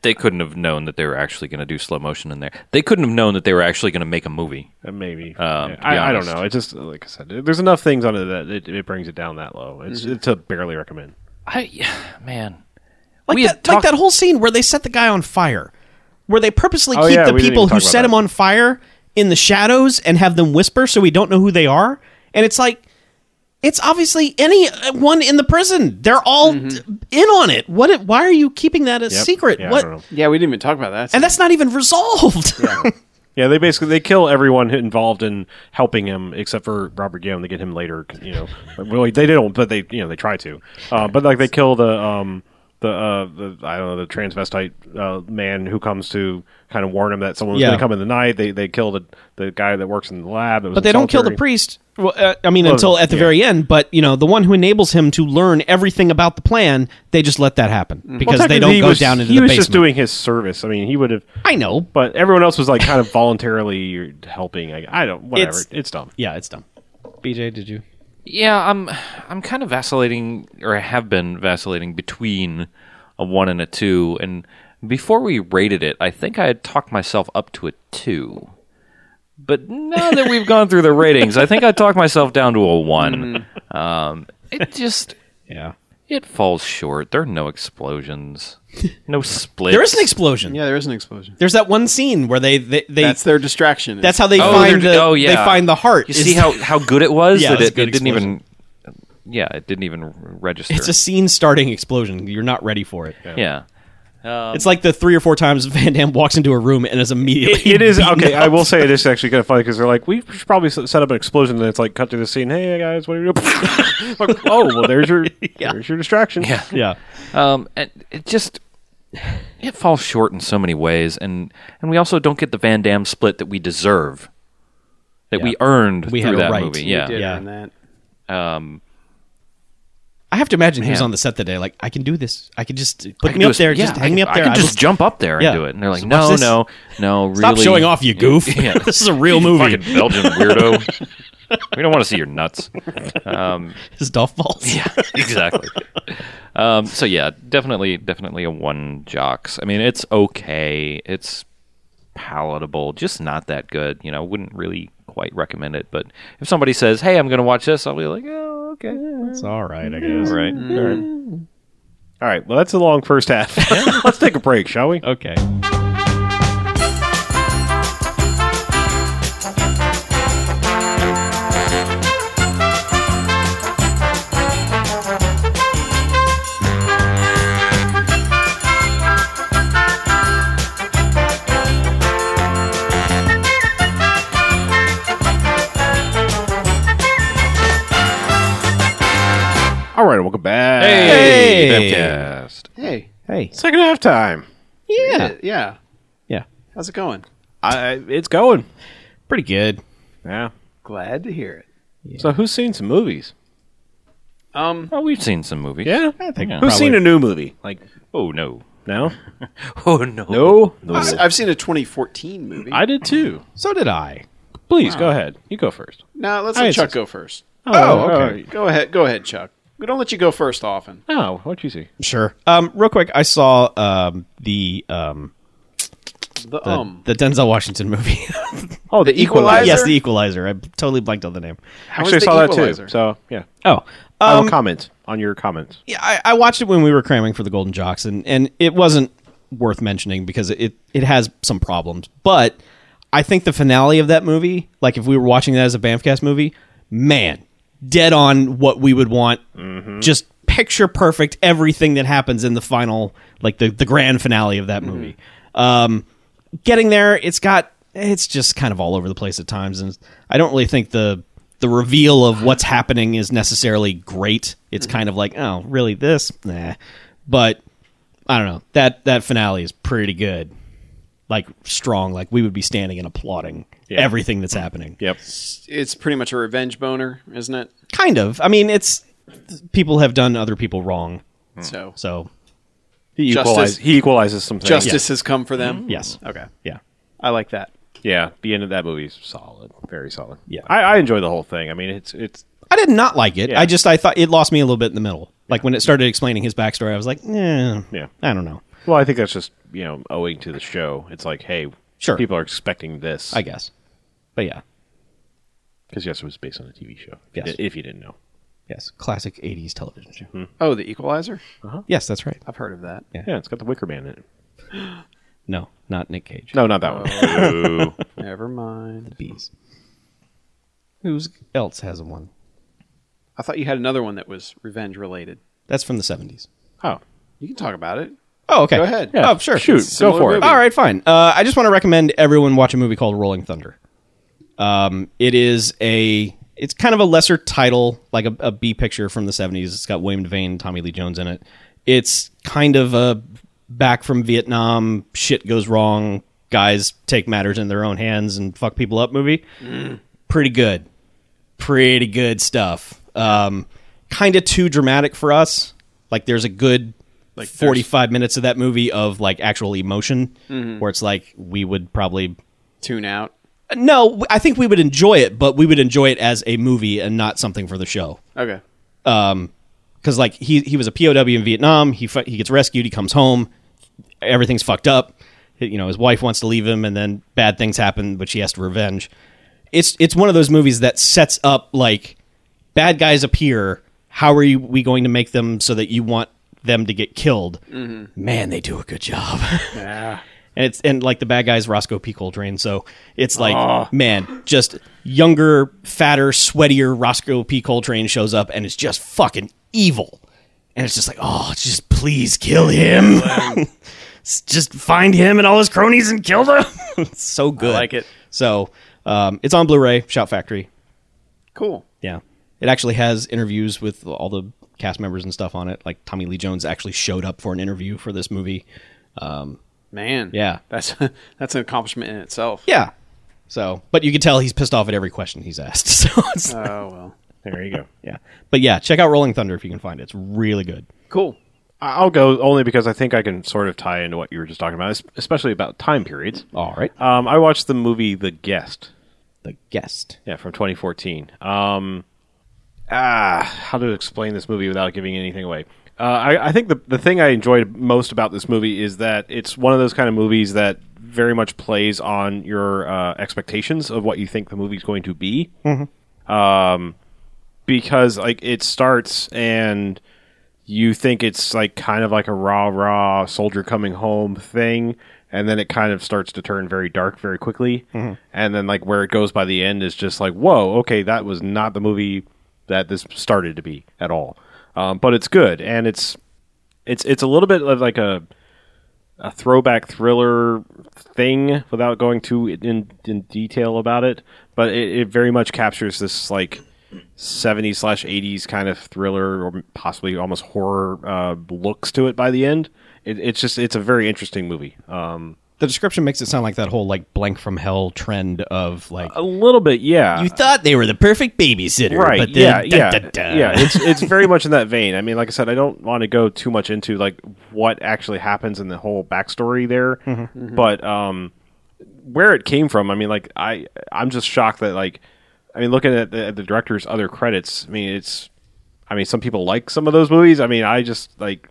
[SPEAKER 5] they couldn't have known that they were actually going to do slow motion in there. They couldn't have known that they were actually going to make a movie.
[SPEAKER 2] Uh, Maybe
[SPEAKER 5] Um,
[SPEAKER 2] Yeah,
[SPEAKER 5] to be
[SPEAKER 2] I, I don't
[SPEAKER 5] honest.
[SPEAKER 2] know. It just like I said, there's enough things on it that it, it brings it down that low. It's
[SPEAKER 4] Mm-hmm.
[SPEAKER 2] it's a barely recommend.
[SPEAKER 5] I man,
[SPEAKER 4] Like,
[SPEAKER 5] We had
[SPEAKER 4] that, like
[SPEAKER 5] talked-
[SPEAKER 4] that whole scene where they set the guy on fire, where they purposely
[SPEAKER 2] Oh,
[SPEAKER 4] keep
[SPEAKER 2] yeah,
[SPEAKER 4] the
[SPEAKER 2] we didn't
[SPEAKER 4] people
[SPEAKER 2] even
[SPEAKER 4] who
[SPEAKER 2] talk about
[SPEAKER 4] set him
[SPEAKER 2] that.
[SPEAKER 4] on fire in the shadows and have them whisper so we don't know who they are. And it's like, it's obviously any uh, one in the prison. They're all
[SPEAKER 5] Mm-hmm.
[SPEAKER 4] in on it. What? it- Why are you keeping that a
[SPEAKER 2] Yep.
[SPEAKER 4] secret?
[SPEAKER 2] Yeah, I
[SPEAKER 4] what?
[SPEAKER 2] don't know.
[SPEAKER 3] Yeah, we didn't even talk about that.
[SPEAKER 4] And that's not even resolved.
[SPEAKER 2] Yeah, they basically they kill everyone who- involved in helping him except for Robert Young. They get him later, you know. well, they don't, but they you know they try to. Uh, but like they kill the um the uh the I don't know the transvestite uh, man who comes to kind of warn him that someone was
[SPEAKER 4] Yeah.
[SPEAKER 2] going to come in the night. They they kill the the guy that works in the lab.
[SPEAKER 4] but they don't kill the priest. Well, uh, I mean,
[SPEAKER 2] Well,
[SPEAKER 4] until at the
[SPEAKER 2] yeah.
[SPEAKER 4] very end. But you know, the one who enables him to learn everything about the plan, they just let that
[SPEAKER 5] Mm-hmm.
[SPEAKER 4] happen because they don't go down into
[SPEAKER 2] he
[SPEAKER 4] the
[SPEAKER 2] was
[SPEAKER 4] basement.
[SPEAKER 2] just doing his service. I mean, he would have.
[SPEAKER 4] I know,
[SPEAKER 2] But everyone else was like kind of voluntarily helping. I, I don't whatever.
[SPEAKER 4] It's-
[SPEAKER 2] It's, dumb.
[SPEAKER 4] Yeah, it's dumb. BJ, did you?
[SPEAKER 5] yeah, I'm I'm kind of vacillating, or I have been vacillating between a one and a two. And before we rated it, I think I had talked myself up to a two. But now that we've gone through the ratings, I think I talked myself down to a one. Um, it just
[SPEAKER 4] Yeah.
[SPEAKER 5] it falls short. There are no explosions, no splits.
[SPEAKER 4] There is an explosion.
[SPEAKER 3] yeah, there is an explosion.
[SPEAKER 4] There's that one scene where they they,
[SPEAKER 3] That's
[SPEAKER 4] they that's,
[SPEAKER 3] their distraction.
[SPEAKER 4] how they
[SPEAKER 5] Oh,
[SPEAKER 4] find
[SPEAKER 5] they're-
[SPEAKER 4] the
[SPEAKER 5] oh,
[SPEAKER 4] they
[SPEAKER 5] yeah.
[SPEAKER 4] find the heart.
[SPEAKER 5] You
[SPEAKER 4] is-
[SPEAKER 5] see how, how good it was
[SPEAKER 4] Yeah, it
[SPEAKER 5] that
[SPEAKER 4] was
[SPEAKER 5] it,
[SPEAKER 4] a good
[SPEAKER 5] it didn't even. Yeah, it didn't even register.
[SPEAKER 4] it's a scene starting explosion. You're not ready for it.
[SPEAKER 5] yeah.
[SPEAKER 4] It's like the three or four times Van Damme walks into a room and is immediately.
[SPEAKER 2] It, it is
[SPEAKER 4] beaten
[SPEAKER 2] okay.
[SPEAKER 4] up.
[SPEAKER 2] I will say it is actually kind of funny because they're like, we should probably s- set up an explosion, and it's like cut to the scene. Hey guys, what are you doing? like, oh well, there's your there's your distraction. Yeah,
[SPEAKER 4] Yeah.
[SPEAKER 5] Um, and it just it falls short in so many ways, and and we also don't get the Van Damme split that we deserve, that we earned
[SPEAKER 4] We
[SPEAKER 5] through
[SPEAKER 4] had a
[SPEAKER 5] that
[SPEAKER 4] right.
[SPEAKER 5] movie.
[SPEAKER 4] We
[SPEAKER 5] Yeah,
[SPEAKER 3] did
[SPEAKER 4] yeah.
[SPEAKER 3] on that.
[SPEAKER 4] I have to imagine he was
[SPEAKER 5] Man.
[SPEAKER 4] on the set that day. Like I can do this. I can just
[SPEAKER 5] I
[SPEAKER 4] put
[SPEAKER 5] could
[SPEAKER 4] me
[SPEAKER 5] do
[SPEAKER 4] up
[SPEAKER 5] a-
[SPEAKER 4] there.
[SPEAKER 5] yeah,
[SPEAKER 4] just
[SPEAKER 5] I
[SPEAKER 4] hang me
[SPEAKER 5] could-
[SPEAKER 4] up there.
[SPEAKER 5] I could
[SPEAKER 4] will-
[SPEAKER 5] just jump up there and
[SPEAKER 4] Yeah.
[SPEAKER 5] do it. And they're like,
[SPEAKER 4] Just watch
[SPEAKER 5] no,
[SPEAKER 4] this.
[SPEAKER 5] no, no, really.
[SPEAKER 4] Stop showing off, you goof. this is a real
[SPEAKER 5] You
[SPEAKER 4] movie.
[SPEAKER 5] Fucking Belgian weirdo. we don't want to see your nuts. Um,
[SPEAKER 4] His golf balls.
[SPEAKER 5] yeah, exactly. um, so yeah, definitely, definitely a one jocks. I mean, it's okay. It's palatable, just not that good. You know, wouldn't really quite recommend it. But if somebody says, "Hey, I'm going to watch this," I'll be like, "Oh, okay,
[SPEAKER 4] It's all right. I
[SPEAKER 5] all
[SPEAKER 4] guess.
[SPEAKER 5] right."
[SPEAKER 2] All right. Well, that's a long first half. Let's take a break, shall we?
[SPEAKER 4] Okay.
[SPEAKER 2] All right. Welcome back.
[SPEAKER 4] Hey.
[SPEAKER 5] Bamcast.
[SPEAKER 3] Hey.
[SPEAKER 4] Hey.
[SPEAKER 2] Second half time.
[SPEAKER 4] Yeah.
[SPEAKER 3] Yeah.
[SPEAKER 4] Yeah.
[SPEAKER 3] How's it going?
[SPEAKER 2] I, it's going.
[SPEAKER 4] Pretty good.
[SPEAKER 2] Yeah.
[SPEAKER 3] Glad to hear it.
[SPEAKER 2] So who's seen some movies?
[SPEAKER 3] Um,
[SPEAKER 5] Oh, we've seen some movies.
[SPEAKER 2] Yeah.
[SPEAKER 5] I think.
[SPEAKER 2] Who's seen a new movie? Like
[SPEAKER 5] Oh no.
[SPEAKER 2] no,
[SPEAKER 5] Oh no.
[SPEAKER 2] no,
[SPEAKER 3] I've I've seen a 2014 movie.
[SPEAKER 2] I did too.
[SPEAKER 4] So did I.
[SPEAKER 2] Please go ahead. You go first.
[SPEAKER 3] no, let's
[SPEAKER 2] I
[SPEAKER 3] let Chuck
[SPEAKER 2] insist.
[SPEAKER 3] go first.
[SPEAKER 4] Oh, okay.
[SPEAKER 3] Go ahead. Go ahead, Chuck. We don't let you go first often.
[SPEAKER 2] Oh, what'd you see?
[SPEAKER 4] Sure. Um, real quick, I saw um, the um,
[SPEAKER 3] The,
[SPEAKER 4] the,
[SPEAKER 3] um.
[SPEAKER 4] the Denzel Washington movie.
[SPEAKER 2] Oh, the,
[SPEAKER 3] Equalizer?
[SPEAKER 4] yes, the Equalizer. I totally blanked on the name.
[SPEAKER 2] Actually,
[SPEAKER 3] How
[SPEAKER 2] I
[SPEAKER 3] was the
[SPEAKER 2] saw
[SPEAKER 3] Equalizer?
[SPEAKER 2] that too. So yeah,
[SPEAKER 4] Oh, um,
[SPEAKER 2] I will comment on your comments.
[SPEAKER 4] yeah, I, I watched it when we were cramming for the Golden Jocks, and, and it wasn't worth mentioning because it, it has some problems. But I think the finale of that movie, like if we were watching that as a Bamfcast movie, man, dead on what we would want. Just picture perfect everything that happens in the final, like the, the grand finale of that movie. Um, getting there, it's got it's just kind of all over the place at times, and I don't really think the the reveal of what's happening is necessarily great. It's kind of like, oh, really? This? Nah. But I don't know. That that finale is pretty good. Like strong. Like we would be standing and applauding everything that's happening.
[SPEAKER 2] Yep.
[SPEAKER 3] It's pretty much a revenge boner, isn't it?
[SPEAKER 4] Kind of. I mean, it's people have done other people wrong.
[SPEAKER 3] So
[SPEAKER 4] So
[SPEAKER 2] He
[SPEAKER 3] Justice-
[SPEAKER 2] equalizes. He equalizes some things.
[SPEAKER 3] justice has come for them.
[SPEAKER 4] yes.
[SPEAKER 3] Okay.
[SPEAKER 4] Hmm. Yeah.
[SPEAKER 3] I like that.
[SPEAKER 2] Yeah, the end of that movie is solid, very solid.
[SPEAKER 4] Yeah.
[SPEAKER 2] I, I enjoy the whole thing. I mean, it's it's
[SPEAKER 4] I did not like it.
[SPEAKER 2] Yeah.
[SPEAKER 4] I just I thought it lost me a little bit in the middle. Like when it started explaining his backstory, I was like, eh,
[SPEAKER 2] Yeah.
[SPEAKER 4] I don't know.
[SPEAKER 2] well, I think that's just you know owing to the show. It's like, hey,
[SPEAKER 4] Sure.
[SPEAKER 2] people are expecting this
[SPEAKER 4] I guess. But yeah,
[SPEAKER 2] because yes, it was based on a TV show.
[SPEAKER 4] Yes.
[SPEAKER 2] If- If you didn't know,
[SPEAKER 4] yes, classic '80s television show.
[SPEAKER 2] Mm-hmm.
[SPEAKER 3] Oh, the Equalizer.
[SPEAKER 4] Yes, that's right.
[SPEAKER 3] I've heard of that.
[SPEAKER 2] yeah, it's got the Wicker Man in it.
[SPEAKER 4] No, not Nick Cage.
[SPEAKER 2] No, not that one.
[SPEAKER 3] Oh, Never mind.
[SPEAKER 4] bees. Who's else has one?
[SPEAKER 3] I thought you had another one that was revenge related.
[SPEAKER 4] That's from the '70s.
[SPEAKER 2] Oh,
[SPEAKER 3] You can talk about it.
[SPEAKER 4] Oh, okay.
[SPEAKER 3] Go ahead.
[SPEAKER 4] Oh, sure.
[SPEAKER 2] Shoot, go
[SPEAKER 3] Similar
[SPEAKER 2] for
[SPEAKER 3] movie.
[SPEAKER 2] it.
[SPEAKER 4] All right, fine. Uh, I just want to recommend everyone watch a movie called Rolling Thunder. Um, it is a it's kind of a lesser title, like a, a B picture from the seventies. It's got William Devane, Tommy Lee Jones in it. It's kind of a back from Vietnam, shit goes wrong, guys take matters in their own hands and fuck people up movie.
[SPEAKER 3] Mm.
[SPEAKER 4] Pretty good pretty good stuff. Um, kind of too dramatic for us. Like there's a good like
[SPEAKER 3] there's-
[SPEAKER 4] 45 minutes of that movie of like actual emotion where it's like we would probably
[SPEAKER 3] Tune out.
[SPEAKER 4] no, I think we would enjoy it, but we would enjoy it as a movie and not something for the show
[SPEAKER 3] Okay.
[SPEAKER 4] because like he he was a POW in Vietnam. He fu- he gets rescued. He comes home. Everything's fucked up. He- You know, his wife wants to leave him, and then bad things happen, but she has to revenge. It's it's one of those movies that sets up like bad guys appear. How are you, we going to make them so that you want them to get killed?
[SPEAKER 3] Mm-hmm.
[SPEAKER 4] Man, they do a good job. And it's and like the bad guy's Roscoe P. Coltrane, so it's like man, just younger, fatter, sweatier Roscoe P. Coltrane shows up and it's just fucking evil.
[SPEAKER 6] And it's just like, oh, just please kill him. just find him and all his cronies and kill them.
[SPEAKER 4] It's so good.
[SPEAKER 3] like it.
[SPEAKER 4] So um, it's on Blu-ray, Shout Factory.
[SPEAKER 3] Cool.
[SPEAKER 4] Yeah. It actually has interviews with all the cast members and stuff on it. Like Tommy Lee Jones actually showed up for an interview for this movie.
[SPEAKER 3] Man.
[SPEAKER 4] Yeah.
[SPEAKER 3] That's that's an accomplishment in itself.
[SPEAKER 4] Yeah. So, but you can tell he's pissed off at every question he's asked. So it's,
[SPEAKER 2] Uh.
[SPEAKER 3] Oh well.
[SPEAKER 2] there you go.
[SPEAKER 4] yeah. But yeah, check out Rolling Thunder if you can find it. It's really good.
[SPEAKER 3] Cool.
[SPEAKER 2] I- I'll go only because I think I can sort of tie into what you were just talking about, es- especially about time periods.
[SPEAKER 4] All right.
[SPEAKER 2] Um, I watched the movie The Guest.
[SPEAKER 4] Uh, The guest.
[SPEAKER 2] Yeah, from 2014. Um, ah, how to explain this movie without giving anything away? Uh, I, I think the the thing I enjoyed most about this movie is that it's one of those kind of movies that very much plays on your uh, expectations of what you think the movie's going to be. Um, because like it starts and you think it's like kind of like a rah rah soldier coming home thing, and then it kind of starts to turn very dark very quickly, and then like where it goes by the end is just like whoa, okay, that was not the movie that this started to be at all. Um, but it's good, and it's it's it's a little bit of like a a throwback thriller thing without going too in, in detail about it, but it, it very much captures this like 70s slash 80s kind of thriller or possibly almost horror uh, looks to it by the end. It, it's just it's a very interesting movie. Um,
[SPEAKER 4] The description makes it sound like that whole like blank from hell trend of like
[SPEAKER 2] a little bit, yeah.
[SPEAKER 6] You thought they were the perfect babysitter,
[SPEAKER 2] Uh, right
[SPEAKER 6] But
[SPEAKER 2] yeah
[SPEAKER 6] then,
[SPEAKER 2] yeah
[SPEAKER 6] da, da, da.
[SPEAKER 2] yeah it's it's very much in that vein i mean like i said i don't want to go too much into like what actually happens in the whole backstory there
[SPEAKER 4] Mm-hmm.
[SPEAKER 2] but um where it came from i mean like i i'm just shocked that like i mean looking at the, at the director's other credits i mean it's i mean some people like some of those movies i mean i just like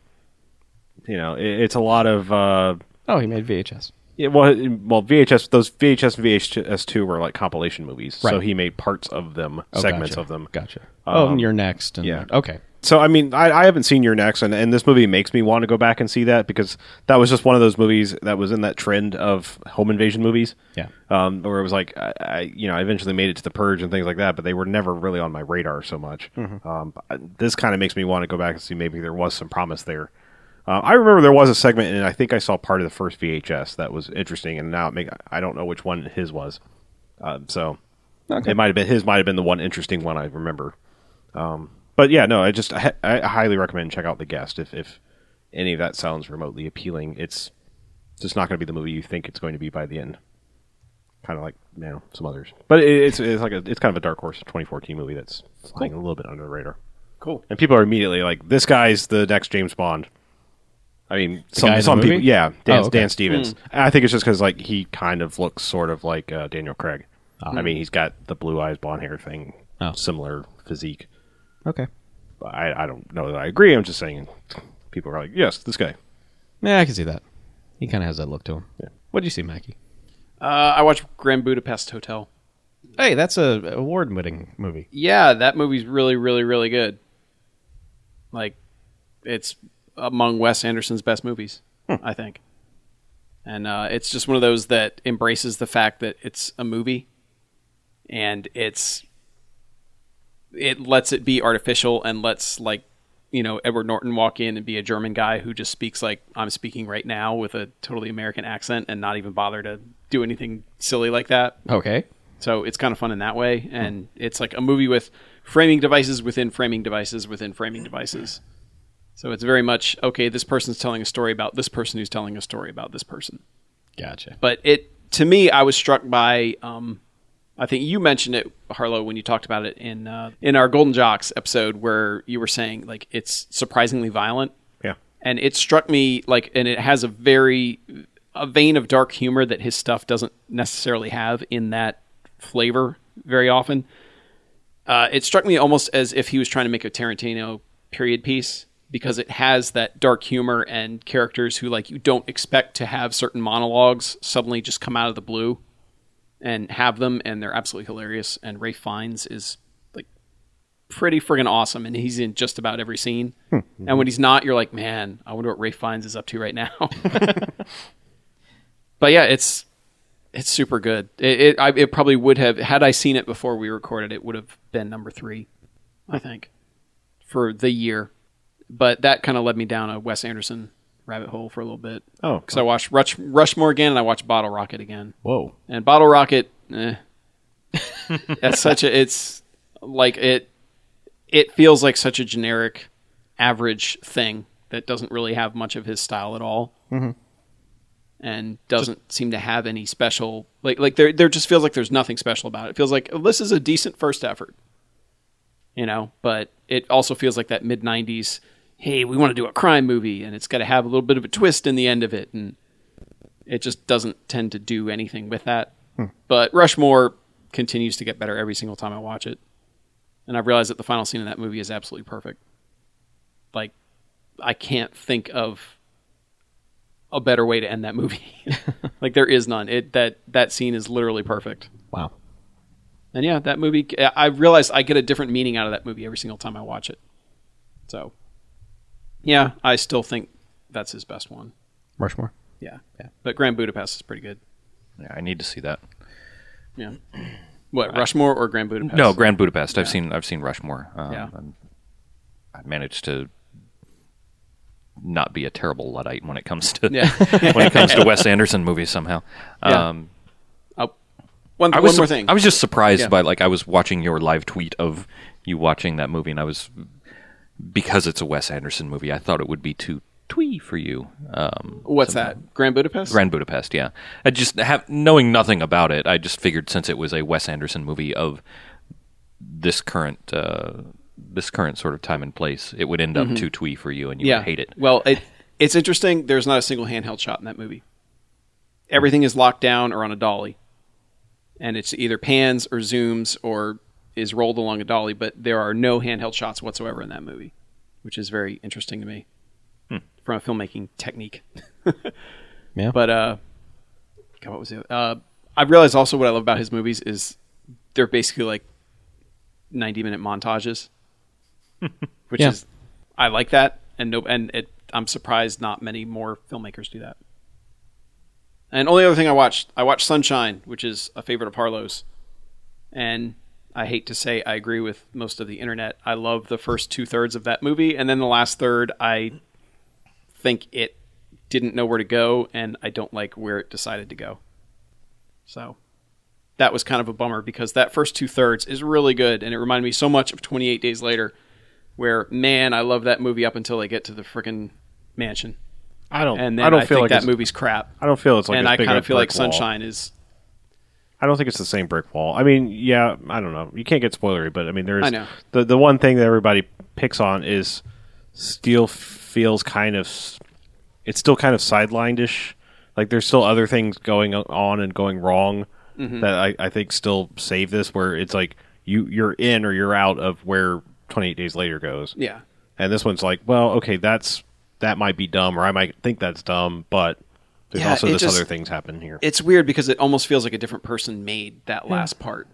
[SPEAKER 2] you know it, it's a lot of uh
[SPEAKER 4] oh he made VHS.
[SPEAKER 2] yeah, well, well, VHS. Those VHS and VHS two were like compilation movies, so
[SPEAKER 4] Right.
[SPEAKER 2] he made parts of them,
[SPEAKER 4] Oh,
[SPEAKER 2] segments
[SPEAKER 4] gotcha.
[SPEAKER 2] of them.
[SPEAKER 4] Gotcha. oh, and you're next. And
[SPEAKER 2] Um, yeah.
[SPEAKER 4] Okay.
[SPEAKER 2] So I mean, I, I haven't seen your next, and, and this movie makes me want to go back and see that because that was just one of those movies that was in that trend of home invasion movies.
[SPEAKER 4] Yeah.
[SPEAKER 2] um, where it was like I, I, you know, I eventually made it to the Purge and things like that, but they were never really on my radar so much. Um, but I- this kind of makes me want to go back and see maybe there was some promise there. Uh, I remember there was a segment, and I think I saw part of the first VHS that was interesting, and now it make, I don't know which one his was. Um, so it might have been his might have been the one interesting one I remember. Um, but yeah, no, I just I, I highly recommend check out the guest if if any of that sounds remotely appealing. It's just not going to be the movie you think it's going to be by the end. Kind of like you know some others, but it, it's it's like a, it's kind of a dark horse 2014 movie that's flying a little bit under the radar.
[SPEAKER 3] Cool.
[SPEAKER 2] And people are immediately like, "This guy's the next James Bond." I mean, some
[SPEAKER 4] guy in the
[SPEAKER 2] some
[SPEAKER 4] movie?
[SPEAKER 2] people, yeah, Dan,
[SPEAKER 4] Oh, okay.
[SPEAKER 2] Dan Stevens. And I think it's just because like he kind of looks sort of like uh, Daniel Craig. I mean, he's got the blue eyes, blonde hair thing,
[SPEAKER 4] Ah. Oh.
[SPEAKER 2] similar physique.
[SPEAKER 4] Okay.
[SPEAKER 2] I, I don't know that I agree. I'm just saying people are like, yes, this guy.
[SPEAKER 4] Yeah, I can see that. He kind of has that look to him. What do you see, Mackie?
[SPEAKER 3] Uh, I watched Grand Budapest Hotel.
[SPEAKER 4] Hey, that's a award-winning movie.
[SPEAKER 3] Yeah, that movie's really, really, really good. Like, it's among Wes Anderson's best movies, I think. And uh, it's just one of those that embraces the fact that it's a movie, and it's it lets it be artificial and lets like you know Edward Norton walk in and be a German guy who just speaks like I'm speaking right now with a totally American accent and not even bother to do anything silly like that.
[SPEAKER 4] Okay.
[SPEAKER 3] So it's kind of fun in that way, and it's like a movie with framing devices within framing devices within framing devices. So it's very much okay. This person's telling a story about this person who's telling a story about this person.
[SPEAKER 4] Gotcha.
[SPEAKER 3] But it to me, I was struck by. Um, I think you mentioned it, Harlow, when you talked about it in uh, in our Golden Jocks episode, where you were saying like it's surprisingly violent
[SPEAKER 2] Yeah.
[SPEAKER 3] and it struck me like and it has a very a vein of dark humor that his stuff doesn't necessarily have in that flavor very often uh, it struck me almost as if he was trying to make a tarantino period piece because it has that dark humor and characters who like you don't expect to have certain monologues suddenly just come out of the blue and have them and they're absolutely hilarious and ray fines is like pretty friggin' awesome, and he's in just about every scene. and when he's not, you're like, man, I wonder what Ray Fiennes is up to right now. but yeah, it's it's super good. It it, I, it probably would have had I seen it before we recorded. It would have been number three, I think, for the year. But that kind of led me down a Wes Anderson rabbit hole for a little bit.
[SPEAKER 2] Oh,
[SPEAKER 3] because I watched Rush, Rushmore again, and I watched Bottle Rocket again
[SPEAKER 4] Whoa.
[SPEAKER 3] and bottle rocket eh. that's such a it's like it it feels like such a generic average thing that doesn't really have much of his style at all and doesn't seem to have any special like like there there just feels like there's nothing special about it. it feels like oh, this is a decent first effort you know but it also feels like that mid 90s hey we want to do a crime movie and it's got to have a little bit of a twist in the end of it and it just doesn't tend to do anything with that. But Rushmore continues to get better every single time I watch it. And I've realized that the final scene of that movie is absolutely perfect. Like, I can't think of a better way to end that movie. like, there is none. It that that scene is literally perfect.
[SPEAKER 4] Wow.
[SPEAKER 3] And yeah, that movie. I I realized I get a different meaning out of that movie every single time I watch it. So Yeah, I still think that's his best one.
[SPEAKER 4] Rushmore.
[SPEAKER 3] Yeah, yeah. But Grand Budapest is pretty good.
[SPEAKER 5] Yeah, I need to see that.
[SPEAKER 3] Yeah. What Rushmore or Grand Budapest?
[SPEAKER 5] No, Grand Budapest. I've seen I've seen Rushmore. Um,
[SPEAKER 3] Yeah.
[SPEAKER 5] I'm- I managed to not be a terrible luddite when it comes to
[SPEAKER 3] Yeah.
[SPEAKER 5] when it comes to Wes Anderson movies somehow.
[SPEAKER 3] Yeah.
[SPEAKER 5] Um,
[SPEAKER 3] Oh, one
[SPEAKER 5] I
[SPEAKER 3] one
[SPEAKER 5] was
[SPEAKER 3] more
[SPEAKER 5] su-
[SPEAKER 3] thing.
[SPEAKER 5] I was just surprised
[SPEAKER 3] Yeah.
[SPEAKER 5] by like I was watching your live tweet of you watching that movie, and I was because it's a Wes Anderson movie. I thought it would be too twee for you. Um,
[SPEAKER 3] What's
[SPEAKER 5] somehow.
[SPEAKER 3] that? Grand Budapest.
[SPEAKER 5] Grand Budapest, yeah. I just have knowing nothing about it, I just figured since it was a Wes Anderson movie of this current uh, this current sort of time and place, it would end up too twee for you, and you
[SPEAKER 3] Mm-hmm. yeah.
[SPEAKER 5] would hate it.
[SPEAKER 3] Well, it it's interesting. There's not a single handheld shot in that movie. Everything is locked down or on a dolly, and it's either pans or zooms or is rolled along a dolly. But there are no handheld shots whatsoever in that movie, which is very interesting to me
[SPEAKER 5] Hmm.
[SPEAKER 3] from a filmmaking technique.
[SPEAKER 4] Yeah.
[SPEAKER 3] But uh, God, what was it? Uh, I realized also what I love about his movies is they're basically like 90 minute montages, which
[SPEAKER 4] Yeah.
[SPEAKER 3] is I like that, and no, and it, I'm surprised not many more filmmakers do that. And only other thing I watched, I watched Sunshine, which is a favorite of Harlow's, and I hate to say I agree with most of the internet. I love the first two thirds of that movie, and then the last third, I think it didn't know where to go, and I don't like where it decided to go. So that was kind of a bummer because that first two thirds is really good, and it reminded me so much of 28 Days Later, where man, I love that movie up until they get to the freaking mansion,
[SPEAKER 2] I don't.
[SPEAKER 3] and then
[SPEAKER 2] I
[SPEAKER 3] I,
[SPEAKER 2] don't feel
[SPEAKER 3] think
[SPEAKER 2] like
[SPEAKER 3] that
[SPEAKER 2] it's-
[SPEAKER 3] movie's crap.
[SPEAKER 2] I don't feel it's like.
[SPEAKER 3] and
[SPEAKER 2] as
[SPEAKER 3] I
[SPEAKER 2] big
[SPEAKER 3] kind
[SPEAKER 2] a
[SPEAKER 3] of feel like
[SPEAKER 2] brick wall.
[SPEAKER 3] Sunshine is.
[SPEAKER 2] I don't think it's the same brick wall. I mean, yeah, I don't know. You can't get spoilery, but I mean, there's
[SPEAKER 3] I know.
[SPEAKER 2] the the one thing that everybody picks on is Steel feels kind of s- it's still kind of sidelinedish. Like there's still other things going on and going wrong
[SPEAKER 3] Mm-hmm.
[SPEAKER 2] that I, I think still save this. Where it's like you you're in or you're out of where 28 Days Later goes.
[SPEAKER 3] Yeah,
[SPEAKER 2] And this one's like, well, okay, that's that might be dumb, or I might think that's dumb, but there's
[SPEAKER 3] Yeah,
[SPEAKER 2] also
[SPEAKER 3] it
[SPEAKER 2] this
[SPEAKER 3] just-
[SPEAKER 2] other things happen here.
[SPEAKER 3] it's weird because it almost feels like a different person made that last part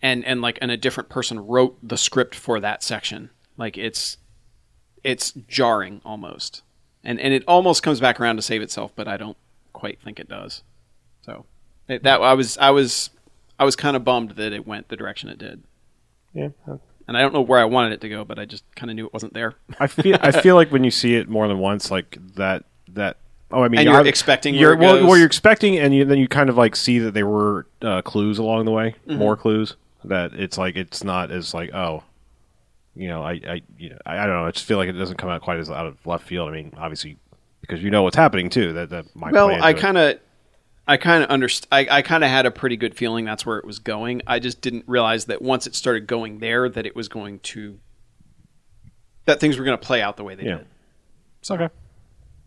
[SPEAKER 3] and and like and a different person wrote the script for that section like it's it's jarring almost and and it almost comes back around to save itself but i don't quite think it does so it, that i was i was i was kind of bummed that it went the direction it did
[SPEAKER 2] yeah,
[SPEAKER 3] and i don't know where i wanted it to go but i just kind of knew it wasn't there
[SPEAKER 2] I feel I feel like when you see it more than once, like that that. Oh, I mean,
[SPEAKER 3] And you're
[SPEAKER 2] ob-
[SPEAKER 3] expecting
[SPEAKER 2] you're,
[SPEAKER 3] where it
[SPEAKER 2] well,
[SPEAKER 3] goes.
[SPEAKER 2] well, you're expecting, and you, then you kind of like see that there were uh, clues along the way,
[SPEAKER 3] Mm-hmm.
[SPEAKER 2] more clues. That it's like it's not as like oh, you know, I I you know, I, I don't know. I just feel like it doesn't come out quite as out of left field. I mean, obviously because you know what's happening too. That that might play
[SPEAKER 3] well
[SPEAKER 2] into
[SPEAKER 3] i
[SPEAKER 2] it.
[SPEAKER 3] kind of i kind of underst- i, I kind of had a pretty good feeling that's where it was going i just didn't realize that once it started going there that it was going to that things were going to play out the way they
[SPEAKER 2] Yeah.
[SPEAKER 3] did
[SPEAKER 2] It's okay.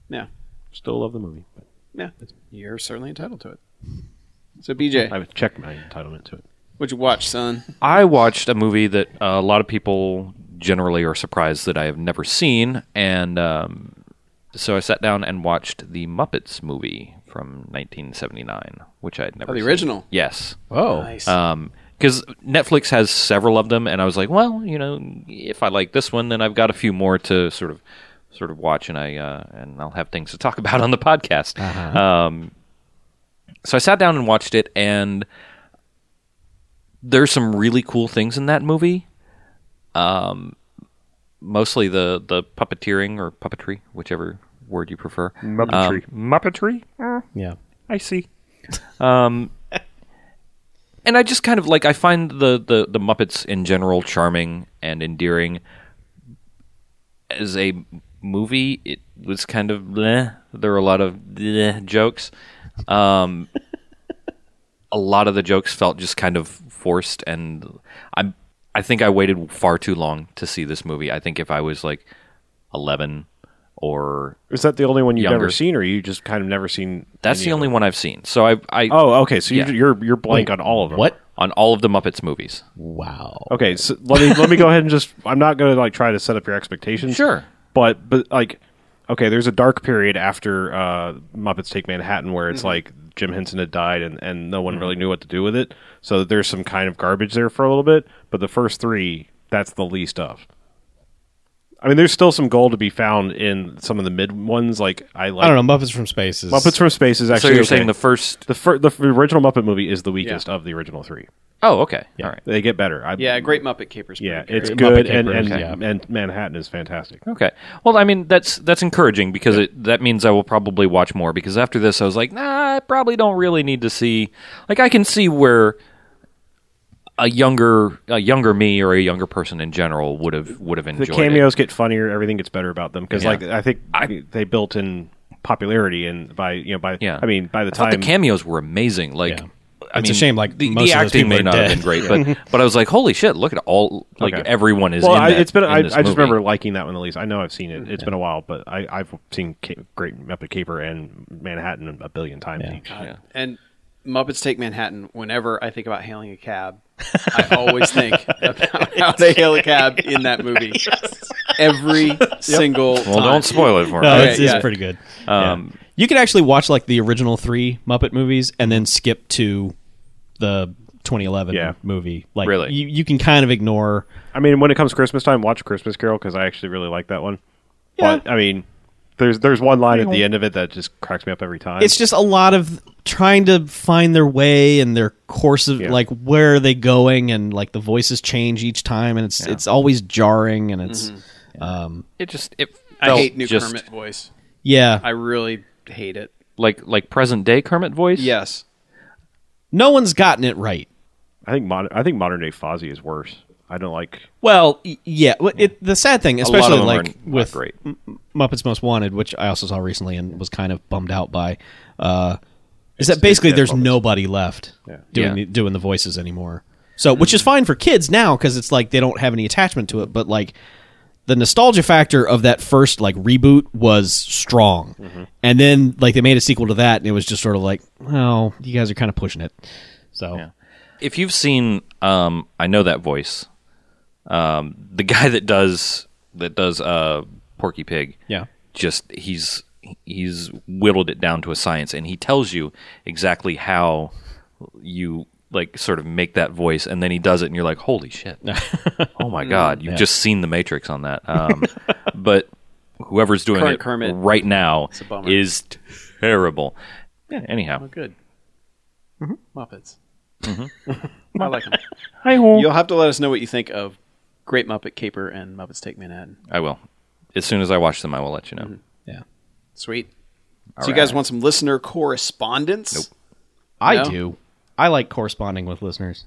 [SPEAKER 3] yeah
[SPEAKER 2] Still love the movie. But
[SPEAKER 3] yeah you're certainly entitled to it so bj
[SPEAKER 2] I've checked my entitlement to it.
[SPEAKER 3] what'd you watch son
[SPEAKER 5] I watched a movie that uh, a lot of people generally are surprised that I have never seen, and um, so I sat down and watched the Muppets movie from 1979, which I'd never
[SPEAKER 3] Oh, the
[SPEAKER 5] seen.
[SPEAKER 3] original.
[SPEAKER 5] Yes,
[SPEAKER 4] Oh,
[SPEAKER 3] nice
[SPEAKER 5] because Um, Netflix has several of them, and I was like, well, you know, if I like this one, then I've got a few more to sort of sort of watch, and I uh, and I'll have things to talk about on the podcast. Um, so I sat down and watched it, and there's some really cool things in that movie. Um, mostly the the puppeteering or puppetry, whichever word you prefer. Muppetry, muppetry.
[SPEAKER 4] yeah.
[SPEAKER 5] I see. Um, and I just kind of like I find the, the the Muppets in general charming and endearing. As a movie, it was kind of bleh. there were a lot of bleh jokes. Um, a lot of the jokes felt just kind of forced, and I I think I waited far too long to see this movie. I think if I was like eleven or
[SPEAKER 2] Is that the only one you've
[SPEAKER 5] Younger.
[SPEAKER 2] never seen, or you just kind of never seen?
[SPEAKER 5] that's
[SPEAKER 2] any
[SPEAKER 5] the
[SPEAKER 2] of
[SPEAKER 5] only one I've seen. So I I
[SPEAKER 2] them? Oh, okay. So you
[SPEAKER 5] Yeah.
[SPEAKER 2] you're you're blank on all of them.
[SPEAKER 4] What?
[SPEAKER 5] on all of the Muppets movies.
[SPEAKER 4] Wow.
[SPEAKER 2] Okay, so let me let me go ahead and just. I'm not going to like try to set up your expectations.
[SPEAKER 5] Sure.
[SPEAKER 2] but but like, okay, there's a dark period after uh, Muppets Take Manhattan where
[SPEAKER 5] Mm-hmm.
[SPEAKER 2] it's like Jim Henson had died and and no one really knew what to do with it. So there's some kind of garbage there for a little bit. But the first three, that's the least of. I mean, there's still some gold to be found in some of the mid ones. Like I like
[SPEAKER 4] I don't know. Muppets from Space is
[SPEAKER 2] Muppets from Space is
[SPEAKER 5] So
[SPEAKER 2] actually
[SPEAKER 5] you're
[SPEAKER 2] okay.
[SPEAKER 5] saying the first?
[SPEAKER 2] the, fir- the f- original Muppet movie is the weakest of the original three.
[SPEAKER 5] Oh, okay. All right.
[SPEAKER 2] They get better. I,
[SPEAKER 3] Yeah, Great Muppet Capers.
[SPEAKER 2] Yeah,
[SPEAKER 3] pretty
[SPEAKER 2] it's
[SPEAKER 3] great.
[SPEAKER 4] uh, Muppet
[SPEAKER 2] good, and and,
[SPEAKER 4] Capers, yeah.
[SPEAKER 2] and Manhattan is fantastic.
[SPEAKER 5] Okay. Well, I mean that's that's encouraging because it, that means I will probably watch more because after this I was like, nah, I probably don't really need to see. Like I can see where a younger a younger me or a younger person in general would have would have
[SPEAKER 2] The
[SPEAKER 5] enjoyed
[SPEAKER 2] cameos get funnier. Everything gets better about them because,
[SPEAKER 5] Yeah.
[SPEAKER 2] like, I think they built in popularity and by you know by
[SPEAKER 5] Yeah.
[SPEAKER 2] I mean by the
[SPEAKER 5] it. I thought
[SPEAKER 2] time
[SPEAKER 5] the cameos were amazing. Like. I
[SPEAKER 4] It's a
[SPEAKER 5] mean,
[SPEAKER 4] shame, like,
[SPEAKER 5] the, the
[SPEAKER 4] most of those
[SPEAKER 5] acting
[SPEAKER 4] people
[SPEAKER 5] may
[SPEAKER 4] are
[SPEAKER 5] not have
[SPEAKER 4] dead.
[SPEAKER 5] been great, but but I was like, holy shit! Look at all like
[SPEAKER 2] Okay.
[SPEAKER 5] everyone is.
[SPEAKER 2] well,
[SPEAKER 5] in
[SPEAKER 2] I,
[SPEAKER 5] that-
[SPEAKER 2] it's been
[SPEAKER 5] in
[SPEAKER 2] I, I
[SPEAKER 5] this
[SPEAKER 2] just
[SPEAKER 5] movie.
[SPEAKER 2] remember liking that one the least. I know I've seen it. It's been a while, but I I've seen Ca- Great Muppet Caper and Manhattan a billion times. each.
[SPEAKER 5] Yeah.
[SPEAKER 3] And Muppets Take Manhattan. Whenever I think about hailing a cab, I always think about how they hail a cab in that movie. Every single
[SPEAKER 5] Well,
[SPEAKER 3] time.
[SPEAKER 5] don't spoil it for me.
[SPEAKER 4] No,
[SPEAKER 3] Okay,
[SPEAKER 4] it's, it's
[SPEAKER 3] yeah.
[SPEAKER 4] pretty good.
[SPEAKER 5] Um,
[SPEAKER 4] Yeah. You could actually watch like the original three Muppet movies and then skip to the 2011
[SPEAKER 2] Yeah.
[SPEAKER 4] movie. Like,
[SPEAKER 5] Really?
[SPEAKER 4] you, you can kind of ignore.
[SPEAKER 2] I mean, when it comes Christmas time, watch Christmas Carol because I actually really like that one. But I mean, there's there's one line at the end of it that just cracks me up every time.
[SPEAKER 4] It's just a lot of trying to find their way and their course of
[SPEAKER 2] Yeah.
[SPEAKER 4] like where are they going and like the voices change each time and it's it's always jarring and it's
[SPEAKER 5] Mm-hmm.
[SPEAKER 4] um
[SPEAKER 5] It just it.
[SPEAKER 3] I
[SPEAKER 5] felt
[SPEAKER 3] hate new
[SPEAKER 5] just
[SPEAKER 3] Kermit voice.
[SPEAKER 4] yeah
[SPEAKER 3] I really hate it.
[SPEAKER 5] Like like present day Kermit voice.
[SPEAKER 3] Yes.
[SPEAKER 4] no one's gotten it right.
[SPEAKER 2] I think modern I think modern day Fozzie is worse. I don't like
[SPEAKER 4] Well, y- yeah. Well, It, the sad thing,
[SPEAKER 5] a lot
[SPEAKER 4] especially
[SPEAKER 5] of them
[SPEAKER 4] like
[SPEAKER 5] are not
[SPEAKER 4] with
[SPEAKER 5] great.
[SPEAKER 4] Muppets Most Wanted, which I also saw recently and was kind of bummed out by, uh, is that basically
[SPEAKER 2] dead
[SPEAKER 4] there's
[SPEAKER 2] Muppets.
[SPEAKER 4] nobody left doing
[SPEAKER 5] Yeah.
[SPEAKER 4] The, doing the voices anymore. So, which is fine for kids now because it's like they don't have any attachment to it. But like the nostalgia factor of that first like reboot was strong, and then like they made a sequel to that, and it was just sort of like, oh, you guys are kind of pushing it. So
[SPEAKER 5] If you've seen, um, I know that voice. Um, the guy that does that does uh, Porky Pig.
[SPEAKER 4] Yeah.
[SPEAKER 5] Just he's he's whittled it down to a science, and he tells you exactly how you like sort of make that voice, and then he does it, and you're like, holy shit! oh my god, you've just seen the Matrix on that. Um, but whoever's doing
[SPEAKER 3] Current
[SPEAKER 5] it
[SPEAKER 3] Kermit.
[SPEAKER 5] right now
[SPEAKER 3] a bummer.
[SPEAKER 5] is terrible. Yeah, anyhow,
[SPEAKER 3] Good. Muppets.
[SPEAKER 5] Mm-hmm.
[SPEAKER 3] I like them.
[SPEAKER 5] hi
[SPEAKER 3] You'll have to let us know what you think of Great Muppet Caper and Muppets Take Manhattan.
[SPEAKER 5] I will. As soon as I watch them, I will let you know.
[SPEAKER 4] yeah,
[SPEAKER 3] Sweet. so you guys want some listener correspondence?
[SPEAKER 4] I
[SPEAKER 3] No?
[SPEAKER 4] do. I like corresponding with listeners.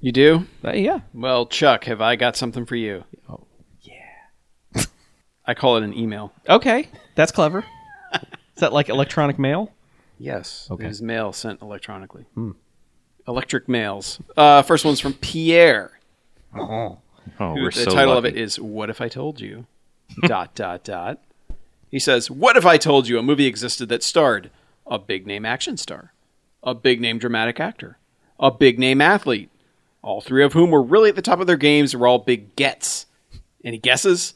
[SPEAKER 3] You do?
[SPEAKER 4] Uh, yeah,
[SPEAKER 3] Well, Chuck, have I got something for you? Oh, yeah. I call it an email.
[SPEAKER 4] Okay, that's clever. Is that like electronic mail?
[SPEAKER 3] Yes. Okay. Hmm. It is mail sent electronically. Electric mails. Uh, first one's from Pierre.
[SPEAKER 5] Oh,
[SPEAKER 3] who
[SPEAKER 5] we're
[SPEAKER 3] the
[SPEAKER 5] so
[SPEAKER 3] title of it
[SPEAKER 5] lucky.
[SPEAKER 3] is "What If I Told You?" dot dot dot. He says, "What if I told you a movie existed that starred a big name action star, a big name dramatic actor, a big name athlete, all three of whom were really at the top of their games, were all big gets? Any guesses?"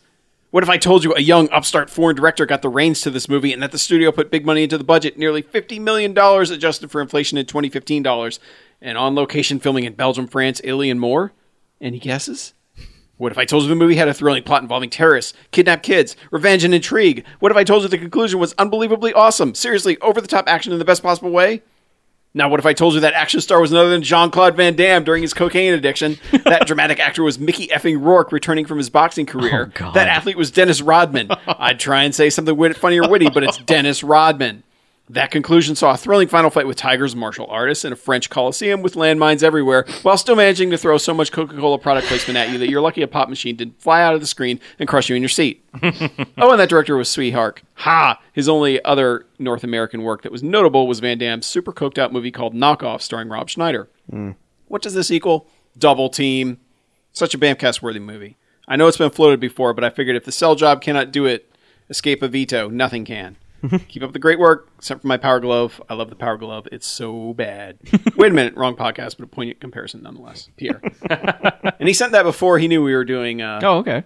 [SPEAKER 3] What if I told you a young upstart foreign director got the reins to this movie and that the studio put big money into the budget, nearly $50 million adjusted for inflation in 2015 dollars, and on location filming in Belgium, France, Italy, and more? Any guesses? What if I told you the movie had a thrilling plot involving terrorists, kidnapped kids, revenge, and intrigue? What if I told you the conclusion was unbelievably awesome? Seriously, over the top action in the best possible way? Now, what if I told you that action star was none other than Jean Claude Van Damme during his cocaine addiction? That dramatic actor was Mickey effing Rourke returning from his boxing career. That athlete was Dennis Rodman. I'd try and say something wit- funny or witty, but it's Dennis Rodman. That conclusion saw a thrilling final fight with Tigers martial artists in a French coliseum with landmines everywhere, while still managing to throw so much Coca Cola product placement at you that you're lucky a pop machine didn't fly out of the screen and crush you in your seat. oh, and that director was Sweet Hark. Ha! His only other North American work that was notable was Van Damme's super coked out movie called Knockoff, starring Rob Schneider. What does this equal? Double Team. Such a Bamcast worthy movie. I know it's been floated before, but I figured if the cell job cannot do it, escape a veto, nothing can. Keep up the great work, except for my power glove. I love the power glove. It's so bad. Wait a minute, wrong podcast, but a poignant comparison nonetheless. Pierre. and he sent that before he knew we were doing uh,
[SPEAKER 4] Oh, okay.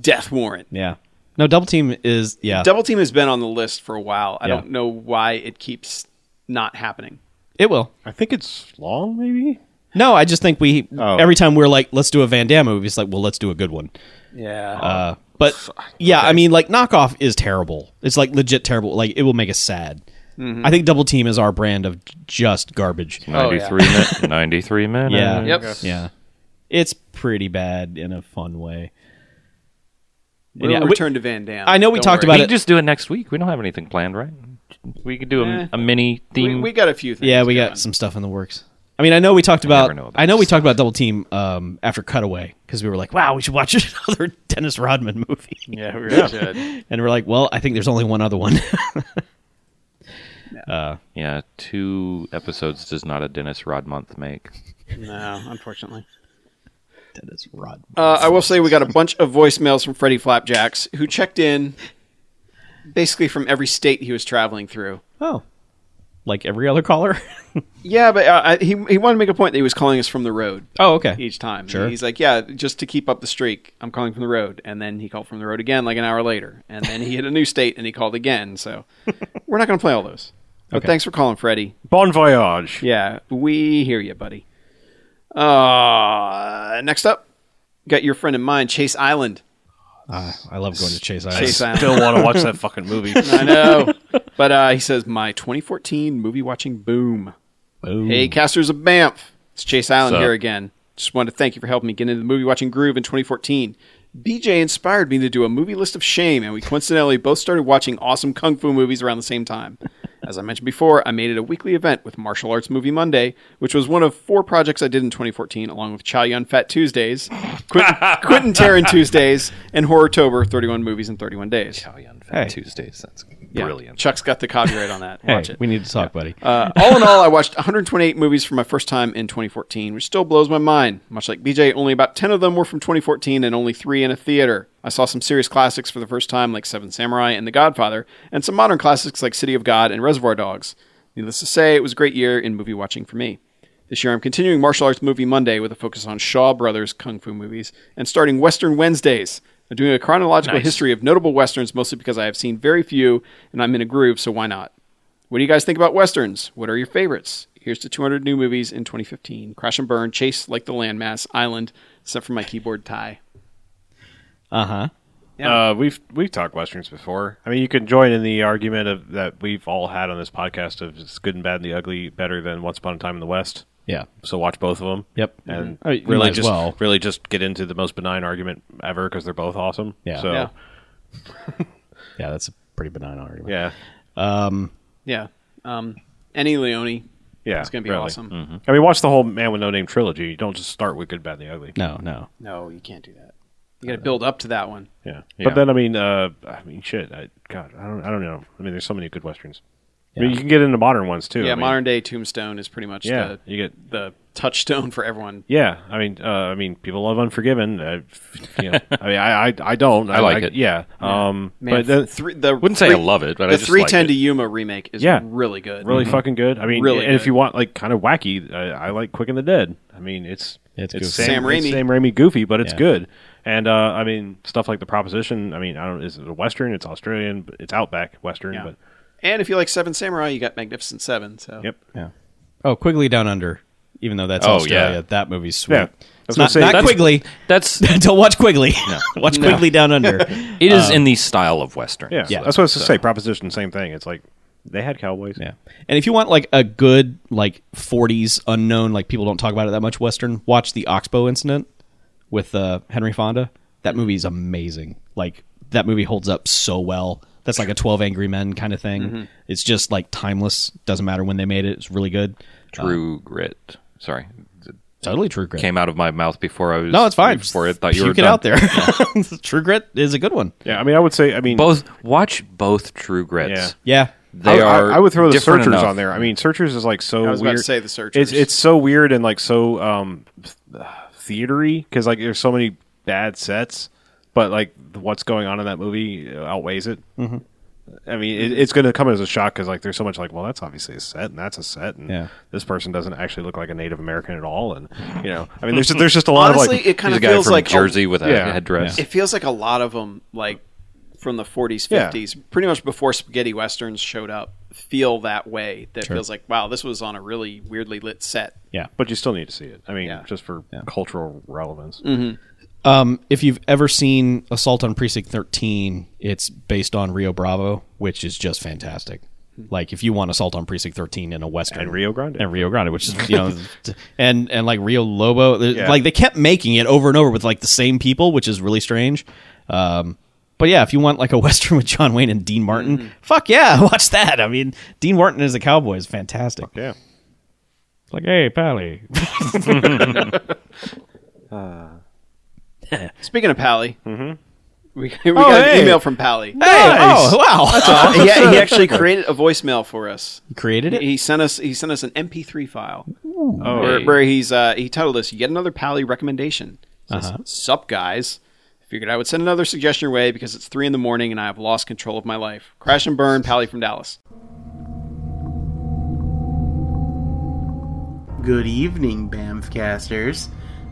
[SPEAKER 3] Death Warrant.
[SPEAKER 4] Yeah. No, double team is yeah.
[SPEAKER 3] Double Team has been on the list for a while. I
[SPEAKER 4] Yeah.
[SPEAKER 3] don't know why it keeps not happening.
[SPEAKER 4] it will.
[SPEAKER 2] I think it's long, maybe.
[SPEAKER 4] No, I just think we
[SPEAKER 2] Oh.
[SPEAKER 4] every time we're like, let's do a Van Damme movie. It's like, well, let's do a good one.
[SPEAKER 3] Yeah.
[SPEAKER 4] Uh, But yeah, I mean, like knockoff is terrible. It's like legit terrible. Like it will make us sad. I think Double Team is our brand of just garbage.
[SPEAKER 5] 93 minutes. 93 minutes.
[SPEAKER 4] Yeah.
[SPEAKER 3] Yep.
[SPEAKER 4] Yeah. It's pretty bad in a fun way. And
[SPEAKER 3] We'll
[SPEAKER 4] yeah, we-
[SPEAKER 3] return to Van Damme.
[SPEAKER 4] I know we
[SPEAKER 3] Don't
[SPEAKER 4] talked
[SPEAKER 5] We
[SPEAKER 3] worry.
[SPEAKER 4] about
[SPEAKER 5] can
[SPEAKER 4] it-
[SPEAKER 5] just do it next week. We don't have anything planned, right? We could do a,
[SPEAKER 3] Eh.
[SPEAKER 5] a mini
[SPEAKER 3] We,
[SPEAKER 5] theme.
[SPEAKER 3] we got a few things.
[SPEAKER 4] Yeah, we
[SPEAKER 3] going.
[SPEAKER 4] got some stuff in the works. I mean, I know we talked about, I,
[SPEAKER 5] never know about
[SPEAKER 4] know we
[SPEAKER 5] this
[SPEAKER 4] talked about Double Team um, after Cutaway because we were like, wow, we should watch another Dennis Rodman movie.
[SPEAKER 3] Yeah, we really should.
[SPEAKER 4] And we're like, well, I think there's only one other one.
[SPEAKER 5] yeah, two episodes does not a Dennis Rod month make.
[SPEAKER 3] No, unfortunately.
[SPEAKER 4] Dennis Rodman.
[SPEAKER 3] Uh, I will say we got a bunch of voicemails from Freddie Flapjacks who checked in basically from every state he was traveling through.
[SPEAKER 4] Oh, like every other caller.
[SPEAKER 3] Yeah, but uh, I- he he wanted to make a point that he was calling us from the road
[SPEAKER 4] oh, okay.
[SPEAKER 3] each time.
[SPEAKER 4] Sure.
[SPEAKER 3] He's like, yeah, just to keep up the streak, I'm calling from the road, and then he called from the road again, like an hour later, and then he hit a new state and he called again. So we're not going to play all those. But
[SPEAKER 4] Okay.
[SPEAKER 3] thanks for calling, Freddie.
[SPEAKER 2] Bon voyage.
[SPEAKER 3] Yeah, we hear you, buddy. Uh, next up, got your friend in mind, Chase Island.
[SPEAKER 4] Uh, I love going to Chase Island.
[SPEAKER 3] Chase Island.
[SPEAKER 2] Still want to watch that fucking movie.
[SPEAKER 3] I know. But uh, he says, my 2014 movie watching boom.
[SPEAKER 4] Boom.
[SPEAKER 3] Hey, casters of Banff. It's Chase Allen
[SPEAKER 5] Sup?
[SPEAKER 3] here again. Just wanted to thank you for helping me get into the movie watching groove in 2014. BJ inspired me to do a movie list of shame, and we coincidentally both started watching awesome kung fu movies around the same time. As I mentioned before, I made it a weekly event with Martial Arts Movie Monday, which was one of four projects I did in 2014, along with Chow Yun Fat Tuesdays, Quentin, Quentin Taryn Tuesdays, and Horrortober 31 Movies in 31 Days.
[SPEAKER 4] Hey.
[SPEAKER 5] Tuesdays. That's
[SPEAKER 3] Yeah.
[SPEAKER 5] brilliant.
[SPEAKER 3] Chuck's got the copyright on that.
[SPEAKER 4] Hey,
[SPEAKER 3] Watch it.
[SPEAKER 4] we need to talk, buddy.
[SPEAKER 3] Uh, all in all, I watched 128 movies for my first time in 2014, which still blows my mind. Much like BJ, only about 10 of them were from 2014 and only three in a theater. I saw some serious classics for the first time, like Seven Samurai and The Godfather, and some modern classics like City of God and Reservoir Dogs. Needless to say, it was a great year in movie watching for me. This year, I'm continuing Martial Arts Movie Monday with a focus on Shaw Brothers Kung Fu movies and starting Western Wednesdays. I'm doing a chronological history of notable Westerns mostly because I have seen very few and I'm in a groove, so why not? What do you guys think about Westerns? What are your favorites? Here's to 200 new movies in 2015 Crash and Burn, Chase Like the Landmass, Island, except for my keyboard tie.
[SPEAKER 4] Uh huh.
[SPEAKER 2] Uh, we've we've talked westerns before. I mean, you can join in the argument of that we've all had on this podcast of it's good and bad and the ugly better than Once Upon a Time in the West.
[SPEAKER 4] Yeah.
[SPEAKER 2] So watch both of them.
[SPEAKER 4] Yep.
[SPEAKER 2] And
[SPEAKER 4] Oh, you might
[SPEAKER 2] really
[SPEAKER 4] as
[SPEAKER 2] just
[SPEAKER 4] well.
[SPEAKER 2] really just get into the most benign argument ever because they're both awesome.
[SPEAKER 4] Yeah.
[SPEAKER 5] Oh.
[SPEAKER 2] So
[SPEAKER 3] Yeah.
[SPEAKER 2] yeah.
[SPEAKER 4] Yeah, that's a pretty benign argument.
[SPEAKER 2] Yeah.
[SPEAKER 3] Yeah. Um, any Leone. It's going to be
[SPEAKER 2] really.
[SPEAKER 3] awesome.
[SPEAKER 5] Mm.
[SPEAKER 2] I mean, watch the whole Man with No Name trilogy. You don't just start with Good, Bad, and the Ugly.
[SPEAKER 4] No, no.
[SPEAKER 3] No, you can't do that. You got to build up to that one.
[SPEAKER 2] Yeah.
[SPEAKER 5] Yeah.
[SPEAKER 2] But then I mean, uh, I mean, shit. I, God, I don't, I don't know. I mean, there's so many good westerns. I mean, you can get into modern ones too.
[SPEAKER 3] Yeah,
[SPEAKER 2] I mean,
[SPEAKER 3] modern day Tombstone is pretty much
[SPEAKER 2] Yeah,
[SPEAKER 3] the,
[SPEAKER 2] you get-
[SPEAKER 3] the touchstone for everyone.
[SPEAKER 2] Yeah, I mean, uh, I mean, people love Unforgiven. Uh, you know, I mean, I, I, I don't. I,
[SPEAKER 5] like it.
[SPEAKER 2] Yeah. Um,
[SPEAKER 3] Man,
[SPEAKER 2] but the,
[SPEAKER 3] three, the
[SPEAKER 5] Wouldn't say I love it, but I
[SPEAKER 3] the
[SPEAKER 5] just
[SPEAKER 3] three
[SPEAKER 5] like
[SPEAKER 3] ten
[SPEAKER 5] it.
[SPEAKER 3] to Yuma remake is
[SPEAKER 2] Yeah.
[SPEAKER 3] really good. Mm-hmm.
[SPEAKER 2] really fucking good. I mean,
[SPEAKER 3] Really
[SPEAKER 2] and if
[SPEAKER 3] good.
[SPEAKER 2] you want like kind of wacky, I, I like Quick and the Dead. I mean, it's
[SPEAKER 4] It's
[SPEAKER 2] it's,
[SPEAKER 4] goofy.
[SPEAKER 2] Sam,
[SPEAKER 3] Sam
[SPEAKER 2] Raimi.
[SPEAKER 3] Raimi.
[SPEAKER 2] Sam Raimi goofy, but it's
[SPEAKER 4] Yeah.
[SPEAKER 2] good. And uh, I mean, stuff like the Proposition. I mean, I don't. Is it a western? It's Australian. But it's outback western.
[SPEAKER 3] Yeah.
[SPEAKER 2] But
[SPEAKER 3] And if you like Seven Samurai, you got Magnificent Seven. So
[SPEAKER 2] yep.
[SPEAKER 4] Oh, Quigley Down Under. Even though that's
[SPEAKER 5] Oh,
[SPEAKER 4] Australia,
[SPEAKER 5] yeah.
[SPEAKER 4] that movie's sweet.
[SPEAKER 2] Yeah.
[SPEAKER 4] It's
[SPEAKER 2] That's what I'm
[SPEAKER 4] not,
[SPEAKER 2] saying.
[SPEAKER 4] not
[SPEAKER 2] That's-
[SPEAKER 4] Quigley.
[SPEAKER 5] That's
[SPEAKER 4] Don't watch Quigley. watch Quigley Down Under.
[SPEAKER 5] it is in the style of western.
[SPEAKER 2] Yeah.
[SPEAKER 4] Yeah.
[SPEAKER 2] That's what I was to say. Proposition. Same thing. It's like they had cowboys.
[SPEAKER 4] yeah. And if you want like a good like 40s unknown like people don't talk about it that much western, watch The Oxbow Incident with uh, Henry Fonda. That movie is amazing. Like that movie holds up so well. That's like a 12 Angry Men kind of thing.
[SPEAKER 5] Mm-hmm.
[SPEAKER 4] It's just like timeless. Doesn't matter when they made it. It's really good.
[SPEAKER 5] True grit. Sorry. It
[SPEAKER 4] Totally true grit.
[SPEAKER 5] Came out of my mouth before I was.
[SPEAKER 4] no, it's fine.
[SPEAKER 5] Before it, thought you
[SPEAKER 4] Puke
[SPEAKER 5] were
[SPEAKER 4] it
[SPEAKER 5] done.
[SPEAKER 4] out there. true grit is a good one.
[SPEAKER 2] Yeah. I mean, I would say. I mean,
[SPEAKER 5] Both watch both True Grits.
[SPEAKER 2] Yeah.
[SPEAKER 4] Yeah.
[SPEAKER 5] They
[SPEAKER 2] I, I-
[SPEAKER 5] are.
[SPEAKER 2] I, would throw the
[SPEAKER 5] different
[SPEAKER 2] searchers
[SPEAKER 5] enough.
[SPEAKER 2] on there. I mean, searchers is like so.
[SPEAKER 3] I was about
[SPEAKER 2] weird.
[SPEAKER 3] to say The
[SPEAKER 2] It's
[SPEAKER 3] Searchers.
[SPEAKER 2] it's so weird and like so um, th- theatery because like there's so many bad sets, but like what's going on in that movie outweighs it.
[SPEAKER 5] Mm-hmm.
[SPEAKER 2] I mean, it, it's going to come as a shock because like there's so much like, well, that's obviously a set and that's a set and
[SPEAKER 4] Yeah.
[SPEAKER 2] this person doesn't actually look like a Native American at all, and you know, I mean, there's there's just a lot
[SPEAKER 3] honestly,
[SPEAKER 2] of like,
[SPEAKER 3] it kind
[SPEAKER 5] He's a
[SPEAKER 3] of
[SPEAKER 5] guy
[SPEAKER 3] feels
[SPEAKER 5] from
[SPEAKER 3] like a-
[SPEAKER 5] Jersey with a
[SPEAKER 2] Yeah.
[SPEAKER 5] headdress.
[SPEAKER 3] it feels like a lot of them like from the 40s
[SPEAKER 2] Yeah.
[SPEAKER 3] 50s pretty much before spaghetti westerns showed up feel that way that feels like wow this was on a really weirdly lit set
[SPEAKER 4] Yeah.
[SPEAKER 2] but you still need to see it. I mean,
[SPEAKER 3] Yeah. Mm-hmm.
[SPEAKER 2] just for cultural relevance.
[SPEAKER 4] Um, if you've ever seen Assault on Precinct 13, it's based on Rio Bravo, which is just fantastic. Like if you want Assault on Precinct 13 in a western
[SPEAKER 2] And Rio Grande.
[SPEAKER 4] and Rio Grande, which is you know, t- and and like Rio Lobo, th-
[SPEAKER 2] Yeah.
[SPEAKER 4] like they kept making it over and over with like the same people, which is really strange. Um, but yeah, if you want like a western with John Wayne and Dean Martin, fuck yeah, watch that. I mean, Dean Martin as a cowboy is fantastic.
[SPEAKER 2] Yeah.
[SPEAKER 4] It's like, hey, Pally,
[SPEAKER 3] Speaking of Pally, we, we got an
[SPEAKER 2] Mm-hmm. Oh, hey.
[SPEAKER 3] email from Pally.
[SPEAKER 4] oh wow,
[SPEAKER 3] Uh, he, he actually created a voicemail for us.
[SPEAKER 4] created it.
[SPEAKER 3] He sent us he sent us an MP3 file
[SPEAKER 2] Oh,
[SPEAKER 3] where,
[SPEAKER 2] hey.
[SPEAKER 3] where he's uh, he titled us "Yet Another Pally Recommendation." Says,
[SPEAKER 2] Uh-huh.
[SPEAKER 3] Sup guys, figured I would send another suggestion your way because it's three in the morning and I have lost control of my life. Crash and burn, Pally from Dallas.
[SPEAKER 7] Good evening, Bamfcasters.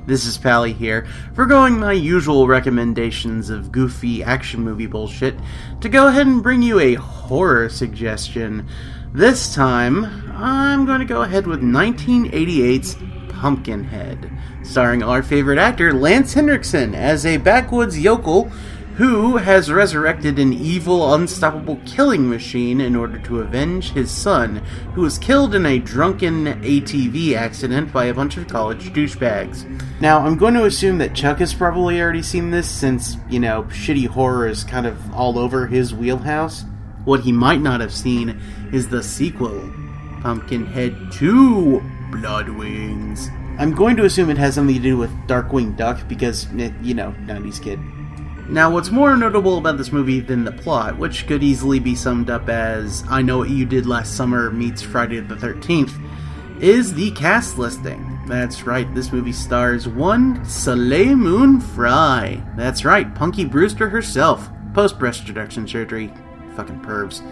[SPEAKER 7] This is Pally here, foregoing my usual recommendations of goofy action movie bullshit to go ahead and bring you a horror suggestion. This time, I'm going to go ahead with 1988's Pumpkinhead, starring our favorite actor Lance Hendrickson as a backwoods yokel who has resurrected an evil, unstoppable killing machine in order to avenge his son, who was killed in a drunken ATV accident by a bunch of college douchebags. Now, I'm going to assume that Chuck has probably already seen this since, you know, shitty horror is kind of all over his wheelhouse. What he might not have seen is the sequel, Pumpkinhead 2 Bloodwings. I'm going to assume it has something to do with Darkwing Duck because, eh, you know, 90s kid. Now, what's more notable about this movie than the plot, which could easily be summed up as I Know What You Did Last Summer meets Friday the 13th, is the cast listing. That's right, this movie stars one Soleil Moon Fry. That's right, Punky Brewster herself, post breast reduction surgery. Fucking pervs.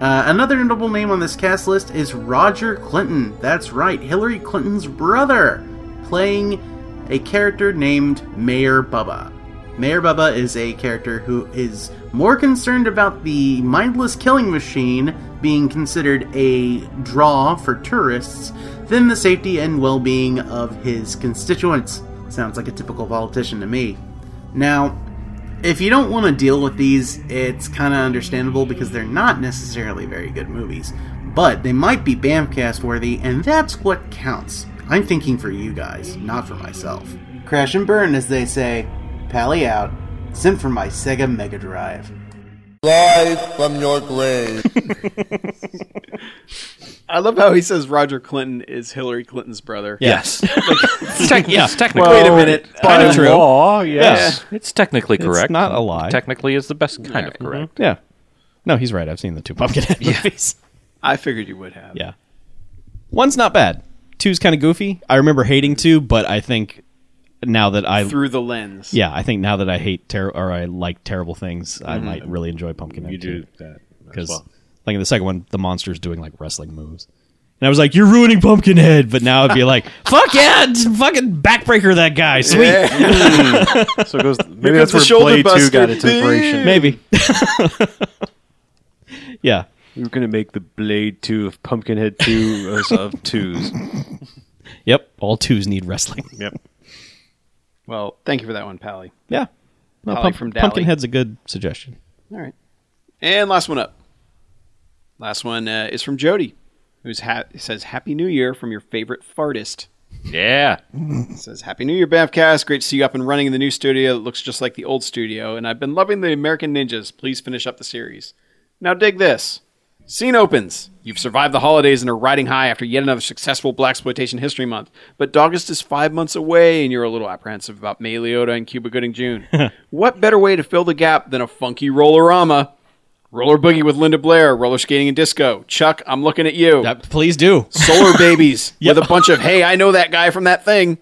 [SPEAKER 7] Uh, another notable name on this cast list is Roger Clinton. That's right, Hillary Clinton's brother, playing a character named Mayor Bubba. Mayor Bubba is a character who is more concerned about the mindless killing machine being considered a draw for tourists than the safety and well being of his constituents. Sounds like a typical politician to me. Now, if you don't want to deal with these, it's kind of understandable because they're not necessarily very good movies, but they might be Bamcast worthy, and that's what counts. I'm thinking for you guys, not for myself. Crash and burn, as they say. Pally out. Sent for my Sega Mega Drive.
[SPEAKER 8] Live from your grave.
[SPEAKER 3] I love how he says Roger Clinton is Hillary Clinton's brother.
[SPEAKER 5] Yes. it's, tec- it's technically,
[SPEAKER 2] Well,
[SPEAKER 3] minute.
[SPEAKER 2] By
[SPEAKER 4] Kinda true.
[SPEAKER 2] law, yes.
[SPEAKER 5] it's technically correct.
[SPEAKER 4] not a lie.
[SPEAKER 5] Technically is the best kind of correct.
[SPEAKER 4] Yeah, no, he's right. I've seen the two Pumpkinhead movies.
[SPEAKER 3] I figured you would have.
[SPEAKER 4] Yeah. One's not bad. Two's kind of goofy. I remember hating two, but I think now that I
[SPEAKER 3] Through the lens.
[SPEAKER 4] yeah, I think now that I hate ter- or I like terrible things, I might really enjoy Pumpkinhead.
[SPEAKER 2] Mm-hmm. You do
[SPEAKER 4] too.
[SPEAKER 2] that.
[SPEAKER 4] because like in the second one, the monster's doing like wrestling moves. And I was like, "You're ruining Pumpkinhead," but now I'd be like, "Fuck yeah, just fucking backbreaker that guy, sweet."
[SPEAKER 2] So it goes, maybe
[SPEAKER 3] comes
[SPEAKER 2] that's
[SPEAKER 3] the
[SPEAKER 2] where
[SPEAKER 3] shoulder
[SPEAKER 2] Blade 2 got its
[SPEAKER 3] buster.
[SPEAKER 2] inspiration.
[SPEAKER 4] Maybe. yeah,
[SPEAKER 2] We were going to make the Blade 2 of Pumpkinhead 2 as of 2s.
[SPEAKER 4] yep. All twos need wrestling.
[SPEAKER 2] Yep.
[SPEAKER 3] Well, thank you for that one, Pally.
[SPEAKER 4] Yeah, no,
[SPEAKER 3] Probably from Dally.
[SPEAKER 4] Pumpkinhead's a good suggestion.
[SPEAKER 3] All right. And last one up. Last one uh, is from Jody, who ha- says, Happy New Year from your favorite fartist.
[SPEAKER 5] Yeah.
[SPEAKER 3] Says, Happy New Year, Bamfcast. Great to see you up and running in the new studio that looks just like the old studio, and I've been loving the American Ninjas. Please finish up the series. Now, dig this. Scene opens. You've survived the holidays and are riding high after yet another successful Black Exploitation History Month. But August is five months away, and you're a little apprehensive about May Liotta and Cuba Gooding June. what better way to fill the gap than a funky rollerama? Roller boogie with Linda Blair, roller skating and disco. Chuck, I'm looking at you.
[SPEAKER 4] Uh, please do.
[SPEAKER 3] Solar Babies with a bunch of hey, I know that guy from that thing.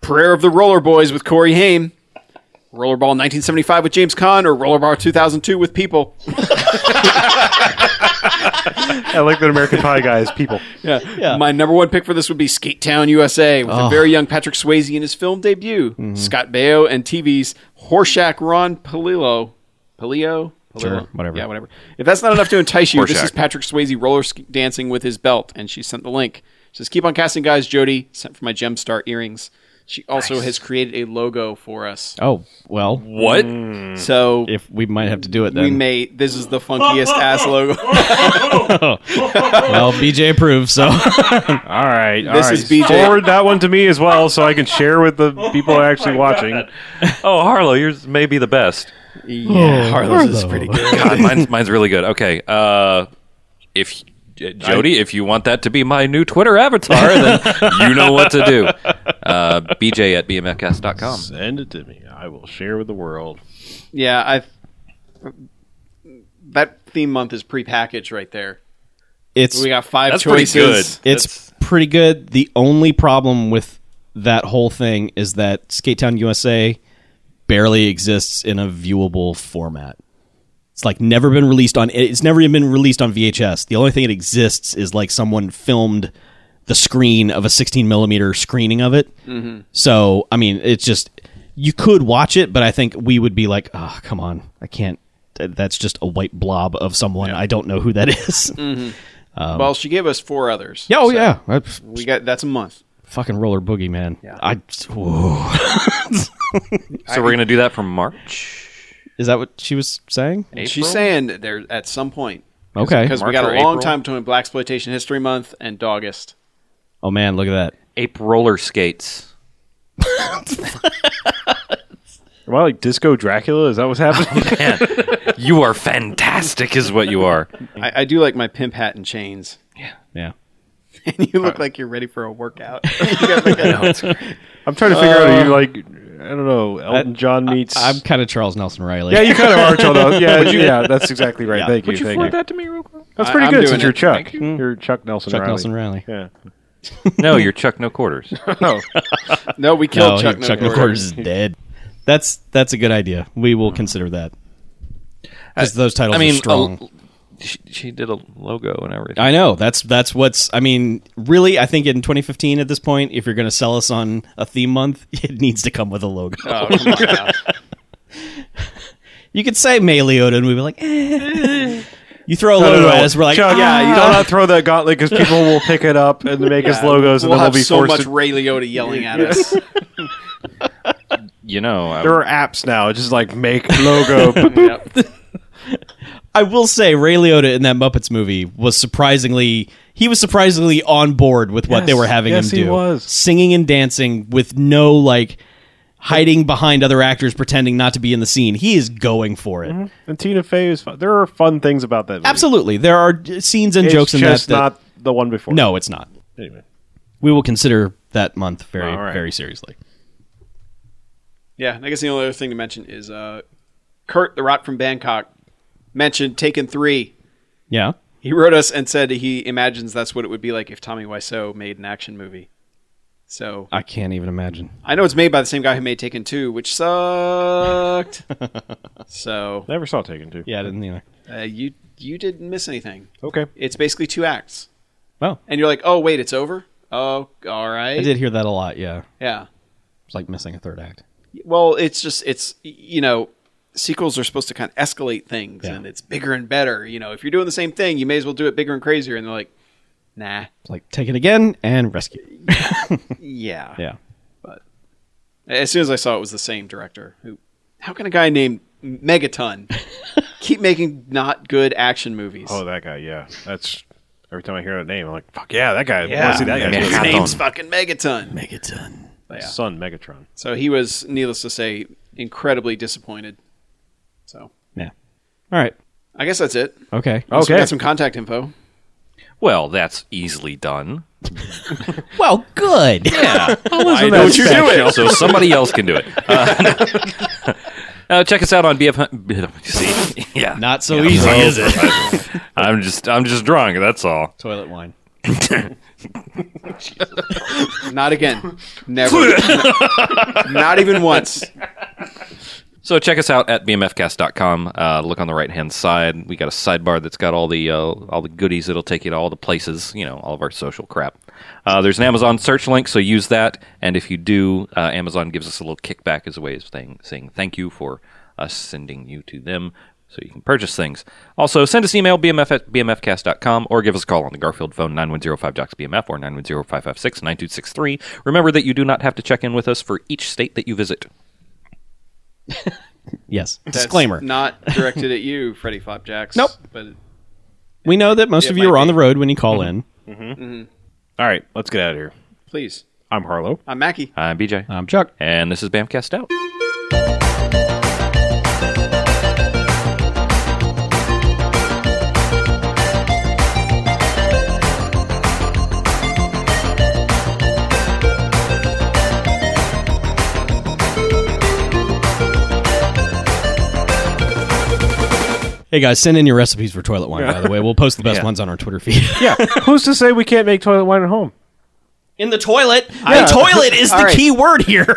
[SPEAKER 3] Prayer of the Roller Boys with Corey Haim. Rollerball 1975 with James Caan or Rollerball 2002 with People.
[SPEAKER 2] I like that American Pie guy is people.
[SPEAKER 3] Yeah. My number one pick for this would be Skate Town USA with
[SPEAKER 4] Oh.
[SPEAKER 3] a very young Patrick Swayze in his film debut.
[SPEAKER 4] Mm-hmm.
[SPEAKER 3] Scott Baio and TV's Horshack Ron Palillo. Palillo? Palillo?
[SPEAKER 4] Sure, whatever.
[SPEAKER 3] Yeah, whatever. If that's not enough to entice you, this
[SPEAKER 5] Horshack.
[SPEAKER 3] is Patrick Swayze roller sk- dancing with his belt, and she sent the link. It says, keep on casting, guys. Jody sent for my gem star earrings. She also has created a logo for us.
[SPEAKER 4] Oh well,
[SPEAKER 5] What?
[SPEAKER 3] So
[SPEAKER 4] Mm. if we might have to do it then.
[SPEAKER 3] we may. This is the funkiest ass logo.
[SPEAKER 4] well, BJ approves. So
[SPEAKER 2] All right. all
[SPEAKER 3] This
[SPEAKER 2] right.
[SPEAKER 3] is Oh BJ.
[SPEAKER 2] Forward that one to me as well, so I can share with the people actually watching.
[SPEAKER 5] Oh, Harlow, yours may be the best.
[SPEAKER 3] yeah, Harlow's is
[SPEAKER 4] Harlow.
[SPEAKER 3] pretty good.
[SPEAKER 5] God, mine's mine's really good. Okay, uh, if uh, Jody, if you want that to be my new Twitter avatar, then you know what to do. Uh, BJ at bmfcast.com.
[SPEAKER 2] Send it to me. I will share with the world.
[SPEAKER 3] Yeah, I. That theme month is prepackaged right there.
[SPEAKER 4] it's
[SPEAKER 3] We got five
[SPEAKER 5] That's pretty
[SPEAKER 3] choices.
[SPEAKER 5] good.
[SPEAKER 4] it's pretty good. The only problem with that whole thing is that Skatetown USA barely exists in a viewable format. It's like never been released on. It's never even been released on VHS. The only thing it exists is like someone filmed the screen of a 16 millimeter screening of it. So I mean, it's just you could watch it, but I think we would be like, oh, come on, I can't. Th- That's just a white blob of someone. I don't know who that is."
[SPEAKER 5] Um,
[SPEAKER 3] well, she gave us four others.
[SPEAKER 4] Yeah, oh
[SPEAKER 3] so
[SPEAKER 4] yeah, That's-
[SPEAKER 3] We got that's a month.
[SPEAKER 4] fucking roller boogie man i whoa.
[SPEAKER 5] So we're gonna do that from March.
[SPEAKER 4] is that what she was saying
[SPEAKER 3] She's saying that there at some point
[SPEAKER 4] okay
[SPEAKER 3] because we
[SPEAKER 5] March
[SPEAKER 3] got a
[SPEAKER 5] or
[SPEAKER 3] long
[SPEAKER 5] April?
[SPEAKER 3] time between Black Exploitation History Month and August.
[SPEAKER 4] oh man look at that
[SPEAKER 5] Ape roller skates.
[SPEAKER 2] Am I like Disco Dracula? Is that what's happening?
[SPEAKER 5] You are fantastic, is what you are.
[SPEAKER 3] I, I do like my pimp hat and chains.
[SPEAKER 4] yeah
[SPEAKER 3] And you look like you're ready for a workout. You got like a-
[SPEAKER 2] I'm trying to figure out
[SPEAKER 3] Uh,
[SPEAKER 2] are you like I don't know Elton John meets.
[SPEAKER 4] i'm kind of charles nelson riley
[SPEAKER 2] yeah, you kind of are, Charles. Yeah, yeah, that's exactly right. Thank you.
[SPEAKER 5] Would you
[SPEAKER 2] thank
[SPEAKER 5] forward
[SPEAKER 2] you.
[SPEAKER 5] that to me real quick?
[SPEAKER 2] That's
[SPEAKER 3] I-
[SPEAKER 2] pretty
[SPEAKER 3] I'm
[SPEAKER 2] good
[SPEAKER 3] doing
[SPEAKER 2] since
[SPEAKER 3] it.
[SPEAKER 2] you're Chuck. you. are Chuck Nelson.
[SPEAKER 4] chuck
[SPEAKER 2] Riley.
[SPEAKER 4] nelson riley
[SPEAKER 2] Yeah.
[SPEAKER 5] No, you're Chuck No Quarters.
[SPEAKER 2] Oh,
[SPEAKER 3] no, we
[SPEAKER 4] no
[SPEAKER 3] killed Chuck.
[SPEAKER 4] chuck
[SPEAKER 3] Norris.
[SPEAKER 4] mccord is dead that's that's a good idea we will consider that because those titles
[SPEAKER 5] I mean,
[SPEAKER 4] are strong
[SPEAKER 5] a- she, she did a logo and everything.
[SPEAKER 4] I know that's that's what's. I mean, really, I think in 2015 at this point, if you're going to sell us on a theme month, it needs to come with a logo.
[SPEAKER 3] Oh, come on now.
[SPEAKER 4] You could say May Liotta, and we'd be like, eh. you throw a logo at us, we're like,
[SPEAKER 2] Chuck,
[SPEAKER 4] ah.
[SPEAKER 2] yeah, you don't throw that gauntlet because people will pick it up and make us logos, and
[SPEAKER 3] we'll
[SPEAKER 2] then we'll
[SPEAKER 3] have
[SPEAKER 2] be
[SPEAKER 3] so
[SPEAKER 2] forced.
[SPEAKER 3] much
[SPEAKER 2] to,
[SPEAKER 3] Ray Liotta yelling at us.
[SPEAKER 5] You know, I,
[SPEAKER 2] there are apps now. It's just like make logo.
[SPEAKER 3] Yep.
[SPEAKER 4] I will say Ray Liotta in that Muppets movie was surprisingly he was surprisingly on board with what they
[SPEAKER 2] Yes.
[SPEAKER 4] were having
[SPEAKER 2] Yes,
[SPEAKER 4] him
[SPEAKER 2] he
[SPEAKER 4] do.
[SPEAKER 2] was.
[SPEAKER 4] Singing and dancing with no like hiding behind other actors pretending not to be in the scene. He is going for it.
[SPEAKER 2] and Tina Fey is fun. There are fun things about that. Movie.
[SPEAKER 4] Absolutely. There are uh, scenes and
[SPEAKER 2] It's
[SPEAKER 4] jokes in that,
[SPEAKER 2] just
[SPEAKER 4] that
[SPEAKER 2] not the one before.
[SPEAKER 4] No, it's not.
[SPEAKER 2] Anyway.
[SPEAKER 4] We will consider that month very
[SPEAKER 2] All right.
[SPEAKER 4] very seriously.
[SPEAKER 3] Yeah, and I guess the only other thing to mention is uh, Kurt, the Rot from Bangkok, mentioned Taken Three.
[SPEAKER 4] Yeah.
[SPEAKER 3] He wrote us and said he imagines that's what it would be like if Tommy Wiseau made an action movie. So
[SPEAKER 4] I can't even imagine.
[SPEAKER 3] I know it's made by the same guy who made Taken Two, which sucked. so
[SPEAKER 2] Never saw Taken Two.
[SPEAKER 4] Yeah, I didn't either.
[SPEAKER 3] uh, you you didn't miss anything.
[SPEAKER 2] Okay.
[SPEAKER 3] It's basically two acts.
[SPEAKER 4] Oh.
[SPEAKER 3] and you're like, oh wait, it's over. Oh, all right.
[SPEAKER 4] I did hear that a lot, yeah.
[SPEAKER 3] Yeah.
[SPEAKER 4] It's like missing a third act.
[SPEAKER 3] Well, it's just it's you know sequels are supposed to kind of escalate things
[SPEAKER 4] Yeah.
[SPEAKER 3] and it's bigger and better. You know, if you're doing the same thing, you may as well do it bigger and crazier. And they're like, nah,
[SPEAKER 4] It's like take it again and rescue.
[SPEAKER 3] yeah.
[SPEAKER 4] Yeah.
[SPEAKER 3] As soon as I saw it was the same director. Who? How can a guy named Megaton keep making not good action movies?
[SPEAKER 2] Oh, that guy. Yeah, that's every time I hear that name, I'm like, fuck yeah, that guy. I
[SPEAKER 3] Yeah.
[SPEAKER 2] wanna see that guy.
[SPEAKER 3] His
[SPEAKER 5] Megaton.
[SPEAKER 3] name's fucking Megaton. yeah.
[SPEAKER 2] Son Megatron.
[SPEAKER 3] So he was, needless to say, incredibly disappointed. So
[SPEAKER 4] Yeah. All right.
[SPEAKER 3] I guess that's it.
[SPEAKER 4] Okay.
[SPEAKER 3] Unless we
[SPEAKER 2] Okay.
[SPEAKER 3] got some contact info.
[SPEAKER 5] well, that's easily done.
[SPEAKER 4] Well, good.
[SPEAKER 5] Yeah.
[SPEAKER 2] Why
[SPEAKER 5] don't you do it? So somebody else can do it. Uh, uh, check us out on BF. See, yeah,
[SPEAKER 4] Not so easy,
[SPEAKER 5] Oh,
[SPEAKER 4] is it?
[SPEAKER 5] I'm just, I'm just drunk. That's all.
[SPEAKER 4] Toilet wine.
[SPEAKER 3] Not again. Never. Not even once.
[SPEAKER 5] So check us out at bmfcast.com. Uh, look on the right hand side. We got a sidebar that's got all the uh, all the goodies that'll take you to all the places. You know, all of our social crap. Uh, there's an Amazon search link, so use that. And if you do, uh, Amazon gives us a little kickback as a way of saying, saying thank you for us sending you to them. so you can purchase things. Also, send us an email, bmf at bmfcast.com, or give us a call on the Garfield phone, 9105-JOCKS-BMF, or 910-556-9263. Remember that you do not have to check in with us for each state that you visit.
[SPEAKER 4] Yes.
[SPEAKER 3] That's
[SPEAKER 4] Disclaimer.
[SPEAKER 3] Not directed at you, Freddy Flopjacks.
[SPEAKER 4] Nope.
[SPEAKER 3] But
[SPEAKER 4] we know that most
[SPEAKER 3] it
[SPEAKER 4] of you
[SPEAKER 3] might
[SPEAKER 4] are on
[SPEAKER 3] be.
[SPEAKER 4] the road when you call in.
[SPEAKER 2] All right, let's get out of here.
[SPEAKER 3] please,
[SPEAKER 2] I'm Harlow.
[SPEAKER 3] I'm Mackie.
[SPEAKER 5] I'm BJ,
[SPEAKER 4] I'm Um, Chuck.
[SPEAKER 5] and this is Bamcast Out.
[SPEAKER 4] Hey guys, send in your recipes for toilet wine. By the way, we'll post the best ones on our Twitter feed.
[SPEAKER 2] Yeah, who's to say we can't make toilet wine at home?
[SPEAKER 4] In the toilet. The toilet is the
[SPEAKER 3] All right.
[SPEAKER 4] key word here.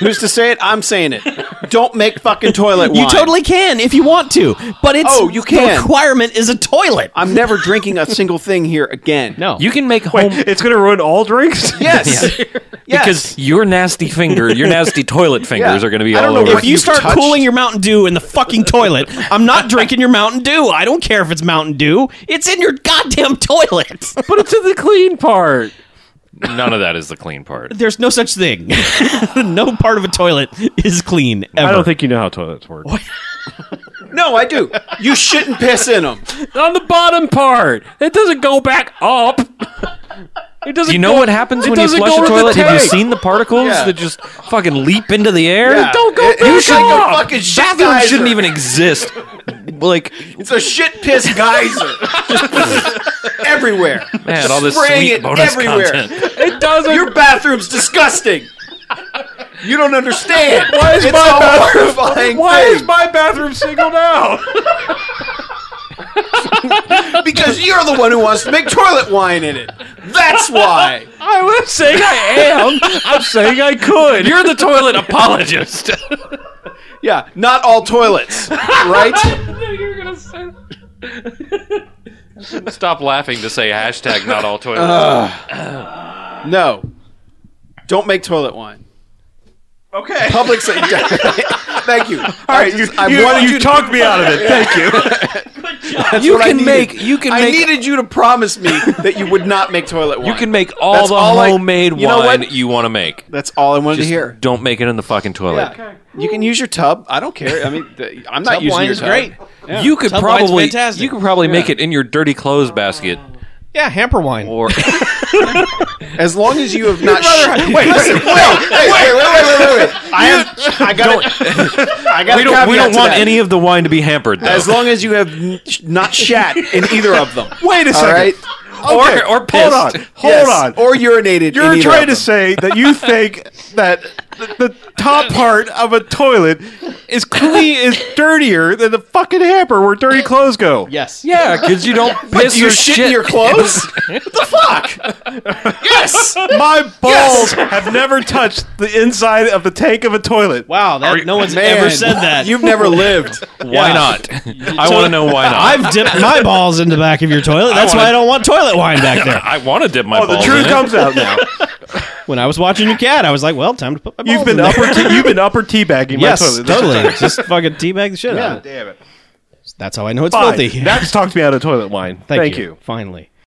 [SPEAKER 3] Who's to say it? I'm saying it. Don't make fucking toilet wine.
[SPEAKER 4] you totally can if you want to, but it's
[SPEAKER 3] Oh, you
[SPEAKER 4] The
[SPEAKER 3] can.
[SPEAKER 4] requirement is a toilet.
[SPEAKER 3] I'm never drinking a single thing here again.
[SPEAKER 4] No.
[SPEAKER 5] You can make
[SPEAKER 2] Wait,
[SPEAKER 5] home
[SPEAKER 2] it's gonna ruin all drinks.
[SPEAKER 3] Yes. yes.
[SPEAKER 5] because your nasty finger, your nasty toilet fingers
[SPEAKER 3] Yeah.
[SPEAKER 5] are going to be
[SPEAKER 3] I
[SPEAKER 5] all
[SPEAKER 3] don't know
[SPEAKER 5] over.
[SPEAKER 3] what
[SPEAKER 4] if you
[SPEAKER 3] you've
[SPEAKER 4] start
[SPEAKER 3] touched-
[SPEAKER 4] cooling your Mountain Dew in the fucking toilet, I'm not drinking your Mountain Dew. I don't care if it's Mountain Dew. It's in your goddamn toilet.
[SPEAKER 2] but it's in the clean part.
[SPEAKER 5] None of that is the clean part.
[SPEAKER 4] There's no such thing. no part of a toilet is clean ever.
[SPEAKER 2] I don't think you know how toilets work.
[SPEAKER 3] no, I do. You shouldn't piss in them.
[SPEAKER 2] On the bottom part, it doesn't go back up. It doesn't.
[SPEAKER 5] You know what happens
[SPEAKER 2] it
[SPEAKER 5] when you
[SPEAKER 2] doesn't
[SPEAKER 5] flush
[SPEAKER 2] go
[SPEAKER 5] a
[SPEAKER 2] in the
[SPEAKER 5] toilet? Have you
[SPEAKER 2] tank.
[SPEAKER 5] seen the particles
[SPEAKER 3] Yeah.
[SPEAKER 5] that just fucking leap into the air?
[SPEAKER 3] Yeah.
[SPEAKER 2] Don't go
[SPEAKER 3] It- it
[SPEAKER 2] back
[SPEAKER 3] should go
[SPEAKER 2] up.
[SPEAKER 3] fucking shit
[SPEAKER 5] Bathrooms
[SPEAKER 3] geyser.
[SPEAKER 5] shouldn't even exist. Like,
[SPEAKER 3] It's a shit piss geyser. everywhere.
[SPEAKER 5] man, all this
[SPEAKER 3] Spraying
[SPEAKER 5] sweet
[SPEAKER 3] it
[SPEAKER 5] bonus
[SPEAKER 3] everywhere.
[SPEAKER 5] content.
[SPEAKER 2] It doesn't.
[SPEAKER 3] Your bathroom's disgusting. You don't understand.
[SPEAKER 2] Why is
[SPEAKER 3] it's
[SPEAKER 2] my
[SPEAKER 3] a
[SPEAKER 2] bathroom-
[SPEAKER 3] horrifying
[SPEAKER 2] why
[SPEAKER 3] thing.
[SPEAKER 2] is my bathroom singled out?
[SPEAKER 3] Because you're the one who wants to make toilet wine in it. That's why.
[SPEAKER 2] I was saying I am. I'm saying I could.
[SPEAKER 5] You're the toilet apologist.
[SPEAKER 3] Yeah, not all toilets, right?
[SPEAKER 5] Stop laughing to say hashtag not all toilets.
[SPEAKER 3] No. Don't make toilet wine.
[SPEAKER 2] Okay.
[SPEAKER 3] Public safety. Thank you. All right, I, just, I
[SPEAKER 2] you,
[SPEAKER 3] wanted
[SPEAKER 2] you
[SPEAKER 3] you to-
[SPEAKER 2] talked me out of it. Thank you.
[SPEAKER 3] that's
[SPEAKER 5] you
[SPEAKER 3] what I
[SPEAKER 5] can
[SPEAKER 3] needed.
[SPEAKER 5] make- you can
[SPEAKER 3] I
[SPEAKER 5] make-
[SPEAKER 3] needed you to promise me that you would not make toilet wine.
[SPEAKER 5] You can make all
[SPEAKER 3] That's
[SPEAKER 5] the
[SPEAKER 3] all I-
[SPEAKER 5] homemade
[SPEAKER 3] You know
[SPEAKER 5] wine
[SPEAKER 3] what?
[SPEAKER 5] you want to make.
[SPEAKER 3] That's all I wanted
[SPEAKER 5] Just
[SPEAKER 3] to hear.
[SPEAKER 5] don't make it in the fucking toilet.
[SPEAKER 3] Yeah. You can use your tub. I don't care. I mean, th- I'm not
[SPEAKER 4] Tub
[SPEAKER 3] using
[SPEAKER 4] wine
[SPEAKER 3] your
[SPEAKER 4] is
[SPEAKER 3] tub.
[SPEAKER 4] great.
[SPEAKER 5] You could
[SPEAKER 4] Tub wine's
[SPEAKER 5] probably
[SPEAKER 4] fantastic.
[SPEAKER 5] you could probably make it in your dirty clothes basket
[SPEAKER 4] Yeah, hamper wine.
[SPEAKER 5] or
[SPEAKER 3] As long as you have not. sh-
[SPEAKER 2] wait,
[SPEAKER 3] listen, wait, hey, wait, wait, wait, wait, wait. I am. I got. I got.
[SPEAKER 5] we don't we don't want any of the wine to be hampered though.
[SPEAKER 3] As long as you have n- sh- not shat in either of them.
[SPEAKER 2] Wait a
[SPEAKER 3] All
[SPEAKER 2] second.
[SPEAKER 3] right.
[SPEAKER 2] Okay,
[SPEAKER 5] or or
[SPEAKER 2] Hold
[SPEAKER 5] pissed.
[SPEAKER 2] on. Hold
[SPEAKER 3] Yes,
[SPEAKER 2] on.
[SPEAKER 3] Or urinated.
[SPEAKER 2] You're
[SPEAKER 3] in either
[SPEAKER 2] trying
[SPEAKER 3] of
[SPEAKER 2] to say that you think that the, the top part of a toilet is clean is dirtier than the fucking hamper where dirty clothes go.
[SPEAKER 4] Yes.
[SPEAKER 5] Yeah, because you don't piss
[SPEAKER 3] Do you
[SPEAKER 5] or
[SPEAKER 3] shit,
[SPEAKER 5] shit.
[SPEAKER 3] in your clothes? what the fuck? Yes.
[SPEAKER 2] My balls have never touched the inside of the tank of a toilet.
[SPEAKER 4] Wow, that, no one's ever said that.
[SPEAKER 3] You've never lived.
[SPEAKER 5] Why not? I want to know why not.
[SPEAKER 4] I've dipped my balls in the back of your toilet. That's why
[SPEAKER 5] wanna-
[SPEAKER 4] I don't want toilet wine back there.
[SPEAKER 5] I want to dip my
[SPEAKER 2] Oh, the
[SPEAKER 5] balls
[SPEAKER 2] truth
[SPEAKER 5] in
[SPEAKER 2] comes
[SPEAKER 5] it.
[SPEAKER 2] out now.
[SPEAKER 4] When I was watching your cat, I was like, "Well, time to put my balls
[SPEAKER 2] You've been
[SPEAKER 4] in there.
[SPEAKER 2] upper te- you've been upper teabagging
[SPEAKER 4] Yes,
[SPEAKER 2] my toilet. That's
[SPEAKER 4] totally. Just fucking teabag the shit out of it.
[SPEAKER 2] Damn it.
[SPEAKER 4] That's how I know it's
[SPEAKER 2] Fine.
[SPEAKER 4] filthy.
[SPEAKER 2] That's talked me out of toilet wine. Thank, you.
[SPEAKER 4] Finally.